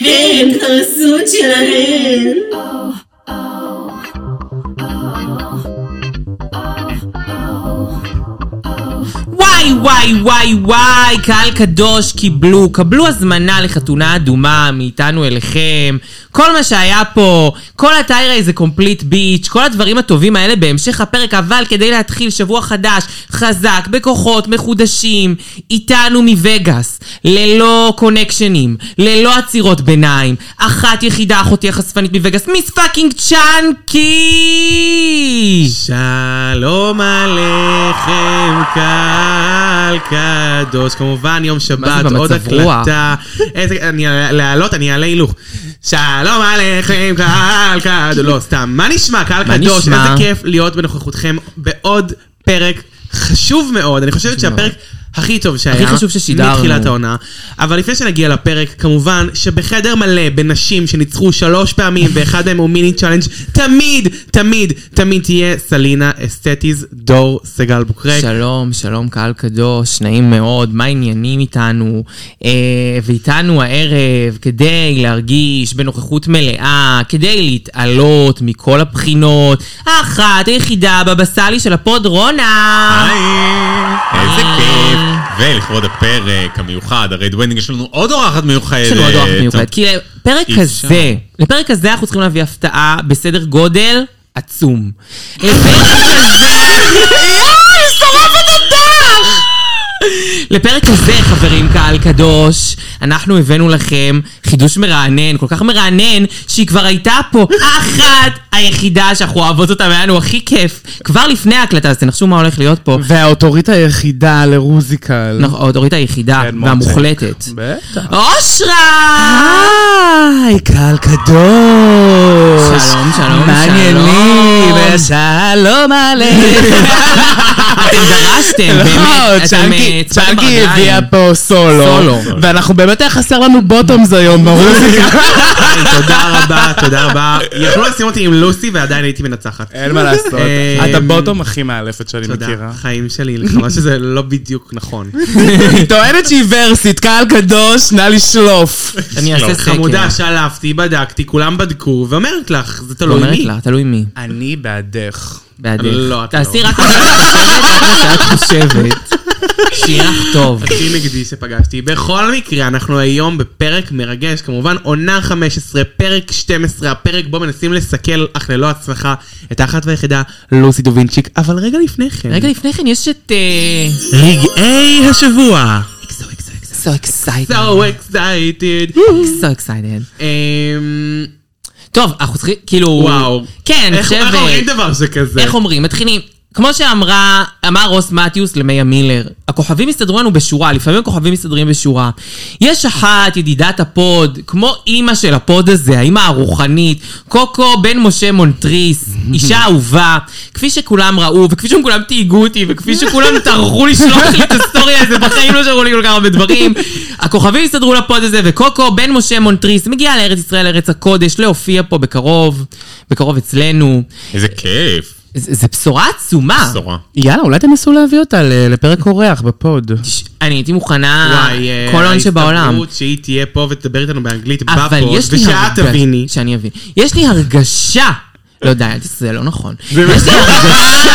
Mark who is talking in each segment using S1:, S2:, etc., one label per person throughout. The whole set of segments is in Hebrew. S1: הן חרסות שלהן.
S2: וואי וואי וואי וואי, קהל קדוש קיבלו, קבלו הזמנה לחתונה אדומה מאיתנו אליכם. כל מה שהיה פה, כל הטיירי זה קומפליט ביץ', כל הדברים הטובים האלה בהמשך הפרק, אבל כדי להתחיל שבוע חדש, חזק, בכוחות, מחודשים, איתנו מווגאס, ללא קונקשנים, ללא עצירות ביניים, אחת יחידה אחותי החשפנית מווגאס, מיס פאקינג צ'אנקי!
S3: שלום עליכם, קהל קדוש. כמובן, יום
S2: מה זה
S3: שבת,
S2: במצב
S3: עוד
S2: רוח?
S3: הקלטה. איזה, אני לעלות, אני אעלה הילוך. שלום עליכם, קהל קדוש. לא, סתם. מה נשמע, קהל
S2: מה
S3: קדוש?
S2: נשמע?
S3: איזה כיף להיות בנוכחותכם בעוד פרק חשוב מאוד. אני חושבת שהפרק... הכי טוב שהיה,
S2: הכי חשוב ששידרנו.
S3: מתחילת העונה. אבל לפני שנגיע לפרק, כמובן שבחדר מלא בנשים שניצחו שלוש פעמים ואחד מהם הוא מיני צ'אלנג', תמיד, תמיד, תמיד תהיה סלינה אסתטיז דור סגל בוקרק.
S2: שלום, שלום קהל קדוש, נעים מאוד, מה העניינים איתנו? אה, ואיתנו הערב, כדי להרגיש בנוכחות מלאה, כדי להתעלות מכל הבחינות, האחת, היחידה, בבא סאלי של הפוד רונה!
S4: היי,
S2: אה.
S4: איזה כיף. ולכבוד הפרק המיוחד, הרד ונדינג, יש לנו עוד אורחת מיוחדת.
S2: יש לנו עוד אורחת מיוחד, כי לפרק
S4: אה, אי אפשר.
S2: הזה, לפרק הזה אנחנו צריכים להביא הפתעה בסדר גודל עצום. אה, לפרק לפרק הזה, חברים, קהל קדוש, אנחנו הבאנו לכם חידוש מרענן, כל כך מרענן, שהיא כבר הייתה פה אחת היחידה שאנחנו אוהבות אותה, והיה לנו הכי כיף. כבר לפני ההקלטה, אז תנחשו מה הולך להיות פה.
S5: והאוטורית היחידה לרוזיקל.
S2: אנחנו- האוטוריטה היחידה
S5: כן, מורצק.
S2: והמוחלטת.
S5: בטח.
S2: אושרה!
S5: היי, קהל קדוש.
S2: שלום, שלום,
S5: מה
S2: שלום.
S5: העניינים?
S2: לא
S5: שלום עליכם.
S2: אתם דרשתם,
S5: לא,
S2: באמת, אתם
S5: צ'אנקי-
S2: אה, צבעתם
S5: צ'אנקי הביאה
S2: ברגליים.
S5: פה סולו.
S2: סולו.
S5: ואנחנו באמת היה חסר לנו בוטומס היום ברוזיקל.
S3: תודה רבה, תודה רבה. יכלו לשים אותי עם לוסי ועדיין הייתי מנצחת.
S5: אין מה לעשות.
S3: אה,
S5: את הבוטום הכי מאלפת שאני
S3: תודה,
S5: מכירה.
S3: חיים שלי, לחמה שזה לא בדיוק נכון.
S5: היא טוענת שהיא ורסית, קהל קדוש, נא לשלוף.
S2: אני אעשה
S4: לא,
S2: סקר.
S3: חמודה, שלפתי, בדקתי, כולם בדקו, ואומרת לך, זה תלוי
S2: אומרת
S3: מי.
S2: לה, תלוי מי.
S5: אני בעדך.
S2: בעדך.
S3: לא, את
S2: תעשי
S3: לא.
S2: רק מה שאת חושבת. שיהיה לך טוב.
S3: הכי נגדי שפגשתי. בכל מקרה, אנחנו היום בפרק מרגש, כמובן עונה 15, פרק 12, הפרק בו מנסים לסכל, אך ללא הצלחה, את האחת והיחידה, לוסי דובינצ'יק, אבל רגע לפני כן.
S2: רגע לפני כן יש את... אה,
S3: רגעי השבוע.
S2: So excited.
S3: So excited.
S2: So excited.
S3: אמ,
S2: טוב, אנחנו צריכים, כאילו...
S3: וואו.
S2: כן, אני
S3: איך איך אומרים
S2: חושבת.
S3: דבר שכזה?
S2: איך אומרים? מתחילים. כמו שאמרה, אמר רוס מתיוס למיה מילר, הכוכבים יסתדרו לנו בשורה, לפעמים הכוכבים מסתדרים בשורה. יש אחת, ידידת הפוד, כמו אימא של הפוד הזה, האימא הרוחנית, קוקו בן משה מונטריס, אישה אהובה, כפי שכולם ראו, וכפי שכולם תהיגו אותי, וכפי שכולם טרחו לשלוח לי את הסטורי הזה, בחיים לא שרו לי כל כך הרבה דברים. הכוכבים יסתדרו לפוד הזה, וקוקו בן משה מונטריס מגיע לארץ ישראל, לארץ הקודש, להופיע פה בקרוב, בקרוב אצלנו.
S4: איזה כיף.
S2: זה זה בשורה עצומה.
S4: בשורה.
S5: יאללה, אולי תנסו להביא אותה ל- לפרק אורח בפוד.
S2: ש- אני הייתי מוכנה
S3: וואי, אה,
S2: כל הון שבעולם.
S3: ההסתברות שהיא תהיה פה ותדבר איתנו באנגלית
S2: אבל
S3: בפוד,
S2: יש לי
S3: ושאת
S2: הרגשה-
S3: תביני.
S2: שאני אבין. יש לי הרגשה... לא די, אל תעשה, לא נכון. יש לי הרגשה...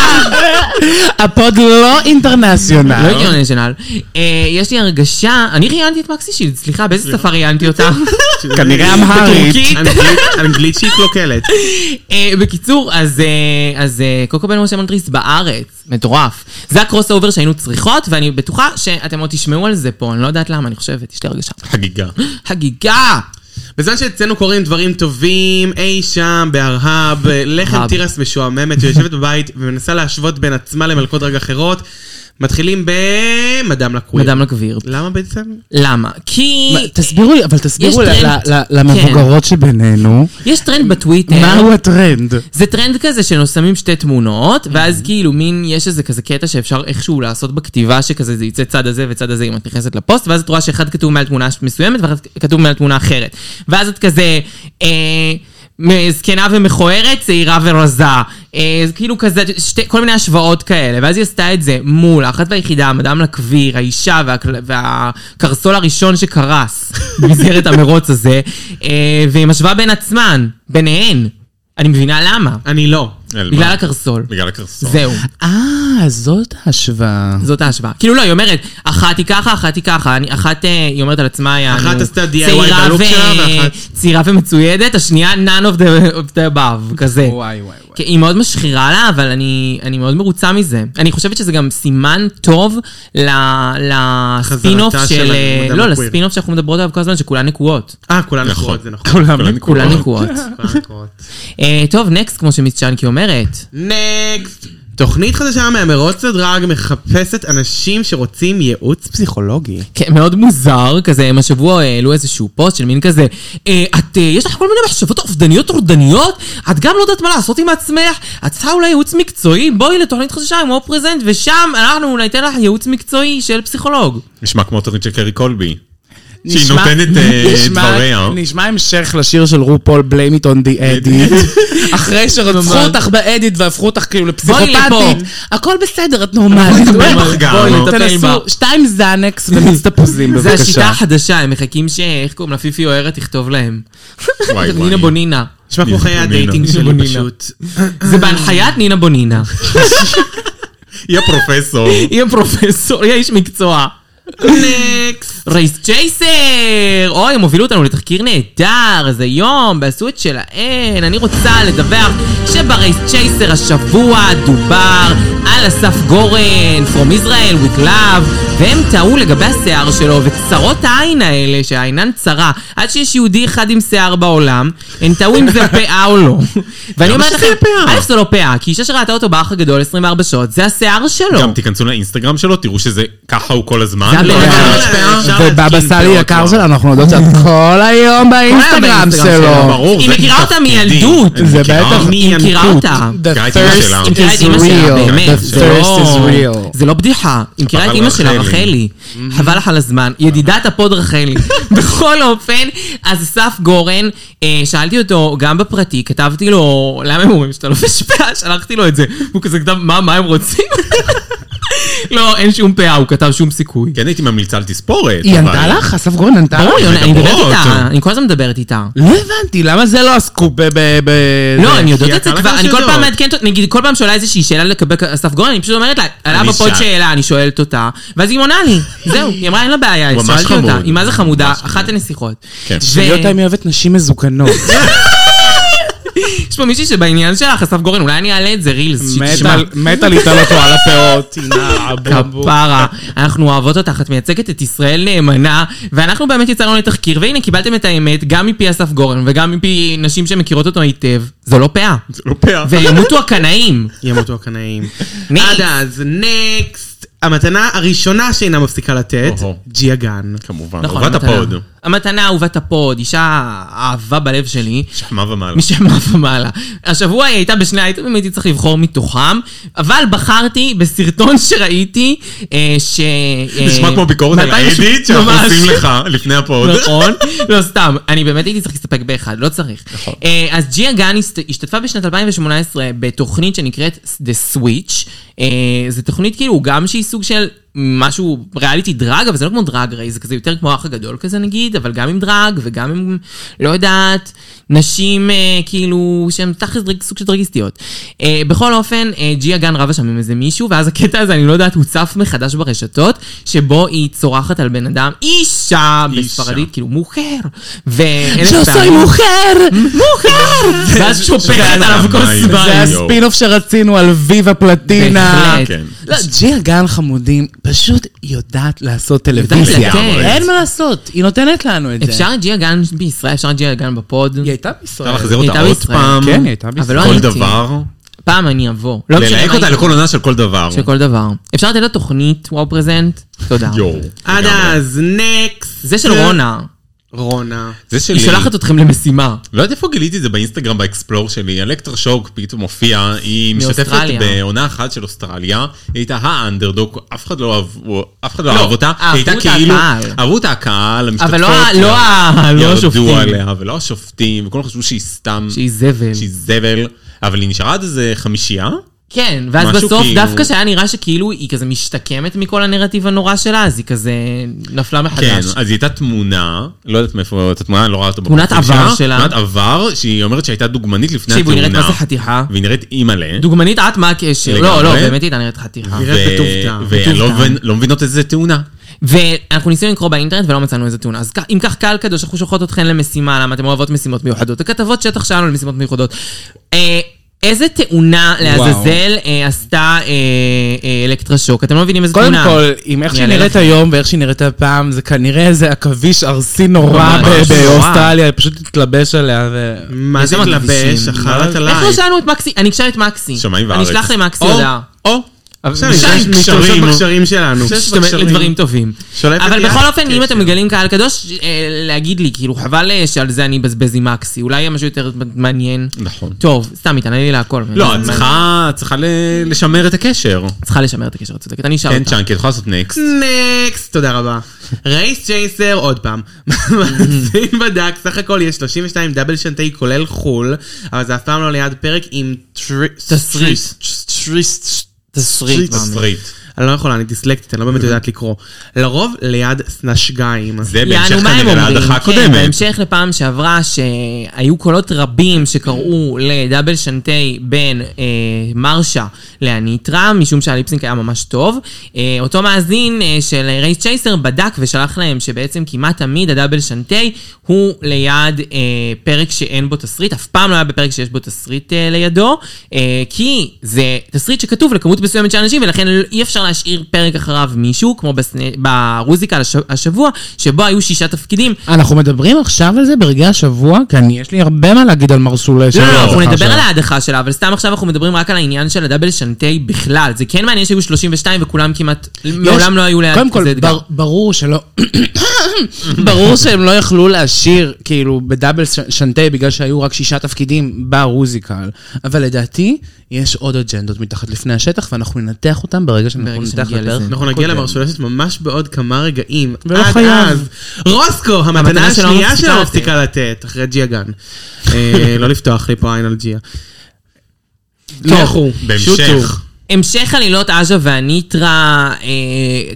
S5: הפוד לא
S2: לא
S5: אינטרנשיונל.
S2: אינטרנשיונל. אה, יש לי הרגשה... אני ראיינתי את מקסי שילד, סליחה, באיזה שפה ראיינתי אותה?
S5: כנראה אמהרית.
S2: בטורקית.
S3: אנגלית- אנגלית שהיא קלוקלת.
S2: אה, בקיצור, אז, אה, אז אה, קוקו בן משה מונטריס בארץ, מטורף. זה הקרוס אובר שהיינו צריכות, ואני בטוחה שאתם עוד תשמעו על זה פה, אני לא יודעת למה, אני חושבת, יש לי הרגשה.
S4: חגיגה.
S2: חגיגה!
S3: בזמן שאצלנו קורים דברים טובים, אי שם, בארהב, לחם
S2: ארהב.
S3: תירס משועממת שיושבת בבית ומנסה להשוות בין עצמה למלכות דרג אחרות, מתחילים במדאם לקוויר.
S2: מדאם לקביר.
S3: למה בעצם?
S2: למה? כי...
S5: מה, תסבירו לי, אבל תסבירו
S2: יש
S5: ל-
S2: טרנד. כן.
S5: ל- ל- למבוגרות שבינינו,
S2: יש טרנד בטוויטר.
S5: מהו הטרנד?
S2: זה טרנד כזה ששמים שתי תמונות, ואז כאילו מין, יש איזה כזה קטע שאפשר איכשהו לעשות בכתיבה, שכזה זה יצא צד הזה וצד הזה אם את נכנסת לפוסט, ואז את רואה שאחד כתוב מעל תמונה מסוימת ואחד כתוב מעל תמונה אחרת. ואז את כזה, אה, מ- זקנה ומכוערת, צעירה ורזה. אה, אה, זה כאילו כזה, שתי, כל מיני השוואות כאלה, ואז היא עשתה את זה מול האחת והיחידה, מדאם לקביר, האישה והקל- והקרסול הראשון שקרס במסגרת המרוץ הזה, אה, והיא משווה בין עצמן, ביניהן. אני מבינה למה,
S3: אני לא.
S4: אל
S2: בגלל
S4: מה?
S2: הקרסול.
S4: בגלל הקרסון.
S2: זהו,
S5: אה, זאת השוואה.
S2: זאת ההשוואה. כאילו לא, היא אומרת, אחת היא ככה, אחת היא ככה, אני, אחת, אה, היא אומרת על עצמה, יענו,
S3: אחת עשתה DIY
S2: צעירה
S3: בלוק שלה, ואחת-
S2: צעירה ומצוידת, השנייה none of the, of the above, כזה.
S5: וואי וואי וואי.
S2: כי היא מאוד משחירה לה, אבל אני, אני מאוד מרוצה מזה. אני חושבת שזה גם סימן טוב ל- לספינוף
S3: חזרתה
S2: של...
S3: של
S2: אה,
S3: המדע
S2: לא,
S3: בקוויר.
S2: לספינוף שאנחנו מדברות עליו כל הזמן, שכולן נקועות.
S3: אה, כולן
S4: נכון.
S3: נקועות, זה נכון.
S2: כולן נקועות.
S3: כולן נקועות.
S2: אה, טוב, נקסט, כמו שמיס צ'אנקי אומרת.
S3: נקסט. תוכנית חדשה מהמרוץ לדרג מחפשת אנשים שרוצים ייעוץ פסיכולוגי.
S2: כן, מאוד מוזר, כזה, הם השבוע העלו איזשהו פוסט של מין כזה, אה, את, אה, יש לך כל מיני מחשבות אובדניות טורדניות? את גם לא יודעת מה לעשות עם עצמך? את צריכה אולי ייעוץ מקצועי? בואי לתוכנית חדשה עם אופ פרזנט, ושם אנחנו ניתן לך ייעוץ מקצועי של פסיכולוג.
S4: נשמע כמו תוכנית של קרי קולבי. שהיא
S5: נשמע-
S4: נותנת אה,
S5: נשמע-
S4: דבריה.
S5: נשמע המשך לשיר של רופול, blame it on the edit. אחרי שרצחו
S2: ממש.
S5: אותך באדיט והפכו אותך כאילו
S2: לפה.
S5: לפסיכופתית, הכל בסדר, את נורמלית.
S4: גם.
S5: בואי
S4: בואי
S2: נטפל בה.
S5: תנסו שתיים זנקס ומיץ תפוזים
S2: זה השיטה
S5: בבקשה.
S2: החדשה, הם מחכים ש... איך קוראים לה? פיפי אוהרת תכתוב להם.
S4: וואי
S2: נינה
S4: וואי.
S2: בונינה.
S3: נשמע כמו חיי
S4: נינה.
S3: הדייטינג שלי
S2: נינה.
S3: פשוט.
S2: זה בהנחיית נינה בונינה.
S4: היא הפרופסור.
S2: היא הפרופסור, היא האיש מקצוע.
S3: נקסט.
S2: רייס צ'ייסר! אוי, הם הובילו אותנו לתחקיר נהדר, איזה יום, ועשו את שלהן. אני רוצה לדווח שברייס צ'ייסר השבוע דובר על אסף גורן, From Israel with Love, והם טעו לגבי השיער שלו וצרות העין האלה, שהעינן צרה, עד שיש יהודי אחד עם שיער בעולם, הם טעו אם זה פאה או לא. ואני אומרת
S4: שזה
S2: לכם,
S4: פאה.
S2: א' זה לא פאה, כי אישה שראתה אותו באח הגדול 24 שעות, זה השיער שלו.
S4: גם תיכנסו לאינסטגרם שלו, תראו שזה ככה הוא כל הזמן.
S2: זה
S4: לא,
S3: אה,
S2: הבן
S4: אבל-
S2: אדם.
S5: ובבא סאלי יקר שלנו, אנחנו יודעות שאת כל היום באינסטגרם
S2: באינסטגרם
S5: שלו.
S2: שלו.
S4: ברור,
S2: היא
S4: זה
S2: מכירה אותה
S4: תפקידי.
S2: מילדות.
S4: אני
S5: זה
S4: מכירה
S5: בטח.
S4: אותה.
S2: היא מכירה
S5: ינקות.
S2: אותה.
S5: The
S4: מכירה את אמא
S5: thirst
S4: שלה.
S2: היא מכירה
S5: is
S2: את אימא שלה,
S5: real.
S2: באמת.
S5: The
S2: זה לא-
S5: thirst is real.
S2: זה לא בדיחה. היא מכירה את
S4: חבל
S2: אימא שלה,
S4: רחלי.
S2: רחלי. חבל לך על הזמן. ידידת הפוד רחלי. בכל אופן, אז אסף גורן, אה, שאלתי אותו גם בפרטי, כתבתי לו, למה הם אומרים שאתה לובש פאה? שלחתי לו את זה. הוא כזה כתב, מה, מה הם רוצים? לא, אין שום פאה, הוא כתב שום סיכוי.
S4: כן הייתי ממליצה על תספורת.
S5: היא
S4: אבל-
S5: ענתה לך? אסף גורן ענתה
S2: ברור,
S5: לך?
S2: יונה, אני מדברת
S4: מדברות.
S2: איתה, אני כל הזמן מדברת איתה.
S5: לא הבנתי, למה זה לא עסקו ב... ב- ב-
S2: לא,
S5: זה?
S2: אני יודעת
S3: כי
S2: את זה
S3: הקהל
S2: כבר,
S3: הקהל
S2: אני כל
S3: שלו.
S2: פעם מעדכנת, אותה- נגיד, כל פעם שעולה איזושהי שאלה לגבי אסף גורן, אני פשוט אומרת לה, עלה
S4: אני
S2: בפוד
S4: שאל.
S2: שאלה, אני שואלת אותה, ואז היא עונה לי, זהו, היא אמרה, אין לה בעיה,
S4: הוא ממש
S2: שאלתי
S4: חמוד.
S2: אותה, היא מה זה חמודה,
S4: ממש
S2: אחת הנסיכות.
S4: כן.
S2: ו-
S5: שלי אותה אם היא אוהבת נשים מזוקנות.
S2: יש פה מישהי שבעניין שלך, אסף גורן, אולי אני אעלה את זה רילס, שהיא
S5: מת
S2: תשמע.
S5: על- מת על איתה אותו על הפאות, היא נערה בומבום.
S2: כפרה, אנחנו אוהבות אותך, את מייצגת את ישראל נאמנה, ואנחנו באמת יצאנו לתחקיר, והנה קיבלתם את האמת, גם מפי אסף גורן וגם מפי נשים שמכירות אותו היטב, זו לא פאה.
S4: זה לא פאה.
S2: וימותו הקנאים.
S3: ימותו הקנאים.
S2: Next.
S3: עד אז, נקסט. המתנה הראשונה שאינה מפסיקה לתת,
S4: אוהו.
S3: ג'יה גן.
S4: כמובן.
S2: נכון,
S4: אהובת
S2: המתנה.
S4: הפוד.
S2: המתנה אהובת הפוד, אישה אהבה בלב שלי.
S4: שמה ומעלה.
S2: משם אף ומעלה. השבוע היא הייתה בשני האייטמים, הייתי צריך לבחור מתוכם, אבל בחרתי בסרטון שראיתי, אה, ש... אה,
S4: נשמע כמו ביקורת על
S2: מ-אלפיים וש-
S4: האדיט שאנחנו
S2: ממש.
S4: עושים לך לפני הפוד.
S2: נכון, לא סתם, אני באמת הייתי צריך להסתפק באחד, לא צריך. אה, אז ג'יה גן הסת- השתתפה בשנת 2018 בתוכנית שנקראת The Switch. אה, זו תוכנית כאילו גם שהיא סוג של משהו ריאליטי דרג, אבל זה לא כמו דרג ריי, זה כזה יותר כמו האח הגדול כזה נגיד, אבל גם עם דרג וגם עם, לא יודעת, נשים אה, כאילו, שהן תכלס דרג- סוג של דרגיסטיות. אה, בכל אופן, אה, ג'יה גן רבה שם עם איזה מישהו, ואז הקטע הזה, אני לא יודעת, הוצף מחדש ברשתות, שבו היא צורחת על בן אדם, אישה,
S4: אישה.
S2: בספרדית, כאילו מוכר. ואלף
S5: Yo soy
S2: פעמים-
S5: mujer!
S2: ואז שופכת עליו כוס
S4: זה
S5: זה
S2: מים.
S4: יואו.
S5: הספינוף שרצינו על ויבה פלטינה.
S2: בהחלט.
S4: כן.
S5: לא, ג'יה גן חמודים, פשוט יודעת לעשות
S2: יודעת
S4: כן,
S5: טלוויזיה.
S2: לתת.
S5: אין מה לעשות, היא נותנת לנו את זה.
S2: אפשר את ג'יה גן בישראל, אפשר את ג'יה גן בפוד.
S5: היא הייתה
S4: אפשר
S5: בישראל.
S4: להחזיר אותה
S2: הייתה
S4: עוד
S2: בישראל.
S4: פעם.
S5: כן, היא הייתה בישראל.
S2: לא
S4: כל
S2: הייתי.
S4: דבר.
S2: פעם אני אבוא. לא משנה
S4: ללהק
S2: מה
S4: אותה
S2: היא-
S4: לכל עונה של כל דבר.
S2: של כל דבר. אפשר לתת לה תוכנית וואו פרזנט? תודה.
S4: יואו.
S3: עד
S4: לגמרי.
S3: אז, נקסט.
S2: זה של רונה.
S3: רונה.
S4: זה שלי.
S2: היא שולחת אתכם למשימה.
S4: לא יודע איפה גיליתי את זה באינסטגרם, באקספלור שלי. אלקטרה שוק פתאום הופיעה, היא משתתפת
S2: מאוסטרליה.
S4: בעונה אחת של אוסטרליה. היא הייתה האנדרדוג, אף אחד לא אהב- אף אחד לא אהב אותה.
S2: אה, אהבו
S4: היא הייתה
S2: אותה
S4: כאילו,
S2: הקהל.
S4: אהבו אותה הקהל, המשתתפות.
S2: אבל לא ה- לא ה- לא
S4: ירדו
S2: השופטים.
S4: עליה, ולא השופטים, וכולם חשבו שהיא סתם...
S2: שהיא זבל.
S4: שהיא זבל. אבל היא נשארה עד איזה חמישייה.
S2: כן, ואז
S4: משהו
S2: בסוף,
S4: כאילו-
S2: דווקא שהיה נראה שכאילו היא כזה משתקמת מכל הנרטיב הנורא שלה, אז היא כזה נפלה
S4: כן,
S2: מחדש.
S4: אז היא הייתה תמונה, לא יודעת מאיפה את התמונה, אני לא רואה אותה
S2: תמונת
S4: בפרופיל
S2: עבר שלה.
S4: תמונת עבר, שהיא אומרת שהייתה דוגמנית לפני
S2: תקשיבו,
S4: התאונה.
S2: היא נראית מה זה חתיכה.
S4: והיא נראית אימא'לה.
S2: דוגמנית את, מה הקשר?
S4: לגמרי.
S2: לא, לא, באמת הייתה נראית חתיכה.
S3: נראית בטוב טעם.
S4: ואני לא
S2: בטוב
S4: מבין- לא מבינות איזה תאונה.
S2: ואנחנו ניסינו לקרוא באינטרנט ולא מצאנו איזה תאונה. אז כ- אם כך, קהל קדוש, אנחנו שולחות אתכן למשימה, למה אתם אוהבות משימות מיוחדות. הכתבות שטח שלנו על משימות מיוחדות. אה, איזה תאונה לעזאזל אה, עשתה אה, אה, אלקטרשוק? אתם לא מבינים איזה
S5: קודם
S2: תאונה.
S5: כל, עם איך
S2: אני
S5: שהיא
S2: אעלה
S5: נראית
S2: לכם.
S5: היום ואיך שהיא נראית הפעם, זה כנראה איזה עכביש ארסי נורא
S2: ממש,
S5: ב-
S2: נורא.
S5: באוסטרליה, היא פשוט התלבש עליה ו...
S3: מה
S2: יש
S3: זה
S2: שם
S3: התלבש?
S2: כבישים.
S3: אכלת
S2: איך לא
S3: עליי.
S2: שאלנו את מקסי? אני אשאל את מקסי.
S4: שמיים
S2: אני
S4: וארץ.
S2: אשלח למקסי
S4: או,
S2: הודעה.
S4: או,
S3: עכשיו
S4: משתמש
S3: נשתמש
S4: בקשרים.
S3: בקשרים שלנו.
S4: משתמש
S2: להשתמש
S4: בקשרים.
S2: לדברים טובים.
S3: שולפת
S2: אבל
S3: יד.
S2: בכל אופן, אם
S3: כן,
S2: אתם מגלים קהל קדוש, אה, להגיד לי, כאילו, חבל אה, שעל זה אני אבזבז עם מקסי. אולי יהיה משהו יותר מעניין.
S4: נכון.
S2: טוב, סתם, תענה לי להכל.
S4: לא,
S2: אני-
S4: את צריכה- את צריכה ל- לשמר את הקשר.
S2: צריכה לשמר את הקשר הצודקת, אני אשאל
S4: אין
S2: אותה.
S4: צ'אנקי, את יכולה לעשות נקסט.
S3: נקסט, תודה רבה. רייס צ'ייסר, עוד פעם. מאזין בדק, סך הכל יש 32 דאבל שנטי כולל חול, אבל זה אף פעם לא ליד פרק עם טרי-
S2: תסריט.
S3: טריס- טריס-
S2: תסריט. מאמי.
S4: תסריט.
S3: אני לא יכולה, אני דיסלקטית, אני לא באמת יודעת לקרוא. לרוב ליד סנשגיים.
S4: Mm-hmm. זה
S2: יענו,
S4: בהמשך
S2: מה הם
S4: כנראה
S2: אומרים?
S4: להדחה
S2: כן,
S4: הקודמת.
S2: בהמשך לפעם שעברה, שהיו קולות רבים שקראו לדאבל שנטי בין אה, מרשה לאניטרה, משום שהליפסינק היה ממש טוב. אה, אותו מאזין אה, של רייס צ'ייסר בדק ושלח להם שבעצם כמעט תמיד הדאבל שנטי הוא ליד אה, פרק שאין בו תסריט, אף פעם לא היה בפרק שיש בו תסריט אה, לידו, אה, כי זה תסריט שכתוב לכמות מסוימת של אנשים, ולכן אי אפשר להשאיר פרק אחריו מישהו, כמו בסנ- ברוזיקה הש- השבוע, שבו היו שישה תפקידים.
S5: אנחנו מדברים עכשיו על זה ברגעי השבוע? כי אני, יש לי הרבה מה להגיד על מרסולה של
S2: לא, לא,
S5: ההדחה
S2: אנחנו נדבר
S5: שלה.
S2: על ההדחה שלה, אבל סתם עכשיו אנחנו מדברים רק על העניין של הדאבל שנטי בכלל. זה כן מעניין שהיו 32 וכולם כמעט, מעולם לא היו ליד
S5: קודם כל,
S2: כזה אתגר.
S5: בר- ברור שלא... ברור שהם לא יכלו להשאיר, כאילו, בדאבל ש- שנטי, בגלל שהיו רק שישה תפקידים ברוזיקל. אבל לדעתי, יש עוד אג'נדות מתחת לפני השטח, ואנחנו ננתח אותן ברגע
S2: ברגע
S5: שאנחנו ננתח
S2: שנגיע
S5: לפרק.
S2: לזה.
S3: אנחנו נכון, נגיע
S4: כן.
S5: הקודם.
S3: למרשולשת ממש בעוד כמה רגעים.
S5: ולא
S3: עד
S5: חייב.
S3: אז, רוסקו, המתנה
S2: המתנה שלא
S3: השנייה
S2: מפסיקה
S3: שלו
S2: לתת.
S3: מפסיקה לתת, אחרי ג'יה גן. אה, לא לפתוח לי פה עין על ג'יה. לכו, שוטו.
S4: בהמשך.
S2: המשך עלילות עז'ה והניטרה, אה,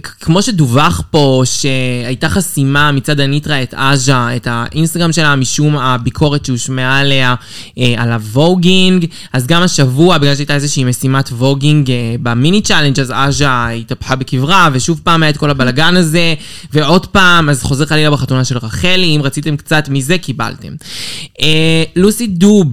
S2: כ- כמו שדווח פה שהייתה חסימה מצד הניטרה את עז'ה, את האינסטגרם שלה, משום הביקורת שהושמעה עליה אה, על הווגינג, אז גם השבוע, בגלל שהייתה איזושהי משימת ווגינג אה, במיני צ'אלנג', אז עז'ה התהפכה בקברה, ושוב פעם היה את כל הבלגן הזה, ועוד פעם, אז חוזר חלילה בחתונה של רחלי, אם רציתם קצת מזה, קיבלתם. אה, לוסי דוב.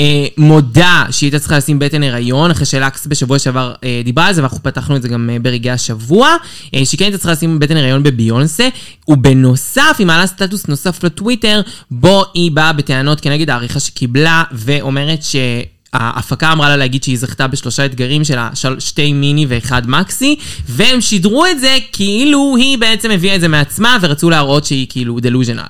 S2: אה, מודה שהיא הייתה צריכה לשים בטן הריון, אחרי שלקס בשבוע שעבר אה, דיברה על זה, ואנחנו פתחנו את זה גם אה, ברגעי השבוע, אה, שהיא כן הייתה צריכה לשים בטן הריון בביונסה, ובנוסף, היא מעלה סטטוס נוסף לטוויטר, בו היא באה בטענות כנגד העריכה שקיבלה, ואומרת ש... ההפקה אמרה לה להגיד שהיא זכתה בשלושה אתגרים שלה, של שתי מיני ואחד מקסי, והם שידרו את זה כאילו היא בעצם הביאה את זה מעצמה ורצו להראות שהיא כאילו דלוז'נל.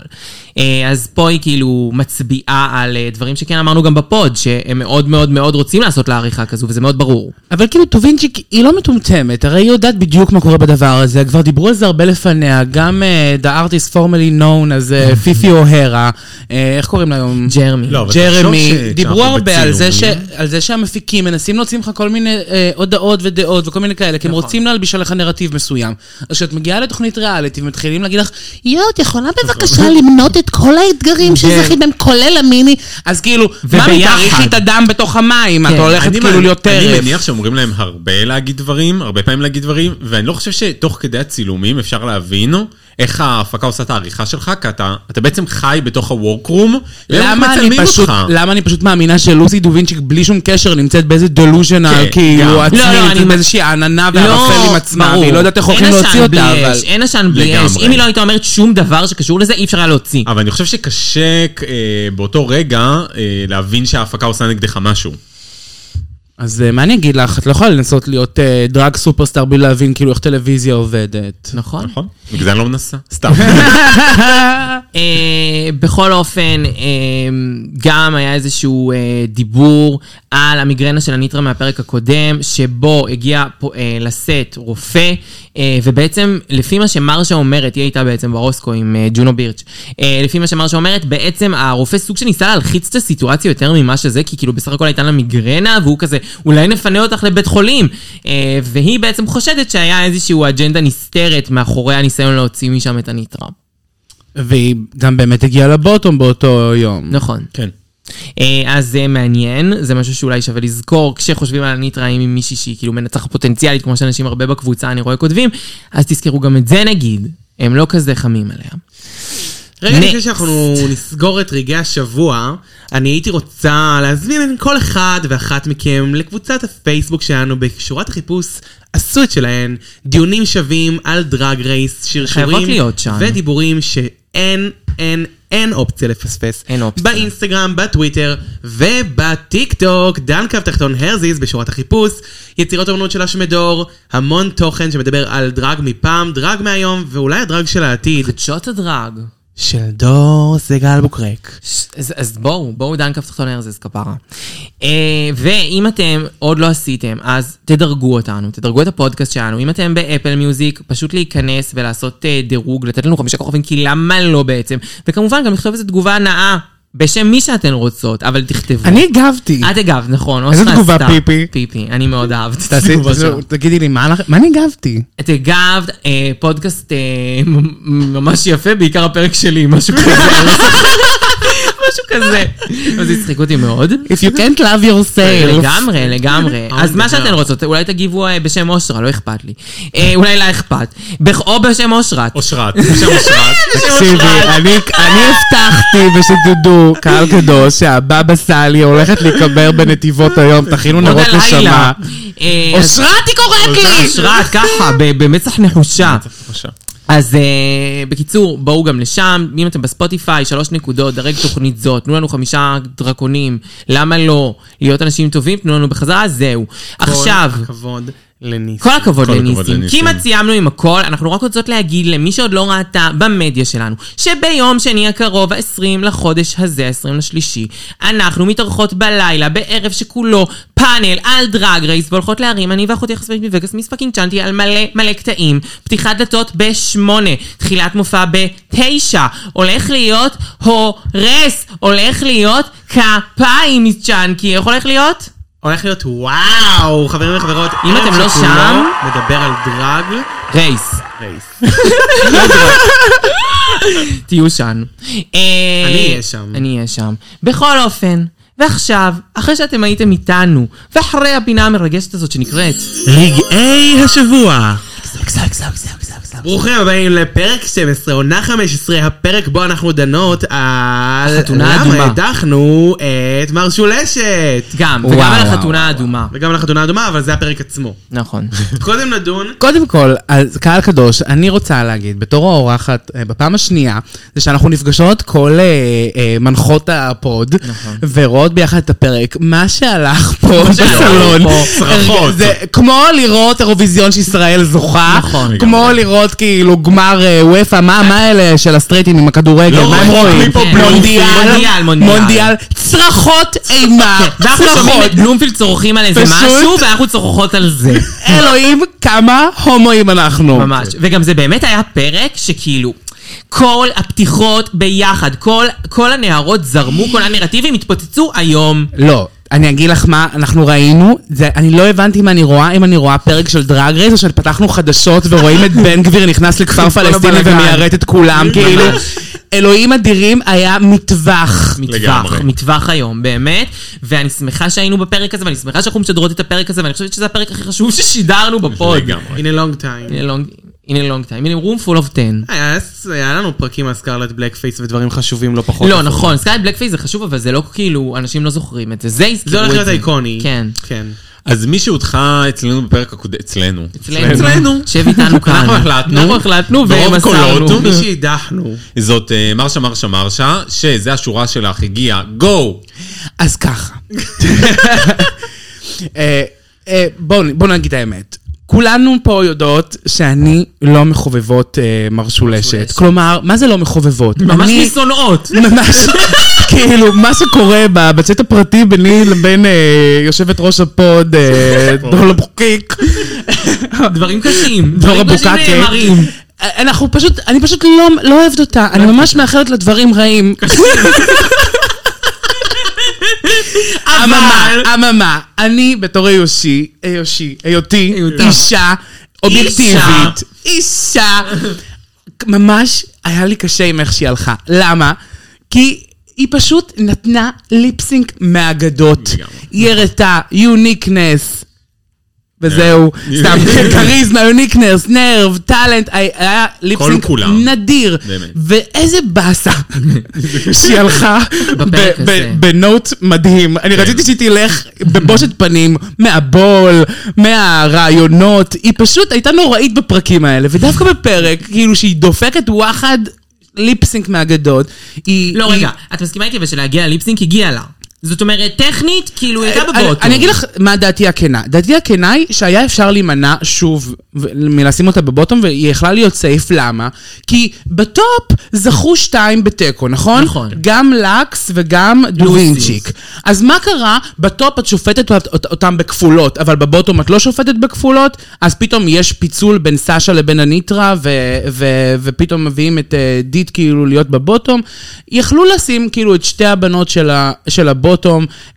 S2: אז פה היא כאילו מצביעה על אה, דברים שכן אמרנו גם בפוד, שהם מאוד מאוד מאוד רוצים לעשות לה עריכה כזו, וזה מאוד ברור.
S5: אבל כאילו טובינצ'יק היא לא מטומטמת, הרי היא יודעת בדיוק מה קורה בדבר הזה, כבר דיברו על זה הרבה לפניה, גם uh, The Artist Formerly Known, אז אה, פיפי אוהרה, אה, איך קוראים לה היום?
S2: ג'רמי.
S4: לא, אבל
S5: ג'רמי,
S4: תחשוב ש-
S5: דיברו
S4: כשאנחנו
S5: הרבה על זה, ש...
S4: בצילומים-
S5: על זה שהמפיקים מנסים להוציא ממך כל מיני אה, הודעות ודעות וכל מיני כאלה,
S2: נכון.
S5: כי הם רוצים להלביש עליך נרטיב מסוים. אז כשאת מגיעה לתוכנית ריאליטי ומתחילים להגיד לך, יואו, את יכולה
S4: נכון.
S5: בבקשה למנות את כל האתגרים שזכית בהם, כולל המיני, אז כאילו, מה
S2: וביחד.
S5: תאריכי את הדם בתוך המים, את
S2: כן.
S5: הולכת
S4: אני
S5: כאילו
S4: מנ-
S5: להיות טרף.
S4: אני מניח שאומרים להם הרבה להגיד דברים, הרבה פעמים להגיד דברים, ואני לא חושב שתוך כדי הצילומים אפשר להבין איך ההפקה עושה את העריכה שלך, כי אתה, אתה בעצם חי בתוך הוורקרום, והם
S5: למה אני,
S4: מצלמים
S5: פשוט, לא-
S4: אותך.
S5: למה אני פשוט מאמינה שלוסי דובינצ'יק בלי שום קשר נמצאת באיזה דלוז'נל,
S4: כן, גם.
S5: כאילו עצמי,
S2: לא, לא,
S5: נמצאת
S2: אני- לא,
S5: באיזושהי עננה וערפל עם עצמה, והיא לא יודעת איך הולכים
S2: אין
S5: להוציא
S2: עשן
S5: אותה,
S2: בלי
S5: אבל...
S2: אש, אין עשן בלי אש.
S4: לגמרי.
S2: אם היא לא הייתה אומרת שום דבר שקשור לזה, אי אפשר היה להוציא.
S5: אה.
S4: אבל אני חושב שקשה אה, באותו רגע אה, להבין שההפקה עושה נגדך משהו.
S5: נכון. אז אה, מה אני אגיד לך, את לא יכולה לנסות להיות אה, דרג סופרסטאר בלי להבין כאילו איך טלוויזיה עובדת.
S2: נכון?
S4: נכון? בגלל זה אני לא מנסה. סתם.
S2: אה, אה, בכל אופן, אה, גם היה איזשהו אה, דיבור על המיגרנה של הניטרה מהפרק הקודם, שבו הגיע פה, אה, לסט רופא, אה, ובעצם, לפי מה שמרשה אומרת, היא הייתה בעצם ברוסקו עם אה, ג'ונו בירץ', אה, לפי מה שמרשה אומרת, בעצם הרופא סוג שניסה להלחיץ את הסיטואציה יותר ממה שזה, כי כאילו בסך הכל הייתה לה מיגרנה, והוא כזה, אולי נפנה אותך לבית חולים. אה, והיא בעצם חושדת שהיה איזושהי אג'נדה נסתרת מאחורי הניסיון להוציא משם את הניטרה.
S5: והיא גם באמת הגיעה לבוטום באותו יום.
S2: נכון.
S4: כן.
S2: אה, אז זה מעניין, זה משהו שאולי שווה לזכור. כשחושבים על הניטרה, אם היא מישהי שהיא כאילו מנצחת פוטנציאלית, כמו שאנשים הרבה בקבוצה, אני רואה כותבים, אז תזכרו גם את זה נגיד, הם לא כזה חמים עליה.
S3: רגע לפני
S2: Next.
S3: שאנחנו נסגור את רגעי השבוע, אני הייתי רוצה להזמין את כל אחד ואחת מכם לקבוצת הפייסבוק שלנו בשורת החיפוש. עשו את שלהן, דיונים שווים על דרג רייס,
S2: חייבות
S3: שרשורים
S2: להיות שם.
S3: ודיבורים שאין, אין, אין אופציה לפספס.
S2: אין אופציה.
S3: באינסטגרם, בטוויטר ובטיק טוק, דן קו תחתון הרזיז בשורת החיפוש, יצירות אומנות של אשמדור, המון תוכן שמדבר על דרג מפעם, דרג מהיום ואולי הדרג של העתיד.
S2: חדשות הדרג.
S3: של דור סגל בוקרק.
S2: ש- אז, אז בואו, בואו דן כף תחתון ארז כפרה. אה, ואם אתם עוד לא עשיתם, אז תדרגו אותנו, תדרגו את הפודקאסט שלנו. אם אתם באפל מיוזיק, פשוט להיכנס ולעשות אה, דירוג, לתת לנו חמישה כוכבים, כי למה לא בעצם? וכמובן, גם לכתוב איזו תגובה נאה, בשם מי שאתן רוצות, אבל תכתבו.
S5: אני הגבתי.
S2: את הגבת, נכון.
S5: איזה
S2: אושרה
S5: תגובה,
S2: עשתה.
S5: פיפי?
S2: פיפי, אני מאוד אהבתי את
S5: תעשי,
S2: התגובה שלך.
S5: תגידי לי, מה לך- מה אני הגבתי?
S2: את הגבת, אה, פודקאסט אה, מ- ממש יפה, בעיקר הפרק שלי, משהו כזה. משהו כזה. אז הצחיקו אותי מאוד. אה,
S5: If you can't love yourself.
S2: לגמרי, לגמרי. אז מה שאתן רוצות, אולי תגיבו אה, בשם אושרה, לא אכפת לי. אה, אולי לה אכפת. בכ- או בשם אושרת.
S4: אושרת, בשם אושרת.
S5: תקשיבי, אני, אני הבטחתי, ושתדעו, קהל קדוש, שהבבא סאלי הולכת להיקבר בנתיבות היום, תכינו
S2: עוד
S5: נרות
S2: הלילה.
S5: נשמה.
S2: כאילו אה, אז-
S5: אושרת היא קוראת לי!
S2: אושרת, ככה, ב- במצח נחושה.
S4: בבקשה.
S2: אז uh, בקיצור, בואו גם לשם. אם אתם בספוטיפיי, שלוש נקודות, דרג תוכנית זאת, תנו לנו חמישה דרקונים, למה לא? להיות אנשים טובים, תנו לנו בחזרה, זהו. עכשיו,
S3: כל הכבוד לניס.
S2: כל הכבוד
S4: כל הכבוד
S2: לניסים.
S4: לניסים.
S2: כמעט סיימנו עם הכל, אנחנו רק רוצות להגיד למי שעוד לא ראתה במדיה שלנו, שביום שני הקרוב, ה-20 לחודש הזה, ה-20 לשלישי, אנחנו מתארחות בלילה, בערב שכולו פאנל על דרג רייס, והולכות להרים, אני ואחותי החסמית מווגאס, מיס פאקינג צ'אנטי, על מלא מלא קטעים. פתיחת דלתות בשמונה, תחילת מופע בתשע, הולך להיות הורס, הולך להיות כפיים מצ'אנקי, איך הולך להיות?
S3: הולך להיות וואו, חברים וחברות.
S2: אם
S3: ערב
S2: אתם לא
S3: שכולו
S2: שם-
S3: מדבר על דרג
S2: רייס.
S3: רייס.
S2: תהיו שם. אה,
S3: אני אהיה שם.
S2: אני אהיה שם. בכל אופן, ועכשיו, אחרי שאתם הייתם איתנו, ואחרי הפינה המרגשת הזאת שנקראת...
S3: רגעי השבוע. ברוכים הבאים לפרק 12, עונה 15, הפרק בו אנחנו דנות על...
S2: החתונה האדומה.
S3: למה הדחנו את מר שולשת.
S2: גם,
S5: וואו,
S2: וגם על
S5: וואו,
S2: החתונה האדומה.
S3: וגם על החתונה האדומה, אבל זה הפרק עצמו.
S2: נכון.
S3: קודם נדון.
S5: קודם כל, אז קהל קדוש, אני רוצה להגיד, בתור האורחת, אה, בפעם השנייה, זה שאנחנו נפגשות כל אה, אה, מנחות הפוד, ורואות ביחד את הפרק, מה שהלך פה בסלון, אה,
S2: פה,
S4: צרחות.
S5: זה כמו לראות אירוויזיון שישראל זוכה,
S2: נכון.
S5: כמו לראות כאילו גמר אה, וופא, מה מה אלה של הסטרייטים עם הכדורגל,
S4: לא
S5: מה הם
S4: רואים,
S5: רואים?
S4: רואים פה
S2: בלומפילד. מונדיאל,
S5: מונדיאל,
S2: מונדיאל.
S5: מונדיאל, צרחות אימה,
S2: ואנחנו שומעים
S5: צרחות.
S2: את בלומפילד צורכים על איזה
S5: פשוט- אוקיי.
S2: משהו, ואנחנו צורחות על זה.
S5: אלוהים, כמה הומואים אנחנו.
S2: ממש. וגם זה באמת היה פרק שכאילו... כל הפתיחות ביחד, כל, כל הנערות זרמו, כל הנרטיבים התפוצצו היום.
S5: לא. אני אגיד לך מה, אנחנו ראינו, זה, אני לא הבנתי מה אני רואה, אם אני רואה פרק של דרג רייס או של פתחנו חדשות ורואים את בן גביר נכנס לכפר פלסטיני
S2: הבלגן.
S5: ומיירט את כולם, כאילו, אלוהים אדירים היה מטווח.
S2: מטווח,
S4: לגמרי.
S2: מטווח היום, באמת. ואני שמחה שהיינו בפרק הזה, ואני שמחה שאנחנו משדרות את הפרק הזה, ואני חושבת שזה הפרק הכי חשוב ששידרנו בפוד.
S4: לגמרי.
S3: In a long time.
S2: In a long- in a long time, in a room full of 10.
S3: היה היה לנו פרקים על סקרלט בלק פייס ודברים חשובים לא פחות.
S2: לא, נכון, סקאי בלק פייס זה חשוב, אבל זה לא כאילו, אנשים לא זוכרים את זה. זה הזכירו את
S3: זה
S2: זה.
S3: הולך להיות איקוני.
S2: כן.
S3: כן.
S4: אז מי שהודחה אצלנו בפרק הקודם, אצלנו.
S2: אצלנו. שב איתנו כאן.
S4: אנחנו החלטנו.
S2: אנחנו החלטנו
S4: ברוב
S2: ומסרנו.
S4: קולות.
S3: מי שהדחנו.
S4: זאת אה, מרשה מרשה מרשה, שזה השורה שלך, הגיעה, גו!
S5: אז ככה. אה, אה, בואו בוא נגיד את האמת. כולנו פה יודעות שאני לא מחובבות אה, מרשולשת. כלומר, מה זה לא מחובבות?
S2: ממש
S5: אני-
S2: משונאות.
S5: ממש, כאילו, מה שקורה ב- בצ'אט הפרטי ביני לבין אה, יושבת ראש הפוד, אה, דור לבוקיק,
S2: דברים קשים.
S5: דור
S2: דברים קשים
S5: הבוקקה.
S2: נאמרים.
S5: אנחנו פשוט, אני פשוט לא, לא אוהבת אותה, אני ממש מאחלת לה דברים רעים. אממה, אממה, אני בתור היושי, היושי, היותי אישה אובייקטיבית, אישה, ממש היה לי קשה עם איך שהיא הלכה. למה? כי היא פשוט נתנה ליפסינק מהאגדות. היא הראתה יוניקנס. וזהו, סתם, כריזמה, יוניקנרס, נרב, טאלנט, היה- היה ליפסינק
S4: כולם.
S5: נדיר.
S4: באמת.
S5: ואיזה באסה שהיא הלכה
S2: בפרק
S5: ב- ב-
S2: הזה.
S5: בנוט מדהים.
S4: כן.
S5: אני רציתי שהיא תלך בבושת פנים מהבול, מהרעיונות. היא פשוט הייתה נוראית בפרקים האלה, ודווקא בפרק, כאילו שהיא דופקת וואחד ליפסינק מהאגדות. היא...
S2: לא,
S5: היא-
S2: רגע, את מסכימה איתי אבל שלהגיע לליפסינק הגיע לה. זאת אומרת, טכנית, כאילו, היא הייתה
S5: אה, אני-
S2: בבוטו.
S5: אני אגיד לך מה דעתי הכנה. דעתי הכנה היא שהיה אפשר להימנע שוב ו- מלשים אותה בבוטום, והיא יכלה להיות סייף, למה? כי בטופ זכו שתיים בתיקו, נכון?
S2: נכון.
S5: גם לקס וגם דווינצ'יק. אז מה קרה? בטופ את שופטת אות- אות- אותם בכפולות, אבל בבוטום את לא שופטת בכפולות, אז פתאום יש פיצול בין סשה לבין הניטרה, ו- ו- ופתאום מביאים את אה, דית כאילו להיות בבוטום. יכלו לשים כאילו את שתי הבנות של, ה- של הבוטום,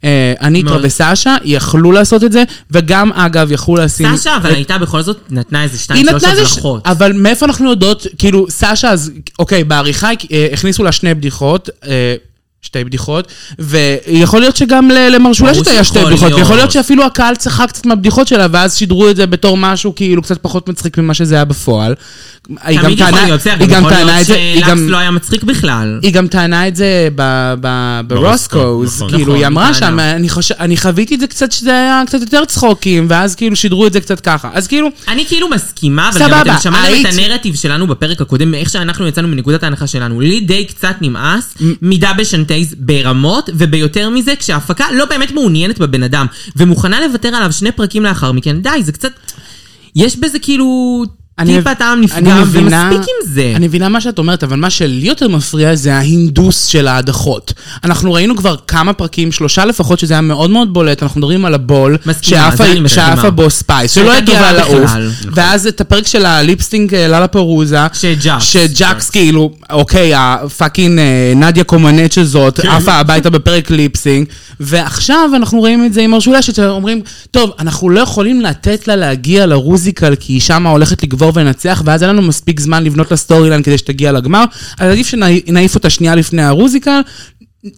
S5: אה, הניטרה
S2: מאוד.
S5: וסשה, יכלו לעשות את זה, וגם אגב יכלו לשים...
S2: סשה, אבל הייתה בכל זאת, נתנה איזה
S5: היא
S2: שתיים, שלוש
S5: נתנה איזה... ש-
S2: הבלחות.
S5: אבל מאיפה אנחנו יודעות, כאילו, סשה, אז, אוקיי, בעריכה אה, הכניסו לה שני בדיחות. אה, שתי בדיחות, ויכול להיות שגם ל- למרשולשת
S2: ברור
S5: היה שתי
S2: שיכול
S5: בדיחות,
S2: להיות.
S5: ויכול להיות שאפילו הקהל צחק קצת מהבדיחות שלה, ואז שידרו את זה בתור משהו כאילו קצת פחות מצחיק ממה שזה היה בפועל. היא גם
S2: תמיד יכול
S5: טענה-
S2: להיות, בסדר,
S5: היא
S2: גם
S5: גם
S2: יכול
S5: טענה
S2: להיות
S5: את זה, היא
S2: שלקס
S5: גם-
S2: לא היה מצחיק בכלל.
S5: היא גם טענה את זה ב- ב- ברוסקוס,
S4: ברוסקו, נכון.
S5: כאילו
S2: נכון,
S5: היא אמרה
S2: היא טענה.
S5: שם, "אני חוש- אני חוויתי את זה קצת, שזה היה קצת יותר צחוקים, ואז כאילו שידרו את זה קצת ככה. אז כאילו,
S2: אני כאילו מסכימה, אבל
S5: סבבה,
S2: גם אתם שמעתם
S5: היית-
S2: את הנרטיב שלנו בפרק הקודם, איך שאנחנו יצאנו מנקודת ההנחה שלנו. לי די קצת נמאס, מידה בשנטייז ברמות, וביותר מזה, כשההפקה לא באמת מעוניינת בבן אדם, ומוכנה לוותר עליו שני פרקים לאחר מכן, די, זה קצת... יש בזה כאילו... טיפה טעם נפגע,
S5: אני
S2: ומספיק
S5: מבינה-
S2: עם זה.
S5: אני מבינה מה שאת אומרת, אבל מה שלי יותר מפריע זה ההינדוס של ההדחות. אנחנו ראינו כבר כמה פרקים, שלושה לפחות, שזה היה מאוד מאוד בולט, אנחנו מדברים על הבול,
S2: מסכימה,
S5: שאף
S2: זה אני
S5: ה-
S2: מסכימה.
S5: שאף הבוס ספייס, שלא
S2: שהייתה
S5: הגיע
S2: טובה
S5: לעוף,
S2: בכלל.
S5: ואז את הפרק של הליפסטינג אה, ללה פרוזה,
S2: שג'קס.
S5: שג'קס כאילו, אוקיי, הפאקינג אה, נדיה קומנץ' הזאת,
S2: כן.
S5: עפה הביתה בפרק ליפסינג, ועכשיו אנחנו רואים את זה עם הרשולשת, שאומרים, טוב, אנחנו לא יכולים לתת לה להגיע לרוזיקל, כי היא שמה הולכת לגבור ולנצח, ואז אין לנו מספיק זמן לבנות לה סטורי ליין כדי שתגיע לגמר, אז עדיף שנעיף אותה שנייה לפני הרוזיקל.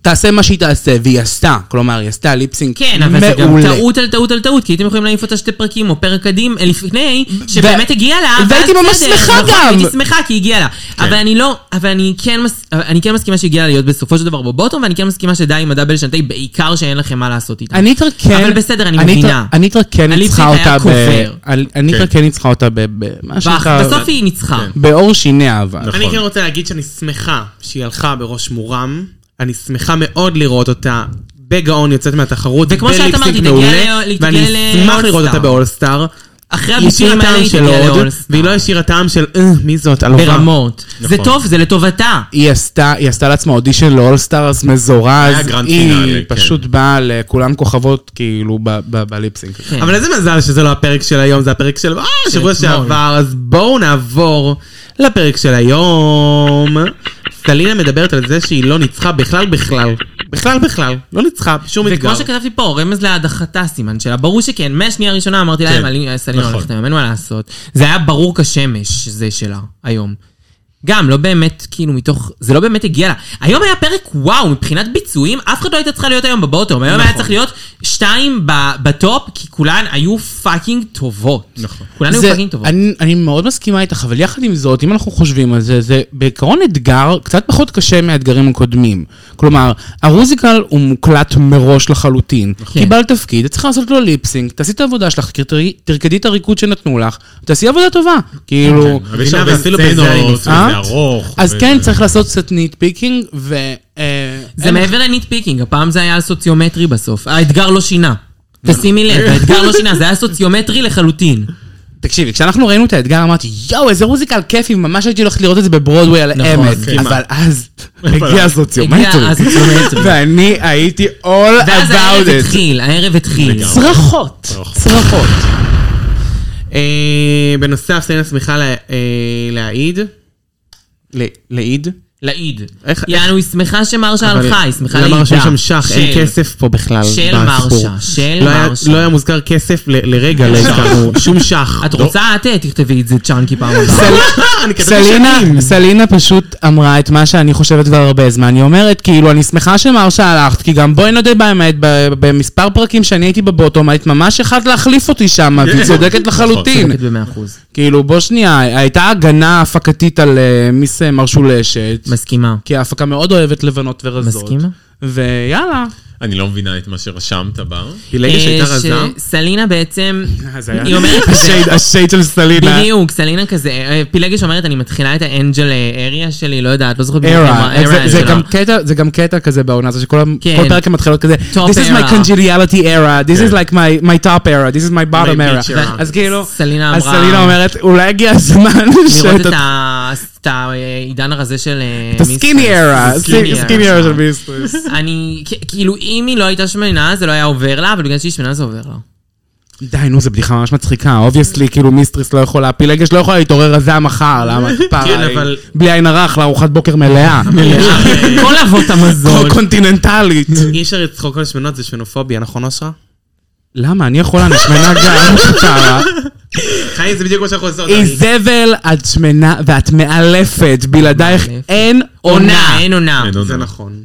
S5: תעשה מה שהיא תעשה, והיא עשתה, כלומר, היא עשתה ליפסינג
S2: כן, אבל זה גם טעות על טעות על טעות, כי הייתם יכולים להעיף אותה שתי פרקים או פרק קדים אה, לפני, שבאמת הגיעה לה, ואז
S5: והייתי ממש
S2: בסדר,
S5: שמחה
S2: נכון,
S5: גם.
S2: הייתי שמחה כי הגיעה לה. אבל אני לא, אבל אני כן מס- אבל אני כן מסכימה שהגיעה לה להיות בסופו של דבר בבוטום, ואני כן מסכימה שדי עם הדאבל שנתי, בעיקר שאין לכם מה לעשות איתה.
S5: הניטרה כן...
S2: אבל בסדר, אני
S5: הניטרה-
S2: מבינה.
S5: הניטרה כן
S2: הליפסינג
S5: ניצחה
S2: היה
S5: אותה ב...
S2: קובר.
S5: על- הניטרה
S4: כן.
S5: כן ניצחה אותה ב... במה
S2: ואח-
S5: שנקרא...
S2: בסוף היא ניצחה.
S5: בעור שיניה אבל.
S4: נכון.
S3: אני
S2: כאילו
S3: כן רוצה להגיד שאני שמחה שהיא הלכה בראש מורם. אני שמחה מאוד לראות אותה בגאון יוצאת מהתחרות.
S2: וכמו שאת
S3: בליפסינק
S2: אמרת, היא תגיע
S3: מעולה,
S2: ל-
S3: ואני
S2: תגיע
S3: אשמח
S2: לאולסטאר.
S3: לראות אותה באולסטאר.
S2: אחרי
S3: היא השאירה
S2: הביצועים האלה
S3: טעם
S2: היא
S3: של
S2: תגיע
S3: הוד,
S2: לאולסטאר.
S3: והיא לא השאירה טעם של "אה, מי זאת, עלובה.
S2: ברמות. זה
S4: נכון.
S2: טוב, זה לטובתה.
S5: היא עשתה, היא עשתה לעצמה אודישן לאולסטארס מזורז,
S4: היה גרנד
S5: היא
S4: פינאלי, כן.
S5: פשוט באה לכולן כוכבות כאילו ב- ב- בליפסינג.
S2: כן.
S3: אבל איזה מזל שזה לא הפרק של היום, זה הפרק של אה, שבוע
S2: אתמול.
S3: שעבר, אז בואו נעבור לפרק של היום. סלינה מדברת על זה שהיא לא ניצחה בכלל בכלל. בכלל בכלל. לא ניצחה בשום אתגר.
S2: וכמו שכתבתי פה, רמז להדחתה סימן שלה, ברור שכן, מהשנייה הראשונה אמרתי להם,
S4: כן,
S2: אני סלינה
S4: נכון.
S2: הולכת היום, אין מה לעשות. זה היה ברור כשמש, שזה שלה, היום. גם, לא באמת, כאילו, מתוך, זה לא באמת הגיע לה. היום היה פרק וואו, מבחינת ביצועים, אף אחד לא הייתה צריכה להיות היום בבוטום, היום
S4: נכון.
S2: היה צריך להיות שתיים ב- בטופ, כי כולן היו פאקינג טובות.
S4: נכון.
S2: כולן היו
S5: זה-
S2: פאקינג טובות.
S5: אני, אני מאוד מסכימה איתך, אבל יחד עם זאת, אם אנחנו חושבים על זה, זה בעיקרון אתגר קצת פחות קשה מהאתגרים הקודמים. כלומר, הרוזיקל הוא מוקלט מראש לחלוטין.
S2: נכון.
S5: קיבלת תפקיד, את צריכה לעשות לו ליפסינג, תעשי את העבודה שלך, תר- תרקדי את הריקוד שנתנו לך, תעשי עבודה טובה. כאילו...
S4: אבל יש
S3: מבינה,
S4: הרבה
S3: ואפילו
S2: כאילו
S3: בזה אני
S4: סצנות,
S3: מסכים.
S5: אה?
S4: וזה ארוך.
S5: אז
S4: וזה-
S5: כן, צריך לעשות קצת ניט פיקינג, ו... אה,
S2: זה
S5: אין-
S2: מעבר לניט פיקינג, הפעם זה היה על סוציומטרי בסוף. האתגר לא שינה. תשימי לב, האתגר לא שינה, זה היה סוציומטרי לחלוטין.
S5: תקשיבי, כשאנחנו ראינו את האתגר, אמרתי, יואו, איזה מוזיקל כיפי, ממש הייתי הולכת לראות את זה בברודווי על
S2: נכון,
S5: האמת.
S4: מסכימה.
S5: אבל אז
S4: אבל-
S5: הגיע הסוציומטרי.
S2: הגיע הסוציומטרי.
S5: ואני הייתי all
S2: ואז
S5: about
S2: הערב
S5: it.
S2: התחיל, הערב התחיל.
S4: לגמרי.
S5: צרחות,
S4: צרחות.
S5: צרחות.
S3: אה, בנוסף, סלינה שמחה לה- אה, להעיד. ל- להעיד?
S2: לעיד.
S3: איך-
S2: יענו, היא שמחה שמרשה
S3: אבל
S2: הלכה, היא שמחה כן.
S3: למה
S2: לעידה.
S3: רשום שם שח? אין
S2: של.
S3: כסף פה בכלל.
S2: של
S3: בסיפור.
S2: מרשה, של
S3: לא היה-
S2: מרשה.
S3: לא היה מוזכר כסף ל- לרגע, לא הזכרנו שום שח.
S2: את רוצה? את אה, תכתבי את זה צ'אנקי פעם הבאה.
S3: אני כתבתי
S5: סלינה,
S3: שנים.
S5: סלינה פשוט אמרה את מה שאני חושבת כבר הרבה זמן. היא אומרת, כאילו, אני שמחה שמרשה הלכת, כי גם בואי נודה באמת, ב- במספר פרקים שאני הייתי בבוטום, היית ממש יכולת להחליף אותי שם, והיא צודקת לחלוטין.
S2: צודקת במאה אחוז.
S5: כאילו, בוא שנייה, הייתה הגנה הפקתית על אה, מיס אה, מרשולשת.
S2: מסכימה.
S5: כי ההפקה מאוד אוהבת לבנות ורזות.
S2: מסכימה.
S5: ויאללה.
S4: אני לא מבינה את מה שרשמת בר.
S3: פילגש הייתה
S2: אה,
S3: רזה.
S2: שסלינה בעצם,
S5: אז היה-
S2: היא אומרת כזה,
S5: השייד- השייד של סלינה.
S2: בדיוק, סלינה כזה, אה, פילגש אומרת, אני מתחילה את האנג'ל אה, אריה שלי, לא יודעת, לא זוכרת. בדיוק
S5: ארה,
S2: מה, era
S5: זה- זה
S2: שלה.
S5: גם קטע, זה גם קטע כזה בעונה הזו, שכל ה-
S2: כן.
S5: כל פרק הן מתחילות כזה,
S2: Top
S5: This is my
S2: era."
S5: congeniality era, this
S4: כן.
S5: is like my- my top era, this is my bottom
S4: My bitch
S5: era.
S4: era.
S5: אז כאילו,
S2: סלינה
S5: אז
S2: אמרה-
S5: סלינה אומרת, אולי הגיע הזמן
S2: לראות
S5: שאת
S2: את ה- את העידן הרזה של... אה, מיסטרס.
S5: הסקיני era,
S2: Skinny era
S5: סקיני era
S2: שלה.
S5: של מיסטרס.
S2: אני, כ- כאילו, אם היא לא הייתה שמנה, זה לא היה עובר לה, אבל בגלל שהיא שמנה זה עובר לה.
S5: די, נו, זו בדיחה ממש מצחיקה. אובייסלי, כאילו, מיסטרס לא יכולה, פילגש לא יכולה להתעורר רזה מחר, למה?
S3: כן,
S2: כאילו,
S5: כפרה,
S3: אבל-
S5: בלי עין הרח, לארוחת בוקר מלאה.
S2: כל אבות המזון.
S5: קונטיננטלית.
S3: אי אפשר לצחוק על שמנות, זה שמנופוביה, נכון אושרה?
S5: למה? אני יכולה, אני שמנה גם, כפרה.
S3: חיים, זה בדיוק מה שאנחנו אוקיי. עושים.
S5: איזבל, את שמנה ואת מאלפת, בלעדייך
S2: מאלפת.
S5: אין
S2: עונה,
S5: עונה.
S2: אין עונה.
S4: אין עוד
S3: זה
S4: דבר.
S3: נכון.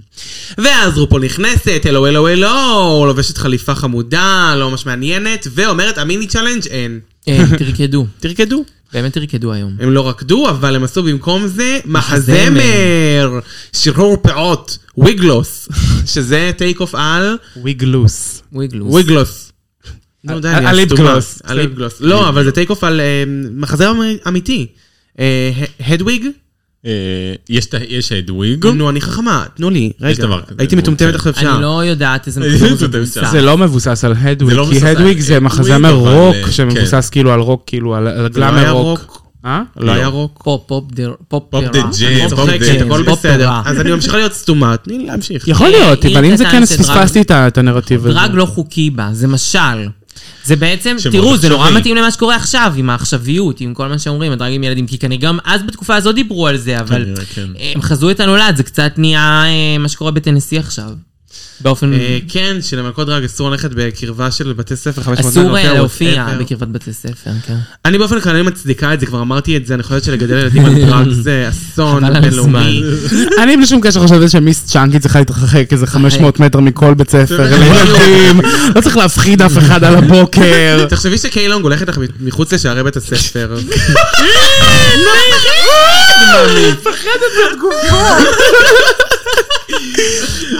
S3: ואז רופול נכנסת, הלו הלו הלו, לובשת חליפה חמודה, לא ממש מעניינת, ואומרת, המיני צ'אלנג' אין.
S2: אה, תרקדו,
S3: תרקדו.
S2: באמת תרקדו היום.
S3: הם לא רקדו, אבל הם עשו במקום זה
S2: מחזמר.
S3: מחזמר, שחרור פאות, וויגלוס, שזה טייק אוף על
S5: ויגלוס.
S2: וויגלוס.
S3: וויגלוס. לא, נו די,
S5: על-
S3: אני
S5: על
S3: הסתומה.
S5: ליפגלוס.
S3: על ליפגלוס. לא, אבל זה טייק אוף על אה, מחזמר אמיתי. אה, ה- הדוויג?
S4: אה, יש את ה- יש הדוויג.
S3: נו, אני חכמה, תנו לי, רגע.
S4: דבר כזה,
S3: הייתי
S4: נו,
S3: מטומטמת
S4: בסדר.
S3: עכשיו שעה.
S2: אני לא יודעת איזה
S4: אני
S2: מקום
S4: יודעת,
S2: זה
S4: אתה
S2: מבוסס.
S4: יודע.
S5: זה לא מבוסס על הדוויג,
S4: זה לא
S5: כי
S4: מבוסס על-
S5: הדוויג זה
S4: אה,
S5: מחזמר
S4: הדוויג, אבל,
S5: רוק
S4: אה,
S5: שמבוסס כאילו על רוק, כאילו על- על
S3: לא
S5: גלאמר
S3: היה
S5: רוק. אה?
S3: לא היה רוק. אה,
S2: פופ, פופ, דר- פופ,
S4: פופ
S2: פירה.
S4: דה ג'ם,
S2: אני
S4: פופ
S2: צוחקת,
S4: דה
S3: צוחקת, הכל
S2: פופ
S3: בסדר.
S2: פירה.
S3: אז אני ממשיכה להיות סתומה, תני לי להמשיך.
S5: יכול
S2: אה,
S5: להיות,
S2: עיר
S5: אבל אם זה
S2: קטן
S5: כן,
S2: שדרג-
S5: פספסתי את ה- את הנרטיב הזה.
S2: דרג לא חוקי בה, זה משל. זה בעצם,
S4: שמות
S2: תראו, זה נורא
S4: עכשווי.
S2: מתאים למה שקורה עכשיו, עם העכשוויות, עם כל מה שאומרים, הדרג עם ילדים, כי כנראה גם אז בתקופה הזאת דיברו על זה, אבל
S4: כנראה, כן.
S2: הם חזו את הנולד, זה קצת נהיה אה, מה שקורה בטנסי עכשיו. באופן...
S3: אה, כן, שלמלכות דרג אסור ללכת בקרבה של בתי ספר 500
S2: אסור
S3: מטר,
S2: אה, להופיע
S3: whatever.
S2: בקרבת בתי ספר, כן.
S3: אני באופן כללי מצדיקה את זה, כבר אמרתי את זה, אני חושבת שלגדל ילדים על דרג זה
S2: חבל
S3: אסון
S2: על
S3: בינלאומי.
S5: אני בלי שום קשר חושבת שמיס צ'אנקי צריכה להתרחק
S2: אה.
S5: איזה 500 מטר מכל בית ספר
S3: זה-
S5: לילדים, לא צריך להפחיד אף אחד על הבוקר.
S3: תחשבי שקיילונג הולכת לך מחוץ לשערי בית הספר.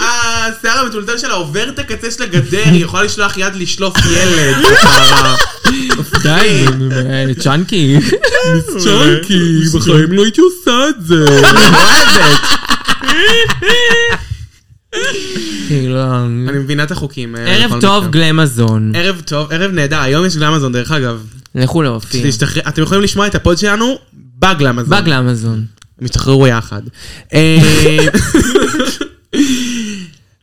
S3: אה, השיער המטולטל שלה עובר את הקצה של הגדר, היא יכולה לשלוח יד לשלוף ילד.
S2: די, אה, צ'אנקי.
S4: צ'אנקי, בחיים לא הייתי עושה את זה.
S2: כאילו,
S3: אני מבינה את החוקים. אה,
S2: ערב
S3: בכל
S2: טוב,
S3: מקרה.
S2: גלמזון.
S3: ערב טוב, ערב נהדר, היום יש גלמזון דרך אגב.
S2: לכו להופיע.
S3: שתשתחרר- אתם יכולים לשמוע את הפוד שלנו בגלמזון.
S2: בא גלמזון.
S3: הם השתחררו יחד. אה,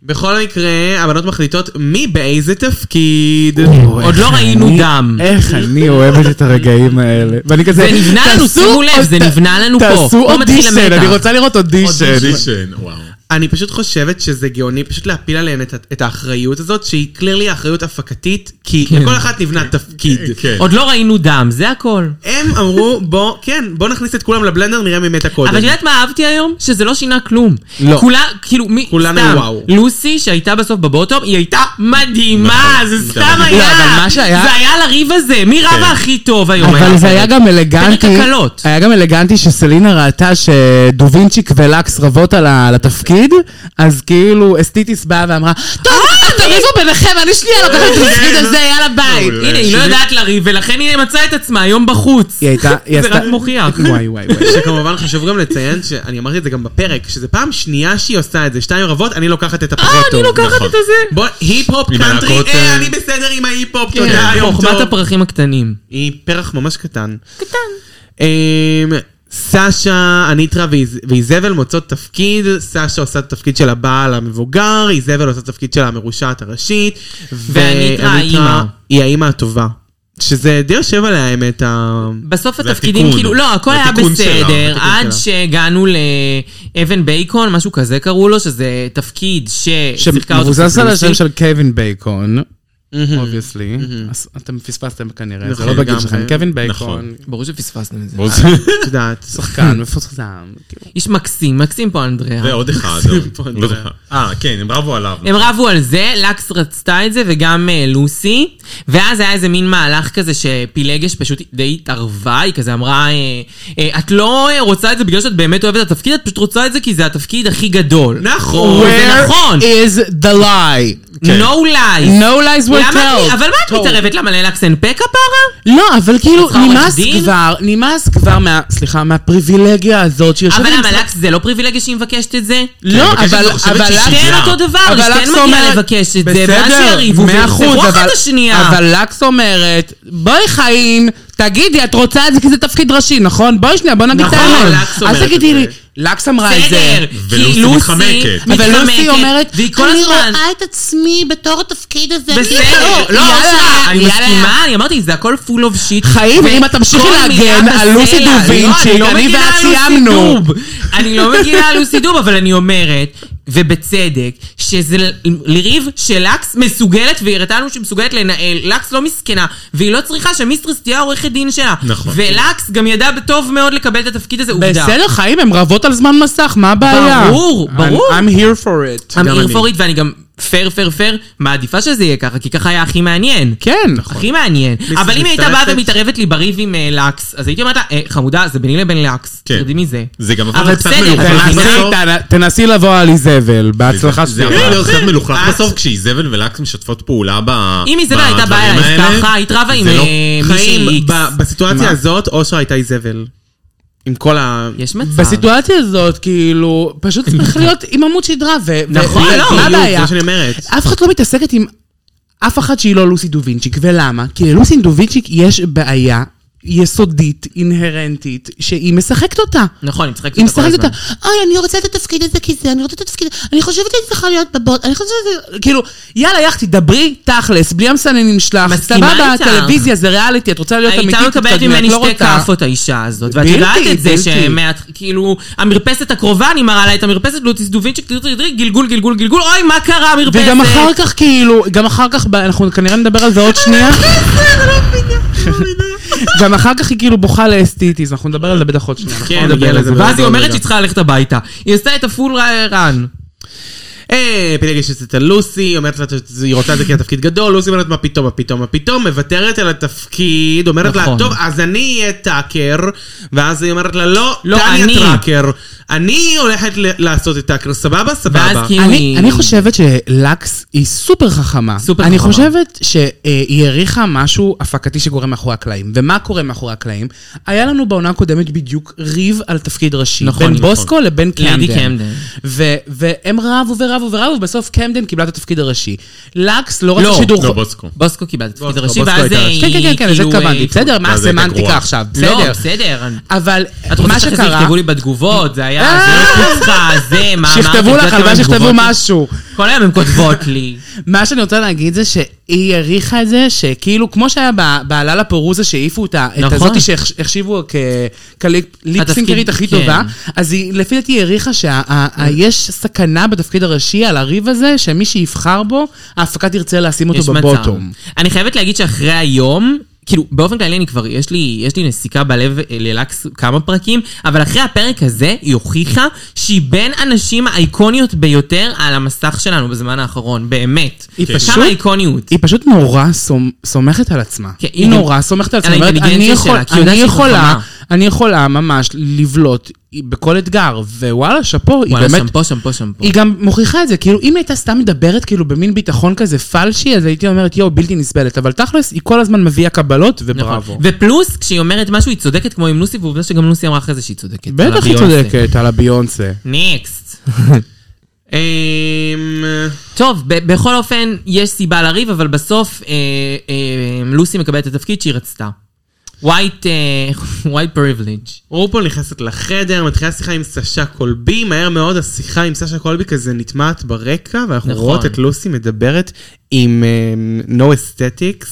S3: בכל מקרה, הבנות מחליטות מי באיזה תפקיד.
S2: עוד לא ראינו
S5: אני-
S2: דם.
S5: איך אני אוהבת את הרגעים האלה. ואני כזה,
S2: זה נבנה לנו,
S5: "תעשו
S2: שימו לב,
S5: עוד-
S2: זה נבנה לנו פה.
S5: תעשו
S2: פה מתחיל
S5: אודישן,
S2: המתח.
S5: אני רוצה לראות אודישן.
S4: אודישן, אה, וואו.
S3: אני פשוט חושבת שזה גאוני פשוט להפיל עליהן את, ה- את האחריות הזאת, שהיא קלירלי אחריות הפקתית, כי
S2: כן.
S3: לכל אחת נבנה תפקיד.
S4: כן.
S2: עוד לא ראינו דם, זה הכל.
S3: הם אמרו, בוא, כן, בוא נכניס את כולם לבלנדר, נראה מי מתה קודם.
S2: אבל את יודעת מה אהבתי היום? שזה לא שינה כלום.
S3: לא.
S2: כולה, כאילו, מי,
S3: כולנו
S2: סתם,
S3: וואו.
S2: לוסי שהייתה בסוף בבוטום, היא הייתה מדהימה,
S4: נכון.
S2: זה סתם
S4: נכון.
S2: היה.
S5: לא, אבל מה שהיה-
S2: זה היה לריב הזה, מי רב
S4: כן.
S2: הכי טוב היום?
S5: אבל זה היה גם אלגנטי,
S2: פרק הקלות.
S5: היה גם אלגנטי שסלינה ראתה שדו וינצ'י ולקס רבות על ה- על התפקיד, להוריד, אז כאילו אסתיטיס באה ואמרה, טוב,
S2: אה,
S5: תריבו ביניכם, אני שנייה לוקחת את התפקיד הזה, יאללה ביי.
S4: אה, כן, מעולה. אה,
S2: הנה, היא לא
S4: שלי-
S2: יודעת לריב, ולכן היא מצאה את עצמה היום בחוץ. אה,
S5: היא הייתה, היא
S2: זה
S5: עשתה...
S2: רק מוכיח.
S5: וואי וואי וואי.
S3: שכמובן חשוב גם לציין, שאני אמרתי את זה גם בפרק, שזה פעם שנייה שהיא עושה את זה, שתיים רבות, אני לוקחת את הפחות טוב.
S2: אה, אני לוקחת
S4: נכון.
S2: את הזה.
S3: בוא, היפ-הופ
S4: עם
S3: קאנטרי,
S4: הלהקות,
S3: אה,
S4: אה,
S3: אני בסדר עם ההיפ-הופ, תודה,
S2: כן,
S3: יום
S2: חוכמת
S3: טוב.
S2: הפרחים הקטנים.
S3: היא פרח ממש קטן. קטן. סשה, אניטרה ואיז- ואיזבל מוצאות תפקיד, סשה עושה את התפקיד של הבעל המבוגר, איזבל עושה את התפקיד של המרושעת הראשית,
S2: ואניטרה האימא.
S3: היא האימא הטובה. שזה די יושב עליה האמת, ה-
S2: בסוף
S4: זה
S2: התפקידים,
S4: התיקון.
S2: כאילו, לא, הכל
S4: זה
S2: היה
S4: התיקון שלה,
S2: בסדר,
S4: התיקון
S2: עד
S3: שלה.
S2: שהגענו לאבן בייקון, משהו כזה קראו לו, שזה תפקיד ששיחקה אותו
S5: שמבוסס על השם
S2: סוסי.
S5: של קווין בייקון, אובייסלי. אתם פספסתם כנראה, זה
S3: נכון,
S5: לא בגיל
S3: לגמרי.
S5: שלכם. קווין בייקון,
S4: נכון.
S2: ברור שפספסתם את זה.
S4: בוא,
S3: את יודעת.
S5: שחקן, מפורסם. כאילו.
S2: איש מקסים, מקסים פה אנדריאה.
S4: ועוד אחד. לא זוכר. אה, כן, הם רבו עליו.
S2: הם רבו על זה, לקס רצתה את זה, וגם אה, לוסי. ואז היה איזה מין מהלך כזה שפילגש פשוט די התערבה, היא כזה אמרה, אה, אה, את לא אה, רוצה את זה בגלל שאת באמת אוהבת את התפקיד, את פשוט רוצה את זה כי זה התפקיד הכי גדול.
S3: נכון.
S2: זה
S5: Where
S2: נכון.
S5: is the lie?
S4: כן.
S2: No lies.
S5: No lies were
S2: למה את-
S5: told.
S2: אבל מה את
S5: told.
S2: מתערבת? למה ללקס אין פקע פרה?
S5: לא, אבל כאילו,
S2: צריכה עורך
S5: נמאס
S2: דין?
S5: כבר, נמאס כבר מה, סליחה, מהפריבילגיה הזאת שיושבת...
S2: אבל כן,
S5: עם
S2: למה
S5: צד-
S2: לקס זה לא פריבילגיה שהיא מבקשת את זה?
S5: לא,
S4: מבקשת
S5: אבל...
S4: לא, חושבת
S5: אבל
S4: שהיא
S5: לקס-
S4: שנייה.
S2: כן אותו דבר,
S5: אבל
S2: לשתיהן
S5: לקס
S2: מגיע
S5: אומרת-
S2: לבקש את זה, ואז
S5: בסדר,
S2: יריבו
S5: מאה אחוז,
S2: וירצחו אחת
S5: אבל-
S2: את השנייה.
S5: אבל לקס אומרת, בואי חיים, תגידי, את רוצה את זה כי זה תפקיד ראשי, נכון? בואי שנייה, בוא נגיד את
S2: נכון,
S5: האמת.
S3: לקס אומרת
S5: אל תגידי
S3: את
S5: לי,
S3: זה.
S5: לקס אמרה את זה.
S2: בסדר, כי
S4: ולוסי
S2: לוסי
S4: מתחמקת.
S5: אבל לוסי אומרת, לא-"
S2: והיא כל הזמן...
S6: את עצמי בתור התפקיד הזה.
S2: בסדר, לא,
S5: יאללה,
S2: אושרה, אני
S5: יאללה.
S2: מסכימה, אני אמרתי, זה הכל full of shit.
S5: חיים, אם את תמשיכי
S2: וכל מילה
S5: להגן על לוסי
S2: בסלע.
S5: דו
S2: לא,
S5: וינצ'י,
S2: אני לא
S5: אני
S2: מגינה
S5: ואת
S2: על לוסי
S5: סיימנו.
S2: דוב. אני לא מגינה על לוסי דוב, אבל אני אומרת, ובצדק, שזה ל- לריב שלקס מסוגלת, והיא הראתה לנו שהיא מסוגלת לנהל. לקס לא מסכנה, והיא לא צריכה שמיסטרס תהיה העורכת דין שלה.
S4: נכון.
S2: ולקס גם ידע בטוב מאוד לקבל את התפקיד הזה, עובדה.
S5: בסדר, חיים, הן רבות על זמן מסך, מה הבעיה?
S2: ברור,
S5: I'm-
S2: ברור.
S5: I'm here for it.
S2: I'm
S3: גם
S2: here
S3: אני.
S2: for it, ואני גם פייר, פייר, פייר, מעדיפה שזה יהיה ככה, כי ככה היה הכי מעניין.
S5: כן.
S2: הכי מעניין. אבל אם היא הייתה באה
S3: מצטרפת.
S2: ומתערבת לי בריב עם אה, לקס, אז הייתי אומרת לה, "אה, חמודה, זה ביני לבין לקס,
S4: כן.
S2: תרדי מזה.
S4: זה גם
S2: אבל
S4: עבר קצת
S2: בסדר,
S4: מלוכלך
S2: אבל
S5: תנסי-
S4: בסוף.
S5: תנ- תנסי לבוא על איזבל, בהצלחה
S4: זה
S5: שלי.
S4: אמור להיות קצת מלוכלך
S3: את-
S4: בסוף כשאיזבל ולקס משתפות פעולה ב...
S2: כן, אם איזבל הייתה באה
S4: בדברים
S2: אליי
S4: האלה.
S2: ככה, היית רבה עם,
S4: זה לא-
S2: אה, מי
S3: חיים,
S2: שהיא X.
S3: ב- בסיטואציה הזאת, אושרה הייתה איזבל. עם כל ה...
S2: יש מצב.
S5: בסיטואציה הזאת, כאילו, פשוט צריך להיות עם עמוד שדרה, ו...
S2: נכון,
S5: ו-
S2: לא,
S5: מה
S3: בדיוק, זה
S5: הבעיה?
S3: מה שאני אומרת.
S5: אף אחת לא מתעסקת עם אף אחת שהיא לא לוסי דו וינצ'יק, ולמה? כי ללוסי דו וינצ'יק יש בעיה יסודית, אינהרנטית, שהיא משחקת אותה.
S2: נכון, היא משחקת
S5: היא
S2: אותה כל
S5: משחקת
S2: הזמן.
S5: אותה, אוי, אני רוצה את התפקיד הזה כי זה, אני רוצה את התפקיד, אני חושבת שאני צריכה להיות בבוט, אני חושבת שזה, כאילו, יאללה, יחתי, דברי תכלס, בלי המסננים שלך,
S2: מסכימה
S5: סבבה,
S2: איתך.
S5: טלוויזיה זה ריאליטי, את רוצה להיות אמיתית,
S2: הייתה מקבלת
S5: תתקדמי, את
S2: ממני
S5: לא
S2: שתי
S5: רוצה.
S2: כאפות האישה הזאת, ואת
S5: בלתי,
S2: יודעת את זה
S5: בלתי.
S2: שמעט, כאילו, המרפסת הקרובה, אני מראה לה את המרפסת, לוטיס דובינצ'יק, טריק, טריק, טריק, גלגול, גלגול, גלגול, אוי, מה קרה, המרפסת?
S5: וגם אחר כך, כאילו, גם אחר כך, ב- אנחנו כנראה נדבר על זה עוד
S2: לא
S5: שנייה. גם אחר כך היא כאילו בוכה לאסתיטיז, אנחנו נדבר על זה בטח עוד שנייה.
S3: כן,
S5: אנחנו נדבר
S3: נגיע
S5: על
S3: לזה
S5: זה.
S2: ואז היא
S3: רגע.
S2: אומרת שהיא צריכה ללכת הביתה. היא עשתה את הפול ר- רן.
S3: אה, פילגש יוצאת על לוסי, היא אומרת לה שהיא רוצה את זה כי התפקיד גדול, לוסי אומרת מה פתאום, מה פתאום, מה פתאום, מוותרת על התפקיד, אומרת לה,
S2: נכון.
S3: טוב, אז אני אהיה טאקר, ואז היא אומרת לה, לא,
S2: לא,
S3: טניה
S2: אני."
S3: טראקר, אני הולכת ל- לעשות את טאקר, סבבה,
S2: ואז
S3: סבבה.
S2: כאילו
S5: אני,
S2: היא...
S5: אני חושבת שלקס היא סופר חכמה.
S2: סופר
S5: אני
S2: חכמה.
S5: חושבת שהיא העריכה משהו הפקתי שקורה מאחורי הקלעים. ומה קורה מאחורי הקלעים? היה לנו בעונה הקודמת בדיוק ריב על תפקיד ראשי.
S2: נכון,
S5: בין
S2: נכון.
S5: בוסקו לבין קמדן.
S2: לידי קמדן.
S5: ו- והם רבו ורבו ורבו, ובסוף קמדן קיבלה את התפקיד הראשי. לקס לא
S2: לא,
S5: רצה שידור...
S4: לא, בוסקו.
S2: בוסקו קיבל את התפקיד
S3: בוסקו,
S2: הראשי,
S3: בוסקו
S2: ואז
S3: הייתה
S2: היא
S5: כן, כן, כן, כן, לזה
S2: כאילו,
S5: התכוונתי.
S2: אה,
S5: בסדר, מה
S4: ואז הייתה
S5: הסמנטיקה
S4: גרועה.
S5: עכשיו? בסדר.
S2: לא, בסדר.
S5: אבל
S2: את
S5: מה
S2: רוצה שאחרי זה
S5: שקרה...
S2: יכתבו לי בתגובות, זה היה,
S5: אה!
S2: זה לא חוצה, זה, מה, מה,
S5: שיכתבו
S2: אמרת,
S5: לך,
S2: זה
S5: הלוואי
S2: אתם
S5: שיכתבו
S2: תגובות?
S5: משהו.
S2: כל היום הן כותבות לי.
S5: מה שאני רוצה להגיד זה שהיא העריכה את זה, שכאילו, כמו שהיה ב- בעלה לפורוזה שהעיפו אותה, את
S2: נכון.
S5: הזאתי שהחשיבו
S2: התפקיד,
S5: כליפסינקרית הכי
S2: כן.
S5: טובה, אז היא, לפי דעתי, העריכה שיש סכנה בתפקיד הראשי על הריב הזה, שמי שיבחר בו, ההפקה תרצה לשים
S2: יש
S5: אותו
S2: מצב.
S5: בבוטום.
S2: אני חייבת להגיד שאחרי היום... כאילו, באופן כללי אני כבר, יש לי, יש לי נסיקה בלב אה, ללקס כמה פרקים, אבל אחרי הפרק הזה היא הוכיחה שהיא בין הנשים האיקוניות ביותר על המסך שלנו בזמן האחרון, באמת.
S5: היא
S2: כמה
S5: פשוט-
S2: איקוניות.
S5: היא פשוט נורא סומ- סומכת על עצמה.
S2: כן,
S5: היא
S2: היא
S5: נורא סומכת על עצמה.
S2: על
S5: היא אומרת,
S2: האינטליגנציה
S5: אני יכול-
S2: שלה, כי היא יודעת
S5: אני
S2: שהיא
S5: יכולה,
S2: חכמה.
S5: אני יכולה ממש לבלוט בכל אתגר, ווואלה, שאפו, היא
S2: וואלה,
S5: באמת...
S2: שמפו, שמפו, שמפו.
S5: היא גם מוכיחה את זה, כאילו, אם היא הייתה סתם מדברת כאילו במין ביטחון כזה פלשי, אז הייתי אומרת, יואו, בלתי נסבלת. אבל תכלס, היא כל הזמן מביאה קבלות,
S2: נכון.
S5: ובראבו.
S2: ופלוס, כשהיא אומרת משהו, היא צודקת כמו עם לוסי, ועובדה שגם לוסי אמרה אחרי זה שהיא צודקת.
S5: בטח היא צודקת על הביונסה.
S2: נקסט.
S3: אמ,
S2: טוב, ב- בכל אופן, יש סיבה לריב, אבל בסוף אה, אה, לוסי מקבלת את התפקיד שהיא רצתה. white אה, white privilege.
S3: רופול נכנסת לחדר, מתחילה שיחה עם סשה קולבי, מהר מאוד השיחה עם סשה קולבי כזה נטמעת ברקע, ואנחנו
S2: נכון.
S3: נכון. רואות את לוסי מדברת עם אמ, no aesthetics,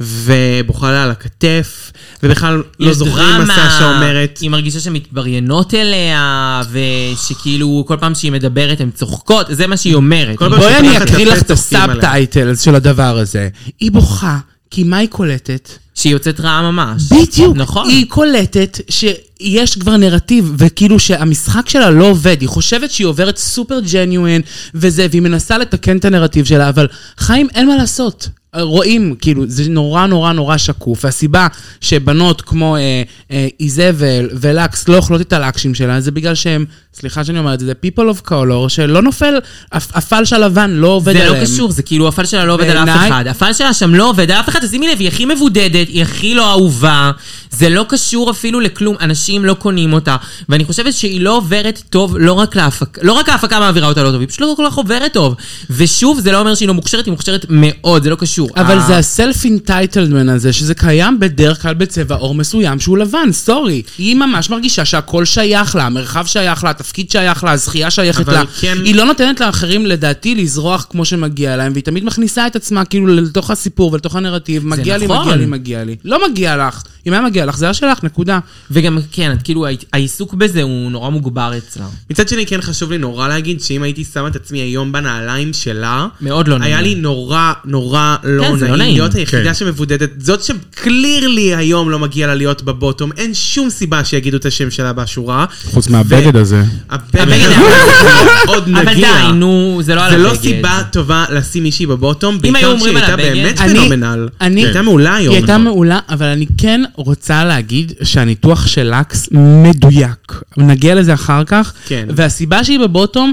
S3: ובוכה לה על הכתף, ובכלל לא
S2: יש
S3: זוכרים מה
S2: דרמה,
S3: סשה אומרת.
S2: היא מרגישה שמתבריינות אליה, ושכאילו כל פעם שהיא מדברת הן צוחקות, זה מה שהיא אומרת.
S3: כל פעם
S5: בואי אני
S3: שפותחת את
S5: אקריא לך את
S3: הפה, צוחקים עליה.
S5: הסאבטייטלס של הדבר הזה. היא בוכה, כי מה היא קולטת?
S2: שהיא יוצאת רעה ממש.
S5: בדיוק.
S2: נכון.
S5: היא קולטת שיש כבר נרטיב, וכאילו שהמשחק שלה לא עובד. היא חושבת שהיא עוברת סופר ג'ניואן וזה, והיא מנסה לתקן את הנרטיב שלה, אבל חיים, אין מה לעשות. רואים, כאילו, זה נורא נורא נורא שקוף, והסיבה שבנות כמו אה, אה, איזבל ולקס לא אוכלות את הלקשים שלה, זה בגלל שהם, סליחה שאני אומרת את זה, people of color, שלא נופל, הפ- הפלש הלבן לא עובד
S2: זה
S5: עליהם.
S2: לא קשור, זה כאילו הפעל שלה לא עובד על אף
S5: בעיניי-
S2: אחד. הפעל שלה שם לא עובד על אף אחד, תשימי לב, היא הכי מבודדת, היא הכי לא אהובה, זה לא קשור אפילו לכלום, אנשים לא קונים אותה, ואני חושבת שהיא לא עוברת טוב, לא רק להפקה, לא רק ההפקה מעבירה אותה לא טוב, היא פשוט לא כל כך עוברת טוב. ושוב, זה לא אומר שהיא לא מוכשרת, היא מוכשרת מאוד, זה לא קשור.
S5: אבל
S2: אה,
S5: זה הסלף אינטייטלמן הזה, שזה קיים בדרך כלל בצבע עור מסוים שהוא לבן, סורי. היא ממש מרגישה שהכל שייך לה, המרחב שייך לה, התפקיד שייך לה, הזכייה שייכת
S3: אבל
S5: לה.
S3: כן-
S5: היא לא נותנת לאחרים, לדעתי, לזרוח כמו שמגיע להם, והיא תמיד מכניסה את עצמה כאילו לתוך הסיפור ולתוך הנרטיב, מגיע לי,
S2: נכון.
S5: מגיע לי, מגיע לי. לא מגיע לך. אם היה מגיע לך, זה היה שלך, נקודה.
S2: וגם כן, את כאילו, ההת- העיסוק בזה הוא נורא מוגבר אצלה.
S3: מצד שני, כן חשוב לי נורא להגיד שאם הייתי שמה את עצמי היום בנעליים שלה,
S2: מאוד לא
S3: היה
S2: נעים.
S3: לי נורא נורא לא
S2: כן, זה לא
S3: נעים
S2: נעים.
S3: להיות היחידה
S4: כן.
S3: שמבודדת, זאת שקלירלי היום לא מגיע לה להיות בבוטום, אין שום סיבה שיגידו את השם שלה בשורה.
S2: נכון.
S7: חוץ מהבגד הזה.
S3: הבגד
S2: הבגד
S3: הזה, עוד
S2: אבל
S3: נגיע.
S2: די, נו, זה לא על
S3: זה לא
S2: הבגד.
S3: סיבה טובה לשים מישהי בבוטום,
S2: היו
S3: בעיקר
S2: אומרים
S3: כשהיא
S2: על
S3: הייתה
S2: הבגד-
S3: באמת
S5: אני-
S3: פנומנל.
S5: אני-
S3: היא הייתה מעולה היום.
S5: היא הייתה מעולה, אבל אני כן רוצה להגיד שהניתוח של לקס מדויק. נגיע לזה אחר כך.
S3: כן.
S5: והסיבה שהיא בבוטום,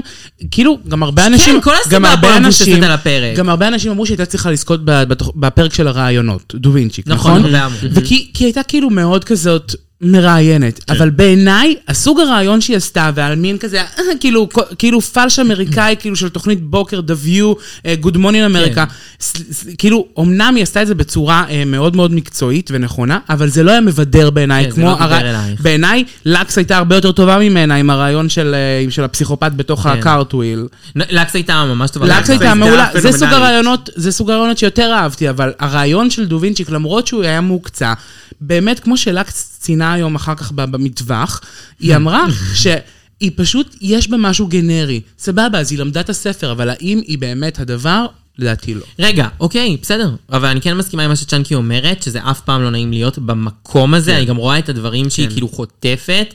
S5: כאילו, גם הרבה אנשים...
S2: כן, כל הסיבה
S5: גם הרבה
S2: פה מבוססת
S5: אנשים-
S2: על הפרק.
S5: גם הרבה אנשים אמרו שהיא הייתה צריכה לזכות ב- בתוכ- בפרק של הרעיונות, דו וינצ'יק,
S2: נכון,
S5: נכון?
S2: הרבה אמרו.
S5: וכי כי היא הייתה כאילו מאוד כזאת... מראיינת,
S2: כן.
S5: אבל בעיניי, הסוג הרעיון שהיא עשתה, ועל מין כזה, אה, כאילו, כאילו פלש אמריקאי, כאילו של תוכנית בוקר, The View, אה, Good
S2: כן.
S5: Morning America, ס- ס- כאילו, אמנם היא עשתה את זה בצורה אה, מאוד מאוד מקצועית ונכונה, אבל זה לא היה מבדר בעיניי,
S2: כן, זה
S5: כמו...
S2: לא דיבר
S5: הרע-
S2: אלייך.
S5: בעיניי, לקס הייתה הרבה יותר טובה ממנה עם הרעיון של אה, של הפסיכופת בתוך
S2: כן.
S5: הקארטוויל.
S2: לקס לא- הייתה ממש טובה.
S5: לקס הייתה
S3: הייתה
S5: מעולה, זה
S3: פנומנלית.
S5: סוג הרעיונות, זה סוג הרעיונות שיותר אהבתי, אבל הרעיון של דו וינצ'יק, למרות שהוא היה מוקצע, באמת, כמו שלקס ציינה היום אחר כך ב- במטווח, היא אמרה ש... היא פשוט, יש בה משהו גנרי. סבבה, אז היא למדה את הספר, אבל האם היא באמת הדבר? לדעתי לא.
S2: רגע, אוקיי, בסדר. אבל אני כן מסכימה עם מה שצ'אנקי אומרת, שזה אף פעם לא נעים להיות במקום הזה.
S4: כן.
S2: אני גם רואה את הדברים שהיא כאילו חוטפת.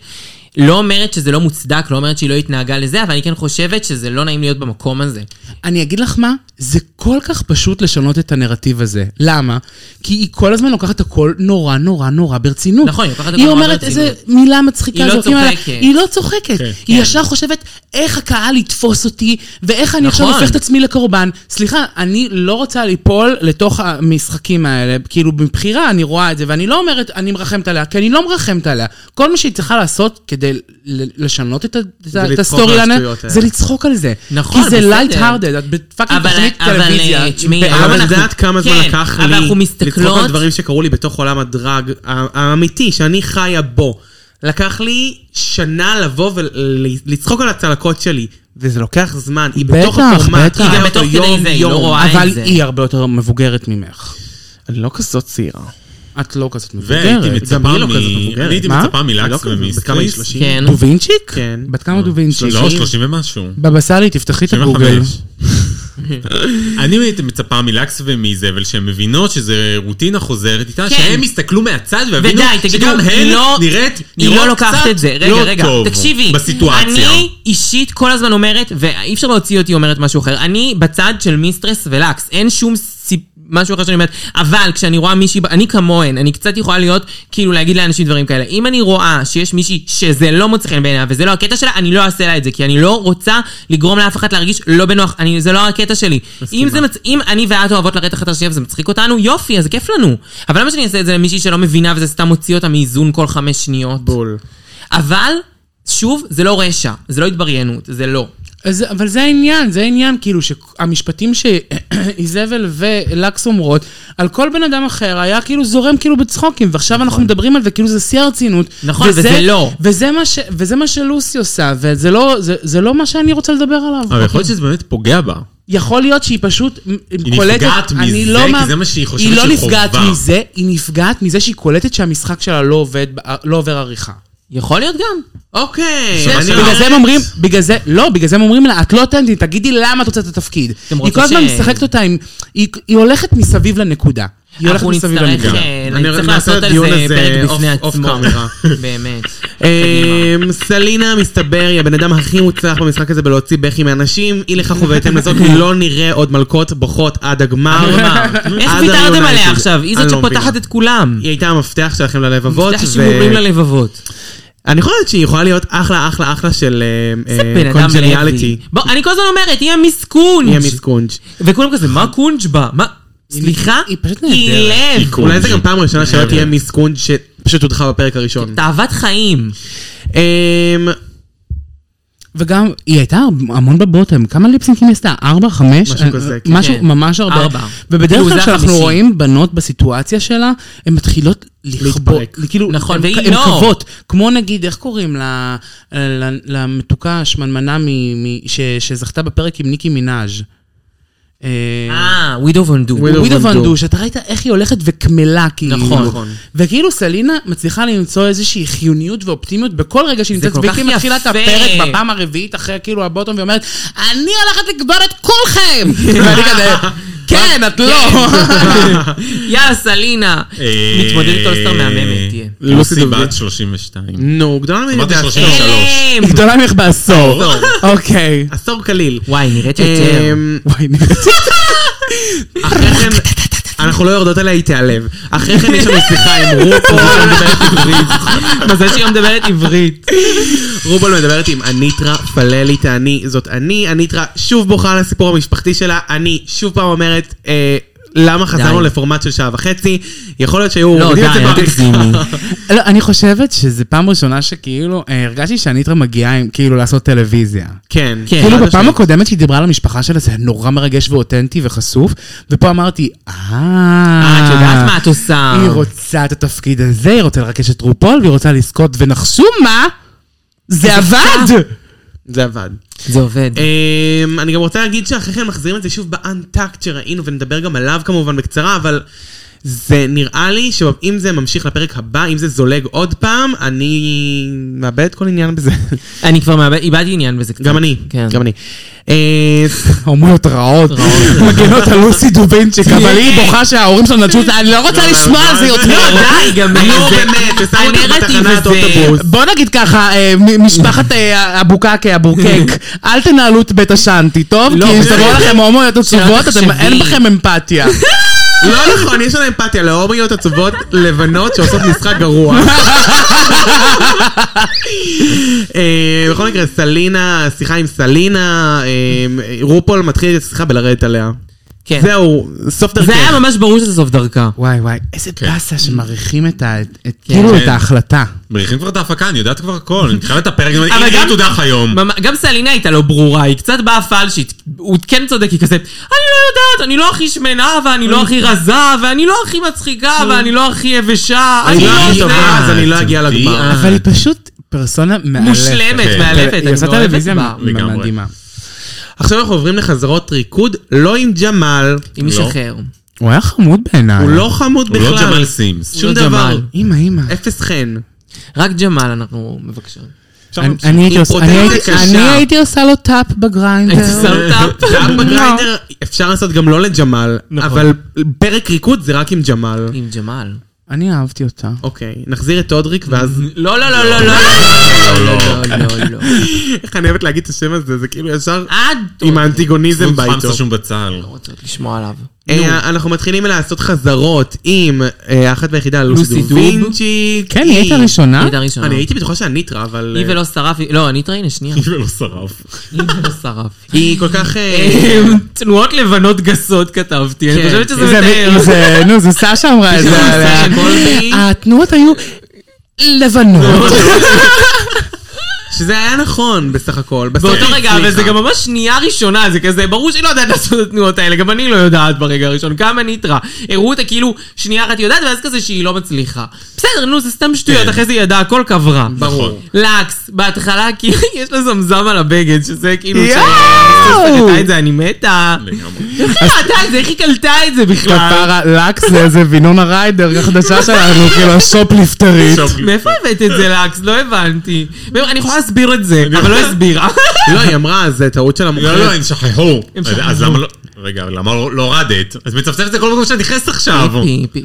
S2: לא אומרת שזה לא מוצדק, לא אומרת שהיא לא התנהגה לזה, אבל אני כן חושבת שזה לא נעים להיות במקום הזה.
S5: אני אגיד לך מה, זה כל כך פשוט לשנות את הנרטיב הזה. למה? כי היא כל הזמן לוקחת הכל נורא נורא נורא ברצינות.
S2: נכון, היא לוקחת הכל
S5: היא
S2: נורא
S5: אומרת
S2: ברצינות.
S5: איזה מילה מצחיקה
S2: היא לא
S5: זורקים עליה.
S2: צוחקת. כן.
S5: היא לא צוחקת. היא ישר חושבת איך הקהל יתפוס אותי, ואיך אני עכשיו
S2: נכון.
S5: הופך את עצמי לקורבן. סליחה, אני לא רוצה ליפול לתוך המשחקים האלה, כאילו מבחירה אני רואה את זה, ואני לא אומרת אני מרחמת עליה, כי אני לא מרחמת עליה. כל מה שהיא צריכה לעשות כדי ל- לשנות את ה- את ה- את
S3: לצחוק
S5: הסטורי
S3: על
S5: ליין,
S3: השטויות האלה.
S5: זה לצחוק על זה.
S2: נכון,
S5: כי זה
S2: בסדר.
S5: לייט הרדד, את בפאקינג
S2: אבל-
S5: תוכנית
S2: אבל,
S5: טלוויזיה.
S2: אה, תשמעי,
S5: בעם.
S2: היום
S3: אבל
S2: אנחנו-
S3: את יודעת כמה זמן
S2: כן,
S3: לקח
S2: אבל
S3: לי
S2: אנחנו
S3: לצחוק על
S2: מסתכלות-
S3: דברים שקרו לי בתוך עולם הדרג ה- האמיתי, שאני חיה בו. לקח לי שנה לבוא ולצחוק על הצלקות שלי, וזה לוקח זמן. היא בתוך
S5: בטח,
S3: הפורמט,
S5: בטח.
S3: חיה
S5: היא גם
S3: אותו
S2: בתוך כדי
S3: יום,
S2: זה, היא
S3: יום.
S2: לא רואה. את
S5: אבל
S2: זה.
S5: היא הרבה יותר מבוגרת ממך.
S3: אני לא כזאת צעירה.
S5: את לא כזאת מבוגרת.
S4: והייתי
S3: גם היא
S4: מצפה
S3: לא
S4: מ...
S3: כזאת מבוגרת.
S4: אני הייתי
S5: מה?
S4: מצפה
S3: לא
S4: מלקס
S3: כזאת, בת כמה היא?
S4: ומסטריס.
S3: 30?
S2: כן.
S5: דו וינצ'יק?
S3: כן.
S5: בת כמה דו וינצ'יק?
S4: לא, 30 ומשהו.
S5: בבא סאלי, תפתחי את הגוגל.
S4: 75. אני הייתי מצפה מלקס ומזבל שהן מבינות שזה רוטינה חוזרת איתה,
S2: כן.
S4: שהן יסתכלו מהצד ויבינו
S2: ודי, תגידו,
S4: שגם הן
S2: היא לא-
S4: נראית,
S2: היא לא
S4: נראות
S2: לוקחת
S4: קצת
S2: את זה. רגע,
S4: לא
S2: רגע,
S4: טוב
S2: תקשיבי.
S4: בסיטואציה.
S2: אני אישית כל הזמן אומרת, ואי אפשר להוציא אותי אומרת משהו אחר, אני בצד של מיסטרס ולקס, אין שום סיפ... משהו אחר שאני אומרת, אבל כשאני רואה מישהי, ב- אני כמוהן, אני קצת יכולה להיות, כאילו להגיד לאנשים דברים כאלה. אם אני רואה שיש מישהי שזה לא מוצא חן בעיניה וזה לא הקטע שלה, אני לא אעשה לה את זה, כי אני לא רוצה לגרום לאף אחד להרגיש לא בנוח, אני, זה לא הקטע שלי. אם, זה מצ... אם אני ואת אוהבות לרדת אחת על השנייה וזה מצחיק אותנו, יופי, אז זה כיף לנו. אבל למה שאני אעשה את זה למישהי שלא מבינה וזה סתם מוציא אותה מאיזון כל חמש שניות?
S3: בול.
S2: אבל, שוב, זה לא רשע, זה לא התבריינות, זה לא.
S5: אז, אבל זה העניין, זה העניין, כאילו, שהמשפטים שאיזבל ולקס אומרות, על כל בן אדם אחר היה כאילו זורם כאילו בצחוקים, ועכשיו נכון. אנחנו מדברים על זה, כאילו זה שיא הרצינות.
S2: נכון, וזה לא.
S5: וזה מה, ש, וזה מה שלוסי עושה, וזה לא, זה, זה לא מה שאני רוצה לדבר עליו.
S4: אבל יכול להיות שזה באמת פוגע בה.
S2: כן,
S5: יכול להיות שהיא פשוט היא
S4: נפגעת מזה, כי זה מה שהיא חושבת
S5: היא לא
S4: שהיא
S5: נפגעת
S4: חווה.
S5: מזה, היא נפגעת מזה שהיא קולטת שהמשחק שלה לא עובד, לא עובר עריכה.
S2: יכול להיות גם.
S3: אוקיי.
S4: עכשיו,
S3: אני
S2: לא-
S4: עכשיו,
S5: בגלל
S3: אומרת-
S5: זה הם אומרים, בגלל זה, לא, בגלל זה הם אומרים לה, את לא אותנטית, תגידי למה את רוצה את התפקיד.
S2: אתם
S5: היא
S2: רוצים
S5: כל הזמן
S2: ש-
S5: משחקת אותה עם, היא היא הולכת מסביב לנקודה. היא הולכת
S2: אנחנו
S5: מסביב
S2: נצטרך,
S5: לנקודה.
S2: אה,
S3: אני
S2: נצטרך
S3: נעשה
S2: לעשות על
S3: דיון
S2: זה
S3: הזה
S2: פרק
S3: אוף-
S2: בפני
S3: אוף
S2: עצמו.
S3: קאמרה.
S2: באמת. קדימה.
S3: אמ, סלינה, מסתבר, היא הבן אדם הכי מוצלח במשחק הזה בלהוציא בכי מאנשים. אי לכך ובהתאם לזאת, לא נראה עוד מלכות בוכות עד הגמר.
S2: איך
S3: עד
S2: ויתרתם
S3: ה-United.
S2: עליה עכשיו? היא זאת
S3: אני לא
S2: שפותחת
S3: מבין.
S2: את כולם.
S3: היא הייתה המפתח שלכם ללבבות.
S2: מפתח
S3: ו- אה,
S2: שימורים ללבבות.
S3: אני חושבת שהיא יכולה להיות אחלה, אחלה, אחלה של אה,
S2: בן אדם
S3: קונג'ניאליטי.
S2: לוי. בוא, אני כל הזמן אומרת, היא המסקונג'.
S3: היא המסקונג'.
S2: וכולם כזה, מה קונג' בה? מה? סליחה?
S5: היא פשוט
S2: היא
S5: נהדרת.
S2: לב.
S4: קונג'.
S3: אולי זה גם פעם ראשונה שלא
S4: נהדר.
S3: תהיה מיסקונג' שפשוט הודחה בפרק הראשון.
S2: תאוות חיים.
S3: אמ,
S5: וגם, היא הייתה המון בבוטם, כמה ליפסינקים היא עשתה? ארבע, חמש?
S3: משהו
S5: אה,
S3: כזה, כן.
S5: משהו,
S2: כן.
S5: ממש הרבה.
S2: ארבע.
S5: ובדרך
S2: כאילו,
S5: כלל
S2: זה
S5: כשאנחנו
S2: החמישים.
S5: רואים בנות בסיטואציה שלה, הן מתחילות לכבות.
S3: להתפרק.
S5: כאילו,
S2: נכון,
S5: הן-
S2: והיא
S5: הן
S2: לא.
S5: כבות. כמו נגיד, איך קוראים ל- ל- למתוקה השמנמנה מ- מ- ש- שזכתה בפרק עם ניקי מנאז'. אה,
S3: כן.
S2: אה, וידו וונדו.
S3: widow
S5: ווידו
S3: ואן דו.
S5: ואנדו, שאתה ראית איך היא הולכת וקמלה, כאילו.
S2: נכון. נכון.
S5: וכאילו סלינה מצליחה למצוא איזושהי חיוניות ואופטימיות בכל רגע שהיא
S2: זה
S5: נמצאת,
S2: כל כך
S5: וכי היא מתחילה את
S2: יפה.
S5: הפרק בפעם הרביעית אחרי כאילו הבוטום, והיא אומרת, אני הולכת לקבור את כולכם! ואני כזה, כן, את לא.
S2: יאללה, סלינה.
S4: אה,
S2: מתמודדת אולסטר מהממת תהיה.
S3: לוסי
S4: לוסי
S3: דוד.
S4: בת 32.
S3: נו, גדולה ממני
S4: אמרתי
S3: בעשור.
S4: 33.
S2: אלם!
S5: היא גדולה ממך בעשור. אוקיי.
S3: עשור קליל.
S2: וואי, נראית יותר.
S3: אמ,
S5: וואי, נראית
S3: אחרי כן, אנחנו לא יורדות עליה, היא תיעלב. אחרי כן יש לנו שיחה עם רופול מדברת עברית.
S2: מזל שהיא גם מדברת עברית.
S3: רובול מדברת עם אניטרה, פללי תעני, זאת אני. אניטרה שוב בוכה על הסיפור המשפחתי שלה. אני שוב פעם אומרת, אה, למה חזרנו
S2: די.
S3: לפורמט של שעה וחצי? יכול להיות שהיו
S2: לא, די,
S3: מורידים את זה
S2: אל
S3: בעריכה.
S2: תגזימי.
S5: לא, אני חושבת שזו פעם ראשונה שכאילו, אה, הרגשתי שהניטרה מגיעה עם כאילו לעשות טלוויזיה.
S3: כן.
S2: כן.
S5: כאילו
S3: חד
S5: בפעם
S3: משמעית.
S5: הקודמת שהיא דיברה על המשפחה שלה, זה היה נורא מרגש ואותנטי וחשוף, ופה אמרתי, אה,
S2: אה, את יודעת מה את עושה.
S5: היא רוצה את התפקיד הזה, היא רוצה לרכש את רופול, והיא רוצה לזכות, ונחשו מה? זה עבד!
S3: זה עבד.
S2: זה עובד.
S3: אמ, אני גם רוצה להגיד שאחרי כן מחזירים את זה שוב באנטקט שראינו, ונדבר גם עליו כמובן בקצרה, אבל זה נראה לי שאם זה ממשיך לפרק הבא, אם זה זולג עוד פעם, אני מאבד כל עניין בזה.
S2: אני כבר מאבד, איבדתי עניין בזה קצת.
S3: גם אני,
S2: כן.
S3: גם אני. אה,
S5: הומויות רעות, מגנות על לוסי דובינצ'יק, אבל
S2: כן.
S5: היא בוכה שההורים שלה נטשו אותה, אני לא רוצה לשמוע על זה
S2: לא,
S5: יותר.
S2: די, גם
S3: נו
S2: זה-
S3: באמת, ושמו אותך
S2: הנרטיב
S3: בתחנת
S2: הזה-
S3: אוטובוס.
S5: בוא נגיד ככה, אה, מ- משפחת אה, הבוקקה, הבוקק, אל תנהלו את בית השנטי, טוב?
S2: לא,
S5: כי אם
S2: באמת.
S5: תבואו לכם הומואיות עצובות,
S2: תחשבי.
S5: אתם- אין בכם אמפתיה.
S3: לא נכון, יש לנו אמפתיה להומיות עצובות לבנות שעושות משחק גרוע. אה, בכל מקרה, סלינה, שיחה עם סלינה, אה, רופול מתחיל את השיחה בלרדת עליה.
S2: כן.
S3: זהו, סוף דרכך.
S2: זה היה ממש ברור שזה סוף דרכה.
S5: וואי וואי, איזה
S2: כן.
S5: באסה שמעריכים את ה... את- כאילו
S4: כן.
S5: את ההחלטה.
S4: מריחים כבר את ההפקה, אני יודעת כבר הכל, אני מתחילת הפרק, אני
S2: אבל
S4: אומרת,
S2: גם-
S4: היא תודח היום.
S2: ממ- גם סלינה הייתה לא ברורה, היא קצת באה פלשית. הוא כן צודק, היא כזה, אני לא יודעת, אני לא הכי שמנה, ואני לא הכי רזה, ואני לא הכי מצחיקה, ואני לא הכי יבשה, אני
S3: אני לא
S2: לא
S3: הכי טובה,
S2: זה.
S3: אז אני לא
S4: אה,
S3: אגיע
S4: תביעה.
S3: לגמר.
S5: אבל היא פשוט פרסונה מאלפת.
S2: מושלמת,
S4: כן.
S2: מאלפת,
S5: היא
S2: אני לא
S5: עושה
S2: מאוהבת
S5: טלוויזיה
S2: בה.
S4: לגמרי.
S5: מדהימה.
S3: עכשיו אנחנו עוברים לחזרות ריקוד, לא עם ג'מאל.
S2: עם איש
S4: לא.
S2: אחר.
S5: הוא היה חמוד בעיניי.
S3: הוא
S2: אה.
S3: לא חמוד
S4: הוא
S3: בכלל.
S4: לא ג'מאל סימס.
S3: שום
S2: הוא לא
S3: דבר.
S2: ג'מאל.
S5: אימא, אימא.
S3: אפס חן.
S2: רק ג'מאל אנחנו מבקשים.
S4: אפשר
S5: אני-
S4: להמשיך.
S5: אני הייתי
S3: עם
S5: עושה-
S3: פרוטזה
S5: אני הייתי-
S3: קשה.
S5: אני הייתי עושה לו טאפ
S2: הייתי
S5: בגריינדר.
S2: שם טאפ.
S3: גם בגריינדר אפשר לעשות גם לא לג'מאל,
S2: לא. נכון.
S3: אבל פרק ריקוד זה רק עם ג'מאל.
S2: עם ג'מאל.
S5: אני אהבתי אותה.
S3: אוקיי, נחזיר את אודריק ואז...
S2: לא, לא, לא, לא, לא, לא, לא, לא, לא.
S3: איך אני
S2: אה,
S3: אוהבת להגיד את השם הזה, זה כאילו ישר
S2: עד...
S3: עם האנטיגוניזם
S4: חמסה
S3: בעיתו.
S4: שום בצל.
S2: רוצות לשמוע עליו.
S3: אה, אנחנו מתחילים לעשות חזרות עם אה, אחת והיחידה לוסי
S2: לוסי
S3: דו
S2: דוב.
S3: וינצ'י. אה,
S5: כן, היא הייתה
S2: היא
S5: ראשונה?
S2: הייתה ראשונה.
S3: אני הייתי בטוחה שאני ניטרה, אבל...
S2: היא
S3: אה,
S2: ולא שרף, היא- לא, אני טריינה, שנייה.
S4: היא ולא שרף.
S2: היא ולא שרף.
S3: היא כל כך... אה,
S2: אמ, תנועות לבנות גסות כתבתי, אני
S3: כן.
S2: חושבת שזה
S5: זה-
S2: מתאר.
S5: זה- נו, זה סשה אמרה את זה עליה.
S3: סשה
S2: נכון.
S3: גולדברג.
S5: התנועות היו
S2: לא,
S5: לבנות.
S3: שזה היה נכון בסך הכל. בסוף
S2: באותו
S3: היא
S2: רגע,
S3: הצליחה.
S2: אבל זה גם ממש שנייה ראשונה, זה כזה, ברור שהיא לא יודעת לעשות את התנועות האלה, גם אני לא יודעת ברגע הראשון, כמה ניטרה. הראו אותה כאילו שנייה אחת היא יודעת, ואז כזה שהיא לא מצליחה. בסדר, נו, זה סתם שטויות,
S4: כן.
S2: אחרי זה היא ידעה, הכל קברה.
S4: ברור.
S2: לקס, בהתחלה כאילו יש לה זמזם על הבגד, שזה כאילו...
S5: יואו!
S2: שהיא סרטטה את זה, אני מתה.
S4: לגמרי.
S2: איך היא ראתה את זה? איך היא קלטה את זה בכלל?
S5: כפרה לקס כאילו, זה איזה וינונה ריידר החדשה שלנו, כאילו השופליפטרית.
S4: עכשיו,
S2: מאיפה הבאת את זה לקס? לא הבנתי. אני יכולה להסביר את זה, אבל לא הסבירה.
S3: לא, היא אמרה, זה טעות של המוכרת.
S4: לא, לא, הם שכחו.
S2: הם
S4: אז- אז
S2: שכחו.
S4: למה לא... רגע, אבל למה לא לא הורדת? אז מצפצפת את זה כל מקום שאת נכנסת עכשיו.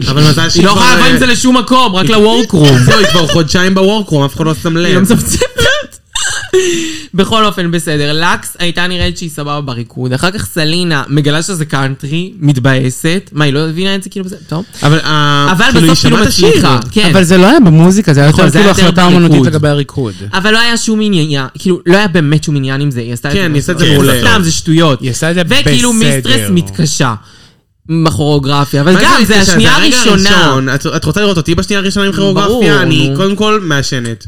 S3: אבל מזל
S2: היא
S3: שהיא
S2: לא
S3: כבר,
S2: יכולה לבוא
S3: אה, כן.
S2: עם זה לשום מקום, רק לוורקרום.
S3: זהו, היא כבר חודשיים בוורקרום, אף אחד לא שם
S2: היא לא
S3: לב.
S2: מצפצפת. בכל אופן, בסדר. לקס הייתה נראית שהיא סבבה בריקוד. אחר כך סלינה מגלה שזה קאנטרי, מתבאסת. מה, היא לא הבינה את זה כאילו? בסדר, טוב.
S3: אבל אה,
S2: אבל
S3: היא
S2: בסוף כאילו
S3: שמעה את השיר.
S2: מצליחה. כן.
S5: אבל זה לא היה במוזיקה, זה היה
S2: נכון,
S5: יותר
S2: זה היה
S5: כאילו
S2: יותר
S5: החלטה
S2: בריקוד.
S5: אומנותית לגבי הריקוד.
S2: אבל לא היה שום עניין, כאילו, לא היה באמת שום עניין עם זה, היא עשתה את זה.
S3: כן, היא עשתה את זה
S2: ממש
S4: מעולה.
S2: סתם, זה שטויות.
S5: היא עשתה את זה
S2: וכאילו
S5: בסדר.
S2: מיסטרס מתקשה. עם הכוריאוגרפיה, אבל
S3: מה
S2: גם, זה
S3: קשה?
S2: השנייה
S3: הרגע
S2: הראשונה.
S3: הראשון. את- את רוצה לראות אותי בשנייה הראשונה עם
S2: ברור, לא,
S3: כירוגרפיה? אני
S2: נו.
S3: קודם כל מעשנת.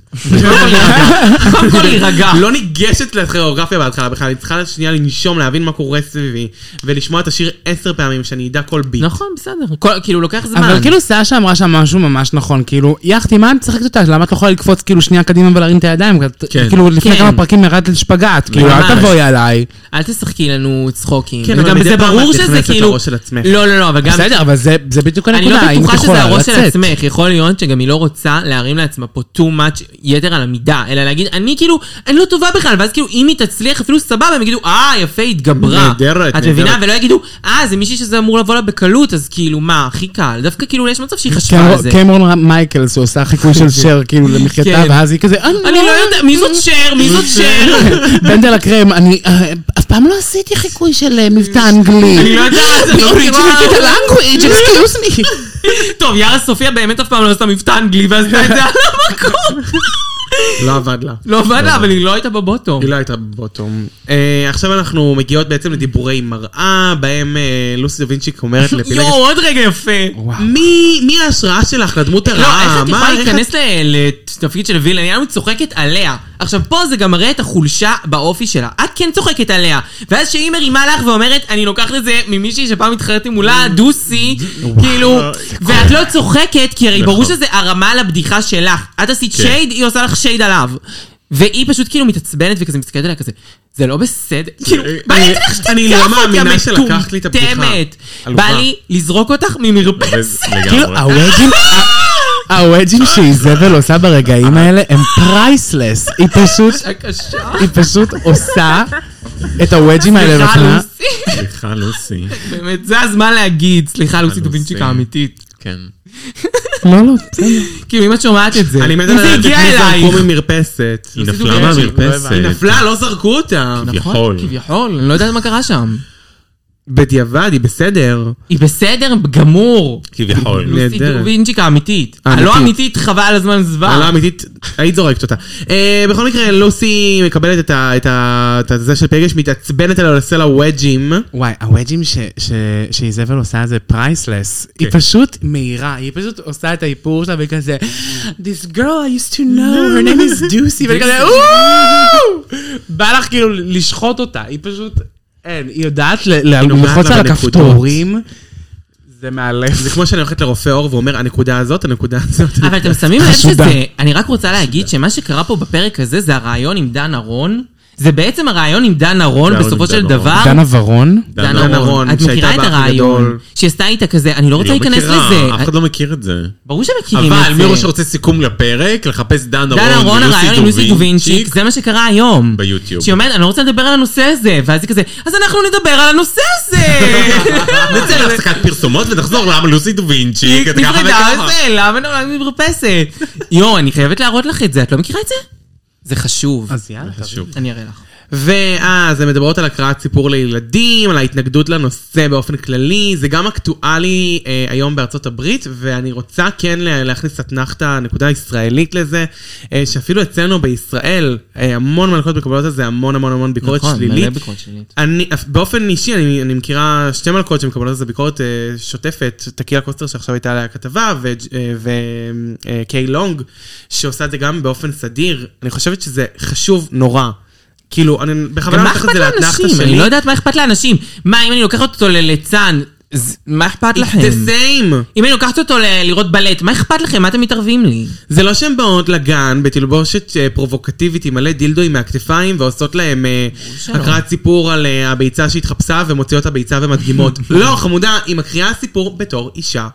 S2: קודם כל להירגע.
S3: לא ניגשת לכירוגרפיה בהתחלה בכלל, אני צריכה שנייה לנשום, להבין מה קורה סביבי, ולשמוע את השיר עשר פעמים, שאני אדע כל ביט.
S2: נכון, בסדר. כל- כאילו, לוקח זמן.
S5: אבל כאילו סשה אמרה שם משהו ממש נכון, כאילו, יחתי, מה את משחקת אותה? למה את לא יכולה לקפוץ כאילו שנייה קדימה ולהרים את הידיים? את-
S4: כן.
S5: כאילו, לפני
S2: כן.
S5: כמה פרקים ירדת לשפגאט, כאילו, אל
S2: ממש.
S5: תבואי עליי.
S2: אל תשחקי לנו צחוקים.
S3: כן, אבל
S2: וגם
S3: מדי
S2: זה
S3: פעם
S2: ברור
S3: את
S2: שזה
S3: נכנסת
S2: כאילו...
S3: לראש של עצמך.
S2: לא, לא, לא, אבל גם...
S5: בסדר, אבל זה זה בדיוק
S2: אני
S5: הנקודה,
S2: לא
S5: אם את
S2: בטוחה שזה
S5: יכולה
S2: הראש של
S5: לצאת.
S2: עצמך, יכול להיות שגם היא לא רוצה להרים לעצמה פה too much יתר על המידה, אלא להגיד, אני כאילו, אני לא טובה בכלל, ואז כאילו, אם היא תצליח אפילו סבבה, הם יגידו, אה, יפה, התגברה.
S3: נהדרת,
S2: את מבינה?
S3: נהדרת.
S2: ולא יגידו, אה, זה מישהי שזה אמור לבוא לה בקלות, אז כאילו, מה, הכי קל. דווקא כאילו, יש מצב שהיא
S3: כן,
S2: חשבה על זה.
S5: קמר- קמרון מייקלס, הוא עושה חיקוי של שר, כאילו, למחייתה,
S2: כן.
S5: ואז היא כזה, "אה, אני
S2: אני לא יודעת, מי זאת שר? מי זאת שר?
S5: אה, בנדל הקרם, אני אה, אף פעם לא עשיתי חיקוי של אה, מבטא אנגלי.
S2: אני לא יודעת, אני לא מכירה.
S5: language, excuse me.
S2: טוב, יארה סופיה באמת אף פעם לא עשתה מבטא אנגלי, ועשתה את זה על המקום.
S3: לא עבד לה.
S2: לא עבד לה, אבל היא לא הייתה בבוטום.
S3: היא לא הייתה בבוטום. אה, עכשיו אנחנו מגיעות בעצם לדיבורי מראה, בהם אה, לוסי דו וינצ'יק אומרת
S2: יואו,
S3: לפילגש,
S2: עוד רגע יפה.
S3: מי מי ההשראה שלך לדמות
S2: לא,
S3: הרעה?
S2: איך את
S3: מה,
S2: יכולה
S3: איך את-
S2: להיכנס ל- לתפקיד של וילן? אני היום צוחקת עליה. עכשיו, פה זה גם מראה את החולשה באופי שלה. את כן צוחקת עליה. ואז שהיא מרימה לך ואומרת, אני לוקחת את זה ממישהי שפעם התחרתי מולה,
S3: Mm.
S2: דוסי, כאילו, ואת לא צוחקת, כי הרי ברור
S4: נכון.
S2: שזה הרמה לבדיחה שלך. את עשית
S4: כן.
S2: שייד, היא עושה לך שייד עליו. והיא פשוט כאילו מתעצבנת וכזה מסתכלת עליה כזה, זה לא בסדר. כאילו, בא לי
S3: אה, אני-
S2: לתת לך
S3: אני
S2: שתיקח
S3: לא
S2: אותי
S3: מאמינה שלקחת לי את הבדיחה.
S2: המטומטמת. בא
S3: עלובה.
S2: לי לזרוק אותך ממרפסת.
S5: כאילו,
S2: אה,
S4: לגמרי.
S5: הווג'ים... הווג'ים שאיזבל עושה ברגעים האלה הם פרייסלס. היא פשוט,
S2: הקשה.
S5: היא פשוט עושה את הווג'ים האלה
S2: סליחה,
S5: בכלל.
S2: לוסי.
S4: סליחה, לוסי.
S2: באמת, זה הזמן להגיד, סליחה, לוסי
S4: לוסי.
S2: דובינצ'יק האמיתית.
S4: כן.
S5: לא, לא, בסדר.
S2: כאילו, אם את שומעת את זה,
S3: אני
S2: אם
S3: מת
S2: זה
S3: לדעת את
S2: הגיע
S3: מי
S2: אלייך.
S3: זרקו ממרפסת.
S4: היא
S2: לוסי
S4: נפלה
S2: דוביאצ'י,
S4: מהמרפסת.
S3: היא נפלה, לא זרקו אותה.
S2: נכון,
S4: כביכול.
S2: כביכול, אני לא יודעת מה קרה שם.
S3: בדיעבד, היא בסדר.
S2: היא בסדר, גמור.
S4: כביכול.
S2: לוסי
S3: נהדרת.
S2: דובינצ'יק האמיתית.
S3: האמיתית.
S2: הלא אמיתית, חבל על הזמן
S3: אבל
S2: זוועה.
S3: אמיתית, היית זורקת אותה. אה, בכל מקרה, לוסי מקבלת את ה- את ה- את זה של פגש, מתעצבנת עליו לסלע ווג'ים.
S5: וואי, הווג'ים ש- ש- שאיזבל עושה זה פרייסלס. היא פשוט מהירה, היא פשוט עושה את האיפור שלה וכזה, This girl I used to know, her name is דוסי, ואני כזה, "אוו!" בא לך כאילו לשחוט אותה, היא פשוט, אין, היא יודעת ל- ל-
S3: נוגעת
S5: ללחוץ
S3: לה
S5: על
S3: בנקודות.
S5: כאילו, הכפתורים. זה מאלף.
S3: זה כמו שאני הולכת לרופא עור ואומר, הנקודה הזאת, הנקודה הזאת.
S2: אבל אתם שמים לב
S5: חשודה.
S2: שזה, אני רק רוצה להגיד שמה שקרה פה בפרק הזה זה הרעיון עם דן ארון. זה בעצם הרעיון עם דן ארון
S4: הרעיון עם
S2: בסופו
S4: דן
S2: של
S4: אהרון.
S2: דבר.
S5: דנה ורון?
S4: דן
S2: דן ארון.
S3: אהרון,
S2: את
S3: שהייתה
S2: מכירה את
S3: באח
S2: הרעיון.
S3: הגדול.
S2: שעשתה איתה כזה, אני לא רוצה
S4: לא
S2: להיכנס
S4: מכירה,
S2: לזה.
S4: אף אחד לא מכיר את זה.
S2: ברור שמכירים את זה.
S4: אבל מי שרוצה סיכום לפרק, לחפש דן
S2: דן אהרון
S4: אהרון
S2: הרעיון עם לוסי דובינצ'יק,
S4: דובינצ'יק.
S2: זה מה שקרה היום.
S4: ביוטיוב.
S2: שהיא אומרת, אני לא רוצה לדבר על הנושא הזה, ואז היא כזה, אז אנחנו נדבר על הנושא הזה!
S4: נצא להפסקת פרסומות ונחזור למה לוסי
S2: היא
S4: דובינצ'יק. את ככה
S2: נפרדה
S4: וככה.
S2: על זה, למה נורא מרפסת? יואו, אני חייבת להראות לך את זה, את לא מכירה את זה? זה חשוב.
S3: אז יאללה, תביא.
S4: חשוב.
S2: אני אראה לך.
S3: ואז הן מדברות על הקראת סיפור לילדים, על ההתנגדות לנושא באופן כללי, זה גם אקטואלי אה, היום בארצות הברית, ואני רוצה כן לה- להכניס אתנחתא, נקודה ישראלית לזה, אה, שאפילו אצלנו בישראל, אה, המון מלכות מקבלות על זה המון המון המון ביקורת
S2: נכון,
S3: שלילית.
S2: מלא ביקורת שלילית.
S3: אני, באופן אישי, אני, אני מכירה שתי מלכות שמקבלות על זה ביקורת אה, שוטפת, טקילה קוסטר שעכשיו הייתה עליה כתבה, אה, וקיי אה, לונג, שעושה את זה גם באופן סדיר. אני חושבת שזה חשוב נורא. כאילו, אני בכוונה
S2: גם מה
S3: לוקח את
S2: אכפת
S3: זה לאתנחתא
S2: לאנשים?
S3: שלי.
S2: אני לא יודעת מה אכפת לאנשים. מה, אם אני לוקחת אותו לליצן, ז- מה אכפת
S3: It's
S2: לכם?
S3: the same.
S2: אם אני לוקחת אותו ל- לראות בלט, מה אכפת לכם? מה אתם מתערבים לי?
S3: זה לא שהן באות לגן בתלבושת אה, פרובוקטיבית עם מלא דילדואים מהכתפיים ועושות להם אה,
S2: שלא.
S3: הקראת סיפור על אה, הביצה שהתחפשה ומוציאות את הביצה ומדגימות. לא, חמודה, היא מקריאה סיפור בתור אישה.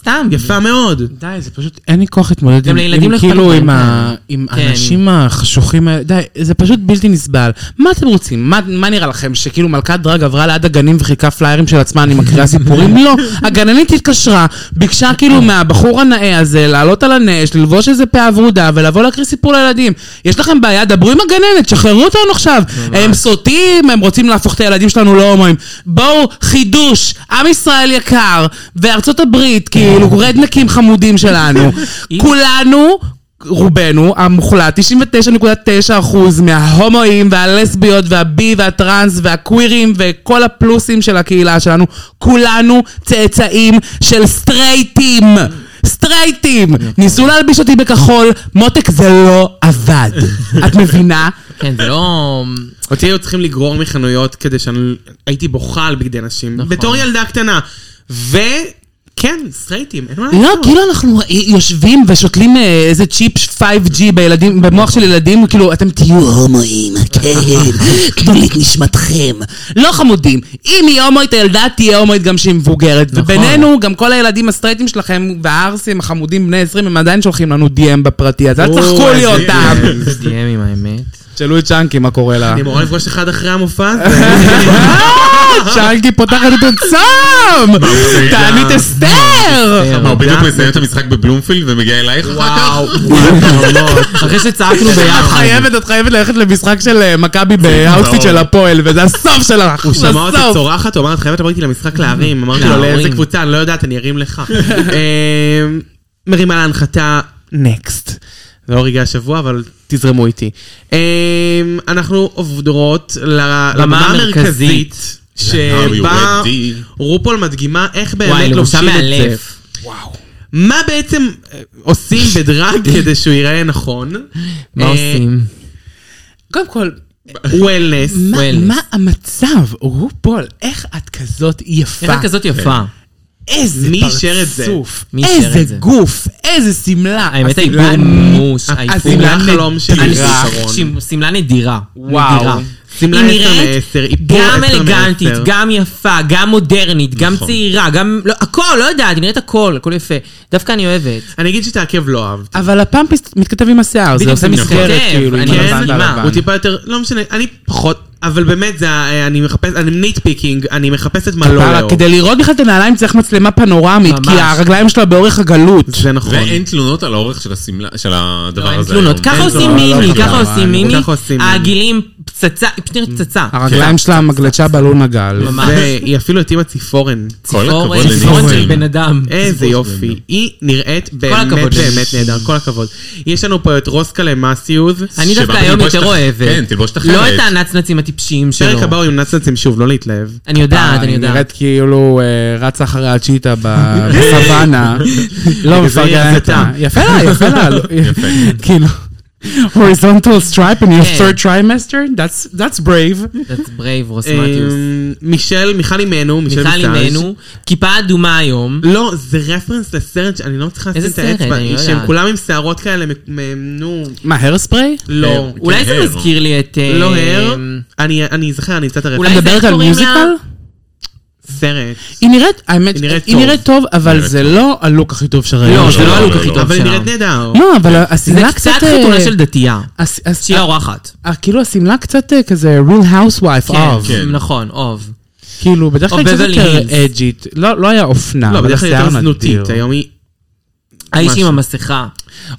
S2: סתם.
S3: יפה מאוד.
S5: די, זה פשוט, אין לי כוח להתמודד
S2: גם
S5: עם,
S2: לילדים לא אכפת
S5: עם כאילו,
S2: מהם,
S5: עם,
S2: כן.
S5: ה, עם
S2: כן.
S5: האנשים החשוכים האלה, די, זה פשוט בלתי נסבל. מה אתם רוצים? מה, מה נראה לכם, שכאילו מלכת דרג עברה ליד הגנים וחילקה פליירים של עצמה, אני מקריאה סיפורים? לא, הגננית התקשרה, ביקשה כאילו מהבחור הנאה הזה לעלות על הנש, ללבוש איזה פאה ורודה ולבוא להקריא סיפור לילדים. יש לכם בעיה? דברו עם הגננת, שחררו אותנו עכשיו. הם סוטים, הם רוצים להפוך את הילדים שלנו להומואים. בואו, חידוש, עם ישראל יקר, וארצות הברית, כאילו, רדנקים חמודים שלנו. כולנו, רובנו, המוחלט, 99.9 אחוז מההומואים והלסביות והבי והטרנס והקווירים וכל הפלוסים של הקהילה שלנו, כולנו צאצאים של סטרייטים. סטרייטים! ניסו להלביש אותי בכחול, מותק זה לא עבד. את מבינה?
S2: כן, זה לא...
S3: אותי היו צריכים לגרור מחנויות כדי שאני הייתי בוכה על בגדי נשים. נכון. בתור ילדה קטנה. וכן, סטרייטים, אין מה לעשות.
S5: לא, כאילו אנחנו יושבים ושותלים אה, איזה צ'יפ 5G בילדים, במוח של ילדים, כאילו, אתם תהיו הומואים, כן, תנו לי את נשמתכם. לא חמודים, אם היא הומואית הילדה, תהיה הומואית גם שהיא מבוגרת. ובינינו, גם כל הילדים הסטרייטים שלכם, והערסים החמודים בני 20, הם עדיין שולחים לנו DM בפרטי, אז אל תשחקו
S3: או,
S5: לי
S3: איזה-
S5: אותם.
S2: זה תהיה עם האמת.
S5: תשאלו את צ'אנקי מה קורה לה.
S3: אני אמורה לפגוש אחד אחרי המופע הזה.
S5: אה, צ'אנקי פותחת את הצום!
S4: מפחידה.
S5: תענית אסתר!
S4: הוא בדיוק מסיים את המשחק בבלומפילד ומגיע אלייך אחר כך.
S2: אחרי שצעקנו
S5: את
S2: ביחד.
S5: חייבת, את חייבת ללכת למשחק של אה, מכבי באאוטפיט
S4: נכון.
S5: של הפועל, וזה הסוף שלך.
S3: הוא שמע אותי
S5: בסוף.
S3: צורחת, הוא אמר, את חייבת לבוא איתי למשחק להרים. אמרתי לו,
S2: להרים.
S3: לאיזה קבוצה, אני לא יודעת, אני ארים לך. אמ, מרימה להנחתה, נקסט. זה לא רגעי השבוע, אבל תזרמו איתי. אמ, אנחנו עוברות ל- לבמה המרכזית,
S2: המרכזית.
S4: Now
S3: שבה
S4: you ready?
S3: רופול מדגימה איך
S2: וואי,
S3: באמת
S2: לבושה
S3: לובשים את זה.
S2: מאלף.
S3: מה בעצם אה, עושים בדרג כדי שהוא ייראה נכון?
S2: מה
S3: אה,
S2: עושים?
S5: קודם כל,
S3: וולנס.
S5: מה-
S2: וולנס.
S5: מה המצב? רופול, איך את כזאת
S2: איך
S5: יפה?
S2: את כזאת יפה?
S5: איזה
S3: מי אישר את זה?
S5: פרצוף,
S2: מי אישר את
S5: איזה
S2: זה?
S5: גוף, איזה שמלה.
S2: האמת,
S5: השמלה
S2: האיפור מוש, האיפור
S3: השמלה
S2: מוש.
S3: חלום של
S2: אני-
S3: אישה.
S2: שמ- שמלה נדירה.
S5: וואו.
S2: נדירה.
S3: שמלה
S2: היא
S3: עשר
S2: נראית
S3: מעשר, איפור
S2: גם
S3: עשר
S2: אלגנטית,
S3: מעשר.
S2: גם יפה, גם מודרנית, גם צעירה, גם... לא, הכל, לא יודעת, היא נראית הכל, הכל יפה. דווקא אני אוהבת.
S3: אני אגיד שאת העקב לא אהבת.
S5: אבל הפאמפ מתכתב עם השיער, זה
S2: בדיוק,
S5: עושה
S2: זה
S5: מסגרת,
S2: מתכתב,
S5: כאילו, עם
S2: אני
S5: הלבן
S2: מסכימה.
S5: והלבן.
S3: כן? הוא טיפה יותר, לא משנה, אני פחות, אבל באמת זה, ה- אני מחפש, אני ניט פיקינג, אני מחפש את מה לא
S5: אבל
S3: לאהוב.
S5: כדי לראות בכלל את הנעליים צריך מצלמה פנורמית,
S2: ממש.
S5: כי הרגליים שלו באורך הגלות.
S3: זה נכון.
S4: ואין תלונות על האורך של השמלה, של הדבר
S2: לא, אין
S4: הזה.
S2: תלונות.
S4: היום.
S2: ככה
S4: אין
S2: עושים
S4: תלונות.
S2: מימי,
S4: לא,
S2: ככה
S4: לא,
S2: עושים מימי.
S3: ככה עושים מימי.
S2: העגילים פצצה, היא פשוט צצה.
S5: הרגליים שלה מגלצ'ה בלון הגל.
S2: ממש.
S3: והיא אפילו התאימה ציפורן.
S4: כל הכבוד
S2: ציפורן, ציפורן של
S4: לניסים.
S2: בן אדם.
S3: איזה יופי. היא נראית באמת
S2: הכבוד לניסים.
S3: באמת נהדר, כל הכבוד. יש לנו פה את רוסקלה מסיוז.
S2: אני דווקא
S4: שבא
S2: היום
S4: תלבוש
S2: יותר
S4: את-
S2: אוהבת.
S4: כן, תלבוש את
S2: לא
S4: החלט.
S2: את הנצנצים הטיפשיים שלו.
S3: פרק הבא הוא עם נצנצים שוב, לא להתלהב.
S2: אני יודעת, אני
S5: היא
S2: יודעת.
S5: נראית כאילו אה, רצה אחרי הצ'יטה ב- בסוואנה. לא,
S3: בגלל זה היא
S5: מפרגנת
S3: יצתה.
S5: לה. יפה לה, יפה לה. לא- כאילו, horizontal stripe in your
S2: כן.
S5: third trimester? That's- That's brave.
S2: That's brave, רוס מתיוס.
S3: אמ, מישל, מיכל אימנו, מישל
S2: מיכל
S3: מיסאז'.
S2: אימנו, כיפה אדומה היום.
S3: לא, זה רפרנס לסרט שאני לא צריכה לשים
S2: איזה
S3: את
S2: סרט?
S3: האצבע,
S2: אני לא
S3: שהם
S2: יודעת.
S3: כולם עם שערות כאלה, מ- מ- נו,
S5: מה, הרספרי?
S3: לא.
S2: אולי זה
S4: הר.
S2: מזכיר לי את... אה,
S3: לא הר, אני אני אזכר, אני אמצא את הרפרנס.
S2: אולי זה
S5: מדברת
S2: איך
S5: על
S2: קוראים
S5: מיוזיקל?
S3: סרט.
S5: היא נראית, האמת,
S3: היא נראית
S5: היא
S3: טוב.
S5: נראית טוב, אבל
S4: נראית
S5: זה לא הלוק הכי טוב שראינו.
S2: לא, זה
S4: לא,
S2: לא הלוק
S4: לא,
S2: הכי
S4: לא.
S2: טוב
S3: אבל היא
S2: שלה.
S3: נראית נהדר.
S5: לא, אבל
S2: זה
S5: השמלה
S2: קצת
S5: קצת...
S2: חתונה
S5: אה,
S2: של דתייה.
S5: הס- הס-
S2: שהיא האורחת.
S5: אה, כאילו השמלה קצת אה, כזה real housewife of.
S4: כן.
S2: נכון, אוב.
S5: כאילו, בדרך
S2: או
S5: כלל היא קצת
S2: Beverly
S5: יותר
S2: Hills.
S5: אג'ית. לא לא היה אופנה,
S3: לא,
S5: אבל
S3: בדרך כלל
S5: השיער
S3: יותר
S5: נדיר.
S3: זנותית, היום היא...
S2: האיש עם
S3: משהו.
S2: המסכה.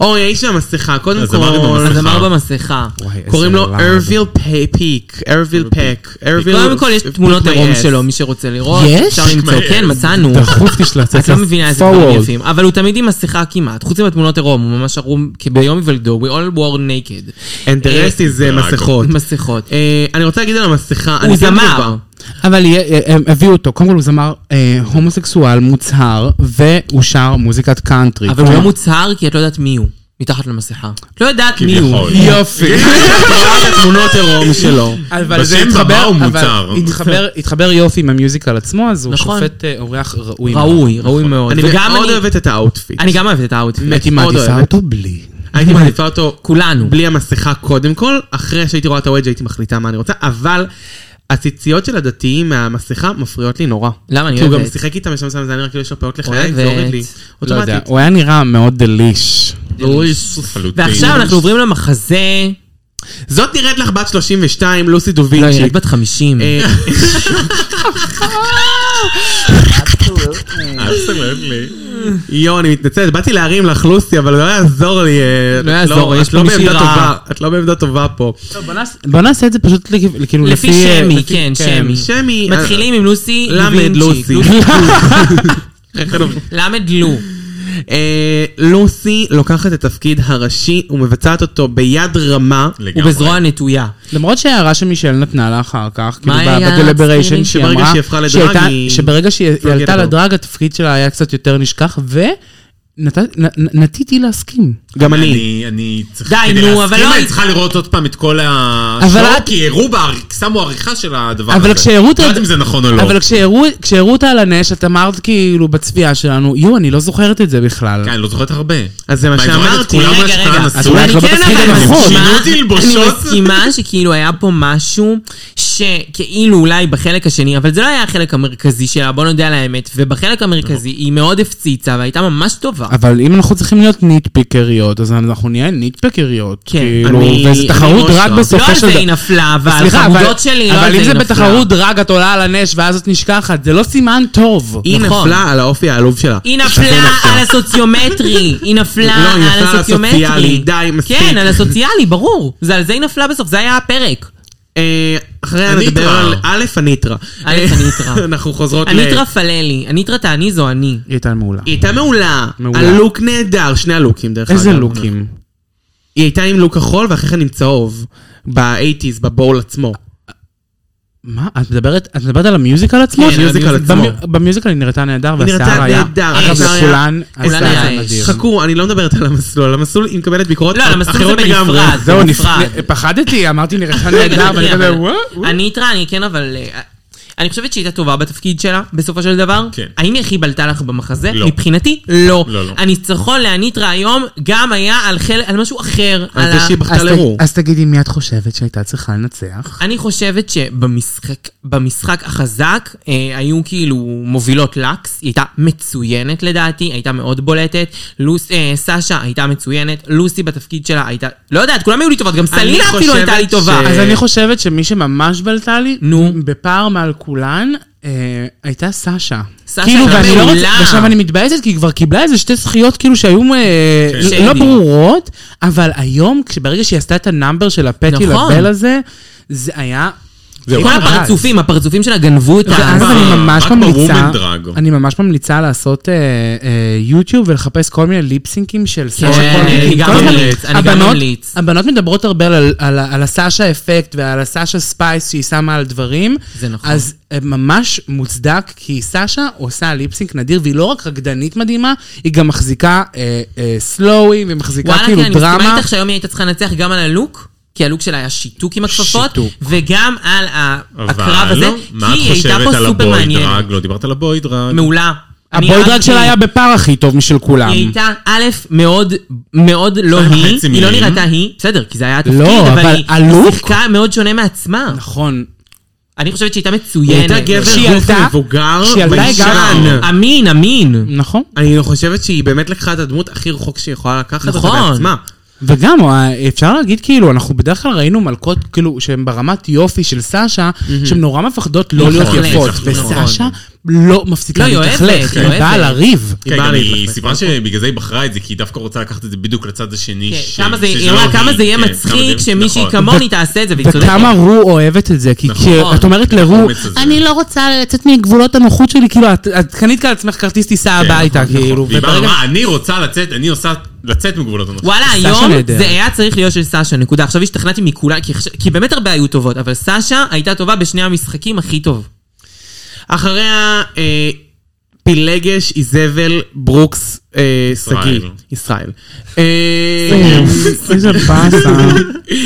S3: אוי, האיש במסכה, קודם
S4: אז אמרנו
S3: כל...
S4: במסכה.
S2: הזמר במסכה.
S3: קוראים לו ארוויל פיק, ארוויל פק, ארוויל...
S2: קודם כל יש תמונות עירום שלו, מי שרוצה לראות.
S5: יש?
S2: אפשר למצוא,
S4: my
S2: כן,
S4: ass.
S2: מצאנו.
S7: דחוף תשלח,
S2: את לא מבינה איזה דברים יפים. אבל הוא תמיד עם מסכה כמעט, חוץ מבתמונות עירום, הוא ממש ערום כביום היוולדו, we all wore naked.
S3: And the rest is אה, מסכות.
S2: מסכות.
S3: אה, אני רוצה להגיד על המסכה,
S2: הוא
S3: אני כן
S2: זמר.
S3: טובה.
S5: אבל יה- אה, הם הביאו אותו, קודם כל הוא זמר אה, הומוסקסואל מוצהר, והוא שר מוזיקת קאנטרי.
S3: אה.
S2: אבל הוא לא מוצהר כי את לא יודעת מי הוא, מתחת למסכה. את לא יודעת מי הוא.
S4: כביכול.
S5: יופי.
S3: את התמונות עירום שלו.
S5: אבל זה
S4: בשם במה
S5: התחבר,
S4: הוא
S5: אבל
S4: מוצהר.
S5: התחבר- התחבר יופי עם המיוזיקל עצמו, אז הוא
S2: נכון.
S5: שופט אה, אורח ראוי. מאוד.
S2: ראוי, ראוי מאוד.
S3: אני
S2: וגם
S3: מאוד
S2: אני-
S3: אוהבת את האוטפיט.
S2: אני גם אוהבת את האוטפיט.
S5: הייתי
S3: מאוד
S5: מעדיפה
S3: אוהבת.
S5: אותו בלי.
S3: הייתי מעדיפה אותו
S2: כולנו.
S3: בלי המסכה קודם כל, אחרי שהייתי רואה את הוודג' הייתי מחליטה מה אני רוצה, אבל הציציות של הדתיים מהמסכה מפריעות לי נורא.
S2: למה? אני
S3: כי הוא גם
S2: אוהבת.
S3: שיחק איתם שם שם, זה היה נראה כאילו יש לו פאות לחיים, זה
S2: אוהבת.
S3: הוריד לי.
S5: לא יודע,
S3: אוטומטית.
S5: הוא היה נראה מאוד דליש.
S4: לחלוטין.
S2: ועכשיו אנחנו עוברים למחזה,
S3: זאת נראית לך בת 32, לוסי
S2: לא,
S3: דוביצ'י.
S2: היא רק בת 50.
S3: אה,
S4: אל תסרב לי.
S3: יואו, אני מתנצלת, באתי להרים לך לוסי, אבל לא יעזור לי. אה,
S2: לא
S3: את
S2: יעזור, יש
S3: את
S2: פה
S3: לא
S2: מישהי
S3: בעמדה
S2: רעה.
S3: טובה, את לא בעמדה טובה פה.
S5: בוא נעשה את זה פשוט לכ- כאילו
S2: לפי
S5: אה,
S2: שמי,
S5: לפי-
S2: כן, שמי.
S3: שמי...
S2: מתחילים עם לוסי
S3: אה, למד
S2: לוינצ'יק.
S3: לוסי.
S2: למד לו.
S3: אה, לוסי לוקחת את התפקיד הראשי ומבצעת אותו ביד רמה.
S4: לגמרי.
S2: ובזרוע נטויה.
S5: למרות שההערה שמישל נתנה לה אחר כך, כאילו
S2: מה היה?
S5: בדליבריישן, שהיא
S3: שברגע
S5: אמרה,
S3: שהיא הפכה לדרג,
S5: שהייתה-
S3: היא-
S5: שברגע שהיא
S3: forget
S5: עלתה
S3: about.
S5: לדרג, התפקיד שלה היה קצת יותר נשכח, ונטיתי להסכים.
S3: גם אני.
S4: אני, אני צריך...
S2: די,
S4: כדי
S2: נו,
S4: להסכים,
S2: אבל לא-
S4: אני צריכה לראות עוד פעם את כל
S5: אבל
S4: השואו,
S5: את-
S4: כי הראו, בער- שמו עריכה של הדבר הזה.
S5: אבל כשהראו את
S4: לא
S5: ה-
S4: יודעת אם זה נכון או לא.
S5: אבל כשהראו- כשהראו אותה על הנש, את אמרת כאילו בצפייה שלנו, יו, אני לא זוכרת את זה בכלל.
S4: כן, אני לא זוכרת הרבה.
S3: אז זה מה
S4: מה, אני זוכרת את
S3: שאמרתי.
S4: כולם
S2: רגע,
S4: מהשפעה
S2: רגע.
S5: אז
S4: נסו.
S5: אולי את
S2: אני
S5: לא
S2: כן,
S5: בתפקיד
S2: אבל
S5: הנכון.
S2: מסכימה-
S4: שינו תלבושות.
S2: אני מסכימה שכאילו היה פה משהו שכאילו אולי בחלק השני, אבל זה לא היה החלק המרכזי שלה, בוא נודה על האמת. ובחלק המרכזי היא מאוד הפציצה והייתה ממש טובה.
S5: אבל אם אנחנו צריכים להיות ניטפיקריות, אז אנחנו נהיה ניטפיקריות.
S2: כן.
S5: כאילו,
S3: אני-
S5: וזו
S3: אני
S5: תחרות
S3: לא
S5: רק
S3: שם.
S2: לא
S5: בסופו
S2: על
S5: של
S2: זה
S5: דבר.
S2: היא נפלה, ועל
S5: סליחה, אבל-
S2: חמודות שלי לא על
S5: אבל
S2: זה
S5: אם
S2: היא
S5: זה
S2: נפלה.
S5: בתחרות דרג את עולה על הנש ואז את נשכחת, זה לא סימן טוב.
S3: היא
S2: נכון.
S3: נפלה על האופי העלוב שלה.
S2: היא נפלה על הסוציומטרי, היא נפלה
S3: לא, היא
S2: על
S3: נפלה על
S2: הסוציומטרי.
S3: הסוציאלי, די, מספיק.
S2: כן, על הסוציאלי, ברור. זה על זה היא נפלה בסוף, זה היה הפרק.
S3: אה, אחריה
S4: אני
S3: נדבר
S4: איתך.
S3: על א', הניטרה. אה,
S2: א', הניטרה.
S3: אנחנו חוזרות ל...
S2: הניטרה פללי, הניטרה תעני זו אני.
S5: היא הייתה מעולה.
S3: היא הייתה מעולה.
S5: מעולה.
S3: הלוק נהדר, שני הלוקים דרך אגב.
S5: איזה לוקים.
S3: היא הייתה עם לוק כחול ואחרי כן עם צהוב. באייטיז, בבול עצמו.
S5: מה? את מדברת, את מדברת על המיוזיקל עצמו?
S3: כן, על המיוזיקל
S5: במיוז-
S3: עצמו.
S5: במיוז- במיוזיקל היא נראתה נהדר,
S3: היא נראתה
S5: והשיער היה...
S3: נהדר,
S5: אגב,
S3: השיער היה-
S5: לכולן,
S2: כולן
S5: השיער
S2: היה
S5: היה
S2: אש.
S5: נדיר.
S3: חכו, אני לא מדברת על המסלול, על המסלול היא מקבלת ביקורות
S2: לא, על המסלול זה
S3: אחרות לגמרי.
S2: בנפרד.
S5: זהו,
S2: זה
S5: נפ-
S2: נפרד.
S5: פחדתי, אמרתי נראתה
S2: רגע,
S5: נהדר, ואני
S2: תראי,
S5: כזה,
S2: אבל
S5: וואו. וואו."
S2: הניטרה, אני כן, אבל... אה, אני חושבת שהיא הייתה טובה בתפקיד שלה, בסופו של דבר.
S4: כן.
S2: האם היא הכי בלטה לך במחזה?
S4: לא.
S2: מבחינתי, לא.
S4: לא, לא.
S2: הניצחון להניטרה היום גם היה על חל- על משהו אחר.
S3: על זה
S2: ה-
S3: שהיא
S5: אז
S3: בכתה
S5: ת-
S3: לרו.
S5: אז תגידי, מי את חושבת שהייתה צריכה לנצח?
S2: אני חושבת שבמשחק במשחק החזק אה, היו כאילו מובילות לקס, היא הייתה מצוינת לדעתי, הייתה מאוד בולטת, לוס, אה, סשה הייתה מצוינת, לוסי בתפקיד שלה הייתה, לא יודעת, כולם היו לי טובות, גם סלילה אפילו
S3: חושבת
S2: הייתה לי
S3: ש-
S2: טובה.
S5: אז אני חושבת שמי שממש בלטה לי,
S2: אה, נו.
S5: בפער מעל כולן, אה, הייתה סאשה.
S2: סשה
S5: כאילו,
S2: הייתה
S5: ואני לא רוצה,
S2: מעולה.
S5: ועכשיו אני מתבאסת, כי היא כבר קיבלה איזה שתי זכיות כאילו שהיו אה,
S4: כן.
S5: לא-
S2: שיימינג.
S5: לא ברורות, אבל היום, ברגע שהיא עשתה את הנאמבר של הפטי
S2: נכון.
S5: לבל הזה, זה היה...
S4: זהו,
S2: כל
S5: רק באז.
S2: הפרצופים, הפרצופים שלה גנבו אותה.
S5: ואז
S4: ב-
S5: אני ממש
S4: רק
S5: ממליצה,
S4: בוומן דרג.
S5: אני ממש ממליצה לעשות אה, אה, יוטיוב ולחפש כל מיני ליפסינקים של סאשה
S2: כן,
S5: כל מיני-
S2: אני גם
S5: כל הזמן
S2: ממליץ, אני גם
S5: הבנות-
S2: ממליץ.
S5: הבנות מדברות הרבה על- על- על ה- על הסאשה אפקט ועל הסאשה ספייס שהיא שמה על דברים.
S2: זה נכון.
S5: אז אה, ממש מוצדק, כי סאשה עושה ליפסינק נדיר, והיא לא רק רקדנית מדהימה, היא גם מחזיקה אה, אה, סלואוים, והיא מחזיקה
S2: וואלה,
S5: כאילו
S2: כן, אני מסכימה
S5: דרמה.
S2: איתך שהיום היא הייתה צריכה לנצח גם על הלוק. כי הלוק שלה היה שיתוק עם הכפפות,
S5: שיתוק.
S2: וגם על ה-
S4: אבל
S2: הקרב הזה, כי
S4: מה את
S2: היא הייתה
S4: חושבת
S2: פה
S4: על
S2: סופר
S4: הבוי
S2: מעניינת.
S4: דרג? לא דיברת על הבוי דרג.
S2: מעולה. אני
S5: הבולדרג
S2: אהבתי.
S5: שלה היה בפער הכי טוב משל כולם.
S2: היא הייתה, א', מאוד, מאוד לא
S4: שתיים
S2: היא,
S4: וחצי
S2: היא לא
S4: מילים.
S2: נראתה היא, בסדר, כי זה היה התפקיד,
S5: לא, אבל
S2: אבל היא
S5: הלוק-
S2: שיחקה מאוד שונה מעצמה.
S5: נכון,
S2: אני חושבת שהיא הייתה
S3: היא
S2: מצוינת.
S3: הייתה גבר
S5: כשהיא
S3: גוף
S5: עלתה-
S3: מבוגר,
S5: כשהיא עלתה היא גם-
S3: ביישן.
S2: אמין, אמין.
S5: נכון.
S3: אני חושבת שהיא באמת לקחה את הדמות הכי רחוק שהיא יכולה לקחת אותה
S2: נכון.
S3: בעצמה.
S5: וגם, אה, אפשר להגיד כאילו, אנחנו בדרך כלל ראינו מלכות, כאילו, שהן ברמת יופי של סאשה, שהן נורא מפחדות לא
S2: נכון,
S5: להיות יפות.
S2: נכון.
S5: וסאשה לא מפסיקה
S2: לא, היא
S5: להתלכלך.
S2: אוהבת, היא
S5: היא באה
S2: אוהבת.
S5: לריב.
S4: כן,
S3: באה
S4: גם היא
S3: להתלכלך,
S4: סיפרה שבגלל זה היא בחרה את זה, כי היא דווקא רוצה לקחת את זה בדיוק לצד השני.
S2: כן,
S4: ש-
S2: כמה זה-
S4: שזה
S2: היא
S4: לא
S2: אמרה כמה
S4: היא,
S2: זה יהיה
S4: כן, כמה
S2: מצחיק
S4: זה-
S2: שמישהי
S4: נכון.
S2: כמוני תעשה את זה, והיא צודקת.
S5: וכמה רו אוהבת את זה, כי
S4: נכון.
S5: כשאת אומרת לרו,
S4: האומץ הזה.
S5: אני לא רוצה לצאת מגבולות הנוחות שלי, כאילו, את את קנית לעצמך כרטיס טיסה
S4: כן,
S5: הביתה,
S4: נכון,
S5: כאילו,
S4: והיא באה
S5: וברגע-
S4: ואמרה, אני רוצה לצאת, אני עושה לצאת מגבולות הנוחות.
S2: וואלה,
S5: סשה
S2: היום
S5: נהדרת.
S2: זה היה צריך להיות של סשה, נקודה. עכשיו השתכנעתי מכולם, כי, חש- כי באמת הרבה היו טובות, אבל סשה הייתה טובה בשני המשחקים הכי טוב.
S3: אחריה אה, פילגש, איזבל, ברוקס, אה,
S4: ישראל.
S3: שגיא. ישראל. אה,
S5: איזה באסה.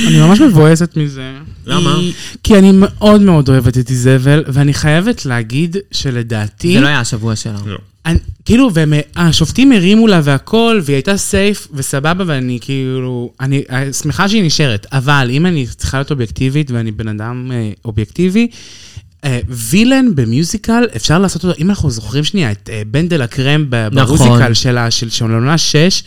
S5: אני ממש מבואסת מזה.
S4: למה?
S5: היא- כי אני מאוד מאוד אוהבת את איזבל, ואני חייבת להגיד שלדעתי...
S2: זה לא היה השבוע שלה.
S4: לא.
S5: אני, כאילו, והם- השופטים הרימו לה והכל, והיא הייתה סייף וסבבה, ואני כאילו, אני אה, שמחה שהיא נשארת, אבל אם אני צריכה להיות אובייקטיבית, ואני בן אדם אה, אובייקטיבי, אה, וילן במיוזיקל, אפשר לעשות אותו, אם אנחנו זוכרים שנייה, את אה, בנדל הקרם ב-
S2: נכון.
S5: במוזיקל שלה, של של עונה 6,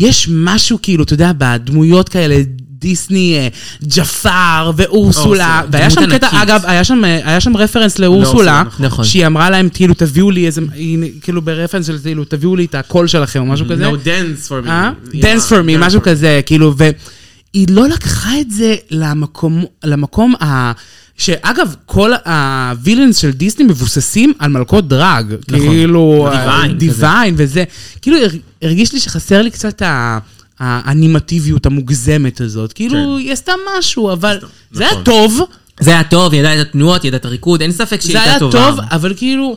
S5: יש משהו כאילו, אתה יודע, בדמויות כאלה, דיסני, אה, ג'פר ואורסולה,
S2: אורסולה,
S5: והיה שם
S2: דמות
S5: קטע,
S2: ענקית.
S5: אגב, היה שם, אה, היה שם רפרנס לאורסולה,
S2: נכון. נכון.
S5: שהיא אמרה להם, כאילו, תביאו לי איזה, היא, כאילו ברפרנס של, כאילו, תביאו לי את הקול שלכם או משהו כזה.
S3: Mm, No dance for me.
S5: אה?
S3: היא אמרה,
S5: Dance for me,
S3: dance
S5: משהו
S3: for me.
S5: כזה, כאילו, והיא לא לקחה את זה למקום, למקום ה... שאגב, כל הווילאנס של דיסני מבוססים על מלכות דרג.
S3: נכון.
S5: כאילו,
S2: דיוויין
S5: ה- דיוויין וזה. כאילו, הר- הרגיש לי שחסר לי קצת ה... האנימטיביות המוגזמת הזאת.
S3: כן.
S5: כאילו, היא עשתה משהו, אבל זה היה
S4: נכון.
S5: טוב.
S2: זה היה טוב, היא ידעה את התנועות, היא ידעה את הריקוד, אין ספק שהיא
S5: זה
S2: הייתה
S5: היה
S2: טובה.
S5: טוב, אבל כאילו,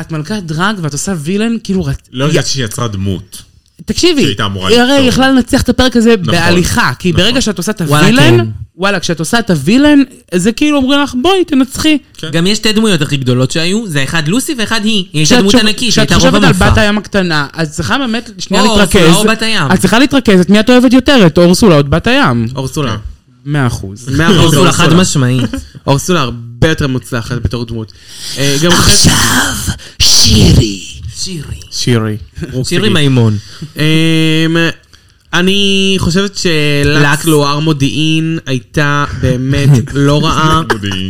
S5: את מלכת דרג ואת עושה וילן, כאילו, רצ-
S4: לא הרגשתי שהיא יצרה דמות.
S5: תקשיבי,
S4: שהיא הייתה אמורה
S5: היא הרי
S4: ליצור.
S5: יכלה לנצח את הפרק הזה
S4: נכון,
S5: בהליכה, כי
S4: נכון.
S5: ברגע שאת עושה את
S2: וואלה,
S5: הווילן,
S2: כן.
S5: וואלה, כשאת עושה את הווילן, זה כאילו אומרים לך, בואי, תנצחי.
S4: כן.
S2: גם יש שתי דמויות הכי גדולות שהיו, זה אחד לוסי ואחד היא. היא הייתה דמות
S5: שוב-
S2: ענקית, היא
S5: כשאת
S2: הייתה רוב
S5: חושבת על בת
S2: המופע.
S5: הים הקטנה, אז צריכה באמת שנייה
S2: או
S5: להתרכז.
S2: אורסולה או בת הים.
S5: את צריכה להתרכז, את מי את אוהבת יותר, את אורסולה או את בת הים?
S3: אורסולה.
S5: מאה אחוז.
S3: מאה אחוז
S2: אורסולה חד משמעית.
S3: אורסולה הרבה יותר מוצלחת בתור דמות. אה, גם אחרי-
S2: שירי.
S3: שירי. ברוקס
S2: שירי
S3: שגיא.
S2: מימון.
S3: אוקיי. אמ, אני חושבת שלקס לואר מודיעין הייתה באמת לא רעה.
S4: מודיעין.